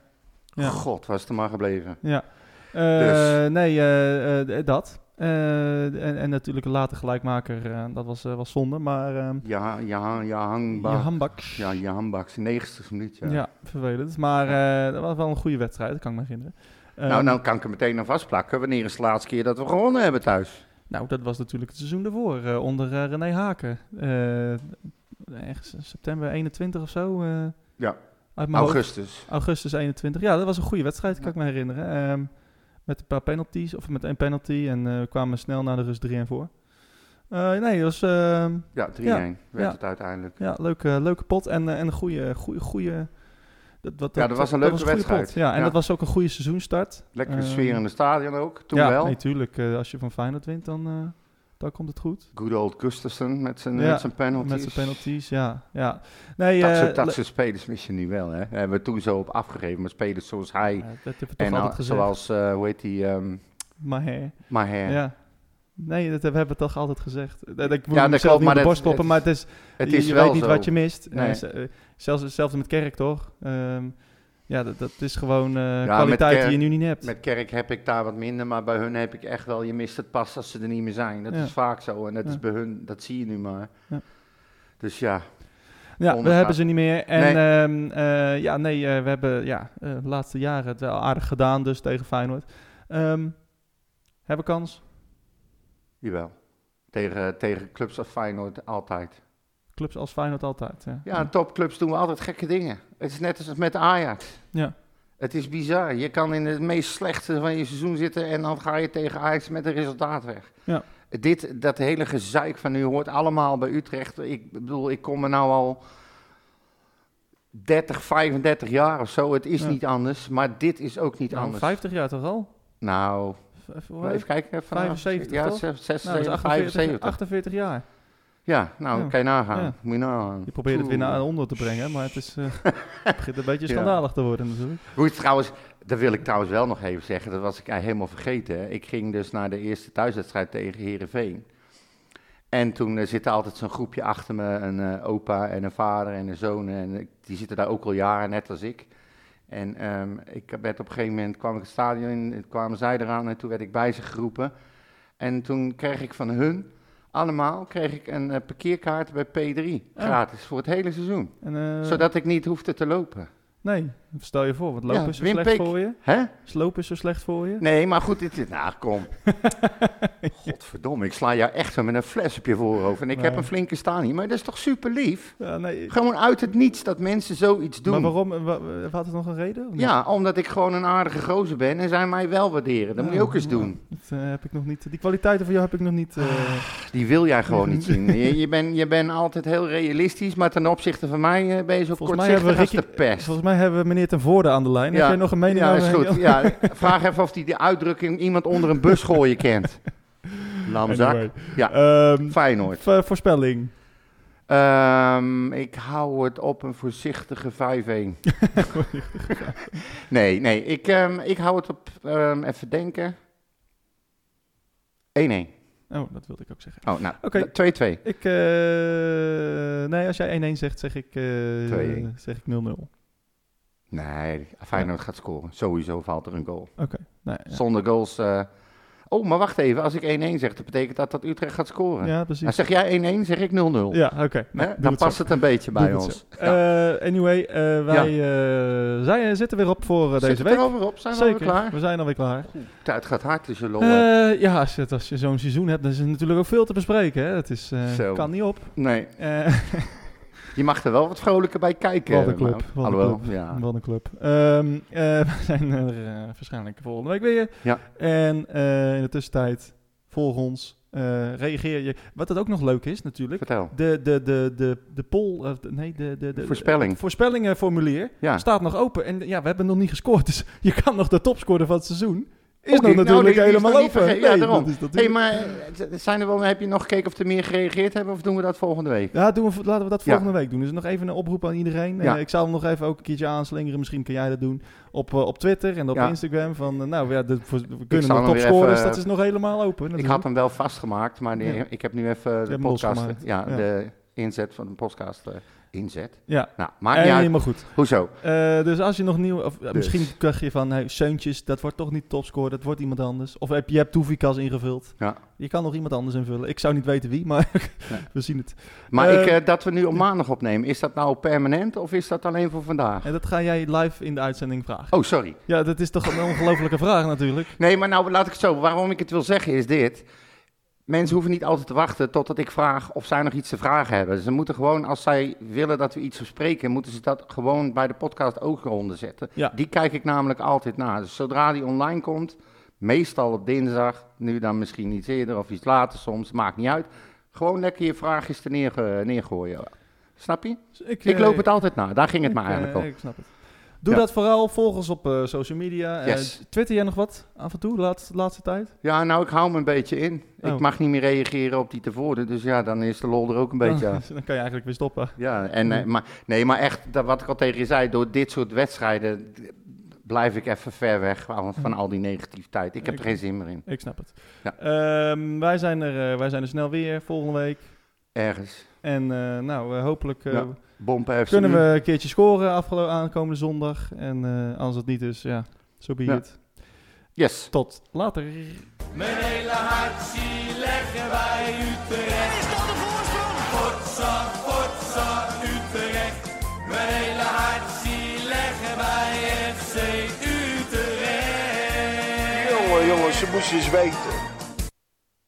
[SPEAKER 2] Ja.
[SPEAKER 1] God, was het er maar gebleven.
[SPEAKER 2] Ja. Eh,
[SPEAKER 1] dus.
[SPEAKER 2] Nee, eh, eh, d- dat. Eh, en, en natuurlijk een later gelijkmaker, eh, dat was, eh, was zonde, maar... ehm,
[SPEAKER 1] Ja, ja, ja, hangbak.
[SPEAKER 2] Jahanbaks.
[SPEAKER 1] Ja, Jahanbaks, 90 minuut. Ja.
[SPEAKER 2] ja. vervelend. Maar eh, dat was wel een goede wedstrijd, dat kan ik me herinneren.
[SPEAKER 1] nou,
[SPEAKER 2] Ehm,
[SPEAKER 1] nou kan ik er meteen aan vastplakken. Wanneer is de laatste keer dat we gewonnen hebben thuis?
[SPEAKER 2] Nou, dat was natuurlijk het seizoen daarvoor, eh, onder eh, René Haken. Eh, ergens in september 21 of zo. eh,
[SPEAKER 1] Ja,
[SPEAKER 2] uit mijn hoofd.
[SPEAKER 1] augustus.
[SPEAKER 2] Augustus 21. Ja, dat was een goede wedstrijd, kan ik me herinneren. Ehm, met een paar penalties, of met één penalty. En eh, we kwamen snel naar de rust 3 en voor. Eh, nee, dat was... ehm,
[SPEAKER 1] Ja, 3-1 werd het uiteindelijk.
[SPEAKER 2] Ja, leuke, leuke pot en, eh, en een goede... goede, goede dat, wat,
[SPEAKER 1] Ja, dat was een leuke
[SPEAKER 2] goede
[SPEAKER 1] wedstrijd.
[SPEAKER 2] pot. Ja, en
[SPEAKER 1] Ja.
[SPEAKER 2] dat was ook een goede seizoenstart.
[SPEAKER 1] Lekkere
[SPEAKER 2] Ehm,
[SPEAKER 1] sfeer in het stadion ook, toen
[SPEAKER 2] ja,
[SPEAKER 1] wel.
[SPEAKER 2] natuurlijk. als je van Feyenoord wint, dan, eh, Dan komt het goed.
[SPEAKER 1] Good old Gustafsson met zijn,
[SPEAKER 2] Ja,
[SPEAKER 1] met zijn penalties.
[SPEAKER 2] Met zijn penalties, ja. ja. Nee,
[SPEAKER 1] dat,
[SPEAKER 2] eh,
[SPEAKER 1] soort, dat
[SPEAKER 2] le-
[SPEAKER 1] soort spelers mis je nu wel, hè? Daar hebben we toen zo op afgegeven. Maar spelers zoals hij
[SPEAKER 2] dat hebben we toch
[SPEAKER 1] en
[SPEAKER 2] altijd
[SPEAKER 1] al-
[SPEAKER 2] gezegd.
[SPEAKER 1] zoals, eh, hoe heet die, ehm
[SPEAKER 2] Maher.
[SPEAKER 1] Maher.
[SPEAKER 2] Ja. Nee, dat hebben we toch altijd gezegd. Dat, ik moet
[SPEAKER 1] dat
[SPEAKER 2] mezelf
[SPEAKER 1] klopt,
[SPEAKER 2] niet
[SPEAKER 1] maar
[SPEAKER 2] op de
[SPEAKER 1] dat-
[SPEAKER 2] borst kloppen,
[SPEAKER 1] het-
[SPEAKER 2] maar het is,
[SPEAKER 1] het
[SPEAKER 2] je-
[SPEAKER 1] is
[SPEAKER 2] je
[SPEAKER 1] wel
[SPEAKER 2] weet niet
[SPEAKER 1] zo.
[SPEAKER 2] wat je mist.
[SPEAKER 1] Nee.
[SPEAKER 2] Eh, z- eh, zelfs hetzelfde met Kerk, toch? Ehm, ja, dat, dat is gewoon eh,
[SPEAKER 1] Ja, met
[SPEAKER 2] kwaliteit
[SPEAKER 1] Kerk-
[SPEAKER 2] die je nu niet hebt.
[SPEAKER 1] Met Kerk heb ik daar wat minder, maar bij hun heb ik echt wel, je mist het pas als ze er niet meer zijn. Dat
[SPEAKER 2] Ja.
[SPEAKER 1] is vaak zo en dat
[SPEAKER 2] Ja.
[SPEAKER 1] is bij hun, dat zie je nu maar.
[SPEAKER 2] Ja.
[SPEAKER 1] Dus ja.
[SPEAKER 2] Ja, we
[SPEAKER 1] ondergaan.
[SPEAKER 2] hebben ze niet meer. En
[SPEAKER 1] Nee.
[SPEAKER 2] ehm, eh, ja, nee, eh, we hebben ja, eh, de laatste jaren het wel aardig gedaan, dus tegen Feyenoord. Ehm, hebben kans.
[SPEAKER 1] Jawel. Tegen, tegen clubs als Feyenoord altijd.
[SPEAKER 2] Clubs als Feyenoord altijd. Ja,
[SPEAKER 1] Ja, en topclubs doen we altijd gekke dingen. Het is net als met Ajax.
[SPEAKER 2] Ja.
[SPEAKER 1] Het is bizar. Je kan in het meest slechte van je seizoen zitten en dan ga je tegen Ajax met een resultaat weg.
[SPEAKER 2] Ja.
[SPEAKER 1] Dit, dat hele gezeik van nu hoort allemaal bij Utrecht. Ik bedoel, ik kom er nou al 30, 35 jaar of zo. Het is
[SPEAKER 2] Ja.
[SPEAKER 1] niet anders, maar dit is ook niet
[SPEAKER 2] Nou,
[SPEAKER 1] anders.
[SPEAKER 2] 50 jaar toch al?
[SPEAKER 1] Nou,
[SPEAKER 2] V- v- hoe
[SPEAKER 1] maar even
[SPEAKER 2] heet-
[SPEAKER 1] kijken. vanaf-
[SPEAKER 2] 75
[SPEAKER 1] Ja,
[SPEAKER 2] toch?
[SPEAKER 1] 76,
[SPEAKER 2] Nou, dat is 48,
[SPEAKER 1] 75.
[SPEAKER 2] 48 jaar.
[SPEAKER 1] Ja, nou,
[SPEAKER 2] Ja.
[SPEAKER 1] kan je nagaan.
[SPEAKER 2] Ja.
[SPEAKER 1] Moet je nagaan.
[SPEAKER 2] Je probeert het weer
[SPEAKER 1] Oeh.
[SPEAKER 2] naar onder te brengen, maar het, is, eh, het begint een beetje
[SPEAKER 1] Ja.
[SPEAKER 2] schandalig te worden natuurlijk.
[SPEAKER 1] Hoe is trouwens, dat wil ik trouwens wel nog even zeggen. Dat was ik eigenlijk helemaal vergeten. hè. Ik ging dus naar de eerste thuiswedstrijd tegen Herenveen. En toen eh, zit er altijd zo'n groepje achter me, een eh, opa en een vader en een zoon. En ik- die zitten daar ook al jaren, net als ik. En ehm, ik werd op een gegeven moment, kwam ik het stadion in, en kwamen zij eraan en toen werd ik bij ze geroepen. En toen kreeg ik van hun, allemaal, kreeg ik een eh, parkeerkaart bij P3.
[SPEAKER 2] Oh.
[SPEAKER 1] Gratis, voor het hele seizoen.
[SPEAKER 2] En, eh,
[SPEAKER 1] Zodat ik niet hoefde te lopen.
[SPEAKER 2] Nee, stel je voor, want lopen
[SPEAKER 1] Ja,
[SPEAKER 2] is zo
[SPEAKER 1] Wim
[SPEAKER 2] slecht
[SPEAKER 1] Pik.
[SPEAKER 2] voor je.
[SPEAKER 1] Hè?
[SPEAKER 2] Slopen is zo slecht voor je.
[SPEAKER 1] Nee, maar goed, dit is... Nou, kom. Godverdomme, ik sla jou echt zo met een fles op je voorhoofd. En ik heb
[SPEAKER 2] Nee.
[SPEAKER 1] een flinke staan hier, maar dat is toch super lief?
[SPEAKER 2] Ja, nee.
[SPEAKER 1] Gewoon uit het niets dat mensen zoiets doen.
[SPEAKER 2] Maar waarom? eh, wa- Had het nog een reden? of niet?
[SPEAKER 1] Ja, omdat ik gewoon een aardige gozer ben en zij mij wel waarderen. Dat moet je
[SPEAKER 2] Nou,
[SPEAKER 1] ook eens
[SPEAKER 2] ja,
[SPEAKER 1] doen.
[SPEAKER 2] dat, eh, heb ik nog niet. Die kwaliteiten van jou heb ik nog niet. eh,
[SPEAKER 1] Die wil jij gewoon niet zien. Je, je bent je bent altijd heel realistisch, maar ten opzichte van mij eh, ben je zo
[SPEAKER 2] volgens, mij hebben we
[SPEAKER 1] kortzichtig als de
[SPEAKER 2] Ricky-
[SPEAKER 1] pest.
[SPEAKER 2] dus volgens mij hebben we meneer Ten Voorde aan de lijn. Heb jij nog een mening
[SPEAKER 1] ja,
[SPEAKER 2] over
[SPEAKER 1] is goed. Ja, vraag even of hij de uitdrukking iemand onder een bus gooien kent. Lamzak.
[SPEAKER 2] Anyway.
[SPEAKER 1] Ja,
[SPEAKER 2] Ehm,
[SPEAKER 1] Feyenoord.
[SPEAKER 2] v- voorspelling.
[SPEAKER 1] Ehm, ik hou het op een voorzichtige 5-1. nee, nee, ik, ehm, ik hou het op, ehm, even denken, 1-1.
[SPEAKER 2] Oh, dat wilde ik ook zeggen.
[SPEAKER 1] Oh, nou,
[SPEAKER 2] Oké.
[SPEAKER 1] d- 2-2.
[SPEAKER 2] Ik, eh, nee, als jij 1-1 zegt, zeg ik, eh
[SPEAKER 1] 2-1.
[SPEAKER 2] zeg ik 0-0.
[SPEAKER 1] Nee, Feyenoord gaat scoren. Sowieso valt er een goal.
[SPEAKER 2] Oké. Nee, ja.
[SPEAKER 1] Zonder goals. eh, Oh, maar wacht even. Als ik 1-1 zeg, dat betekent dat dat Utrecht gaat scoren.
[SPEAKER 2] Ja, precies.
[SPEAKER 1] Nou, zeg jij 1-1, zeg ik 0-0.
[SPEAKER 2] Ja, oké.
[SPEAKER 1] Hè?
[SPEAKER 2] Nou, doe
[SPEAKER 1] Dan
[SPEAKER 2] het zo.
[SPEAKER 1] past het een beetje bij
[SPEAKER 2] Doe het
[SPEAKER 1] ons.
[SPEAKER 2] zo. Eh, anyway, eh, wij eh, zijn, zitten weer op voor eh,
[SPEAKER 1] Zit
[SPEAKER 2] deze
[SPEAKER 1] het
[SPEAKER 2] week.
[SPEAKER 1] er alweer op? Zijn we
[SPEAKER 2] Zeker,
[SPEAKER 1] alweer klaar?
[SPEAKER 2] we zijn alweer klaar.
[SPEAKER 1] Tijd gaat hard tussen lol.
[SPEAKER 2] Eh, ja, als je, als je zo'n seizoen hebt, dan is er natuurlijk ook veel te bespreken. Hè? Dat is, eh,
[SPEAKER 1] Zo.
[SPEAKER 2] kan niet op.
[SPEAKER 1] Nee,
[SPEAKER 2] Eh,
[SPEAKER 1] je mag er wel wat vrolijker bij kijken.
[SPEAKER 2] Wat een club,
[SPEAKER 1] Maud.
[SPEAKER 2] wat een
[SPEAKER 1] Alhoewel,
[SPEAKER 2] club.
[SPEAKER 1] ja.
[SPEAKER 2] Wat een club. Ehm, eh, we zijn er eh, waarschijnlijk volgende week weer.
[SPEAKER 1] Ja.
[SPEAKER 2] En eh, in de tussentijd, volg ons. eh, reageer je. Wat dat ook nog leuk is natuurlijk.
[SPEAKER 1] Vertel.
[SPEAKER 2] De, de, de, de, de poll, eh, de- nee, de, de, de
[SPEAKER 1] Voorspelling.
[SPEAKER 2] het voorspellingenformulier
[SPEAKER 1] Ja.
[SPEAKER 2] staat nog open. En ja, we hebben nog niet gescoord. Dus je kan nog de topscorer van het seizoen. Is
[SPEAKER 1] Oh,
[SPEAKER 2] nog
[SPEAKER 1] die- nou,
[SPEAKER 2] natuurlijk
[SPEAKER 1] die- die is nog
[SPEAKER 2] helemaal
[SPEAKER 1] niet
[SPEAKER 2] open.
[SPEAKER 1] verge- Ja,
[SPEAKER 2] Nee,
[SPEAKER 1] daarom.
[SPEAKER 2] dat is natuurlijk-
[SPEAKER 1] hey, maar eh, zijn er wel, heb je nog gekeken of er meer gereageerd hebben of doen we dat volgende week?
[SPEAKER 2] Ja, doen we, vo- laten we dat
[SPEAKER 1] Ja.
[SPEAKER 2] volgende week doen. Dus nog even een oproep aan iedereen.
[SPEAKER 1] Ja.
[SPEAKER 2] Eh, ik zal hem nog even ook een keertje aanslingeren. Misschien kan jij dat doen op, eh, op Twitter en op
[SPEAKER 1] Ja.
[SPEAKER 2] Instagram. Van, eh, nou ja, de, voor- we
[SPEAKER 1] zal
[SPEAKER 2] kunnen nog
[SPEAKER 1] hem weer
[SPEAKER 2] topscorers.
[SPEAKER 1] even-
[SPEAKER 2] Dat is nog helemaal open.
[SPEAKER 1] Ik had hem wel vastgemaakt, maar die-
[SPEAKER 2] Ja.
[SPEAKER 1] ik heb nu even de
[SPEAKER 2] hem
[SPEAKER 1] podcast,
[SPEAKER 2] losgemaakt.
[SPEAKER 1] ja,
[SPEAKER 2] Ja.
[SPEAKER 1] de inzet van de podcast eh, inzet.
[SPEAKER 2] Ja.
[SPEAKER 1] Nou,
[SPEAKER 2] maar
[SPEAKER 1] maakt niet uit.
[SPEAKER 2] helemaal goed.
[SPEAKER 1] Hoezo?
[SPEAKER 2] Eh, dus als je nog nieuw... Of, eh,
[SPEAKER 1] Dus.
[SPEAKER 2] Misschien krijg je van, hey, Seuntjes, dat wordt toch niet topscorer. Dat wordt iemand anders. Of heb, je hebt Toevikas ingevuld.
[SPEAKER 1] Ja.
[SPEAKER 2] Je kan nog iemand anders invullen. Ik zou niet weten wie, maar we zien het.
[SPEAKER 1] Maar
[SPEAKER 2] Eh,
[SPEAKER 1] ik, eh, dat we nu op maandag opnemen, is dat nou permanent of is dat alleen voor vandaag?
[SPEAKER 2] En dat ga jij live in de uitzending vragen.
[SPEAKER 1] Oh, sorry.
[SPEAKER 2] Ja, dat is toch een ongelofelijke vraag natuurlijk.
[SPEAKER 1] Nee, maar nou laat ik het zo. Waarom ik het wil zeggen is dit. Mensen hoeven niet altijd te wachten totdat ik vraag of zij nog iets te vragen hebben. Ze moeten gewoon, als zij willen dat we iets bespreken, moeten ze dat gewoon bij de podcast ook eronder zetten.
[SPEAKER 2] Ja.
[SPEAKER 1] Die kijk ik namelijk altijd na. Dus zodra die online komt, meestal op dinsdag, nu dan misschien iets eerder of iets later soms, maakt niet uit. Gewoon lekker je vraagjes er neerge- neergooien. Snap je?
[SPEAKER 2] Dus ik,
[SPEAKER 1] Ik
[SPEAKER 2] eh,
[SPEAKER 1] loop het altijd na. Daar ging het
[SPEAKER 2] ik,
[SPEAKER 1] maar
[SPEAKER 2] eh,
[SPEAKER 1] eigenlijk om.
[SPEAKER 2] Ik snap het. Doe dat vooral. Volg ons op eh, social media. Eh,
[SPEAKER 1] Yes.
[SPEAKER 2] Twitter jij nog wat af en toe, laatste, laatste tijd?
[SPEAKER 1] Ja, nou, ik hou me een beetje in.
[SPEAKER 2] Oh.
[SPEAKER 1] Ik mag niet meer reageren op die tevoren. Dus ja, dan is de lol er ook een beetje
[SPEAKER 2] Oh,
[SPEAKER 1] af.
[SPEAKER 2] dan kan je eigenlijk weer stoppen.
[SPEAKER 1] Ja, en, eh, maar, nee, maar echt, dat, wat ik al tegen je zei, door dit soort wedstrijden d- blijf ik even ver weg van, van al die negativiteit. Ik heb er geen zin meer in.
[SPEAKER 2] Ik snap het.
[SPEAKER 1] Ja.
[SPEAKER 2] Ehm, wij, zijn er, eh, wij zijn er snel weer volgende week.
[SPEAKER 1] Ergens.
[SPEAKER 2] En eh, nou, eh, hopelijk eh,
[SPEAKER 1] Ja, Bompen heeft ze
[SPEAKER 2] kunnen
[SPEAKER 1] nu.
[SPEAKER 2] we een keertje scoren afgelo- aankomende zondag. En eh, als het niet is, ja, zo be
[SPEAKER 1] Ja.
[SPEAKER 2] it.
[SPEAKER 1] Yes.
[SPEAKER 2] Tot later.
[SPEAKER 4] Mijn hele hart zie leggen wij Utrecht. Is dat de voorsprong? Potsa, potsa, Utrecht. Mijn hele hart zie leggen wij FC Utrecht.
[SPEAKER 5] Jongen, jongens, ze moesten eens weten.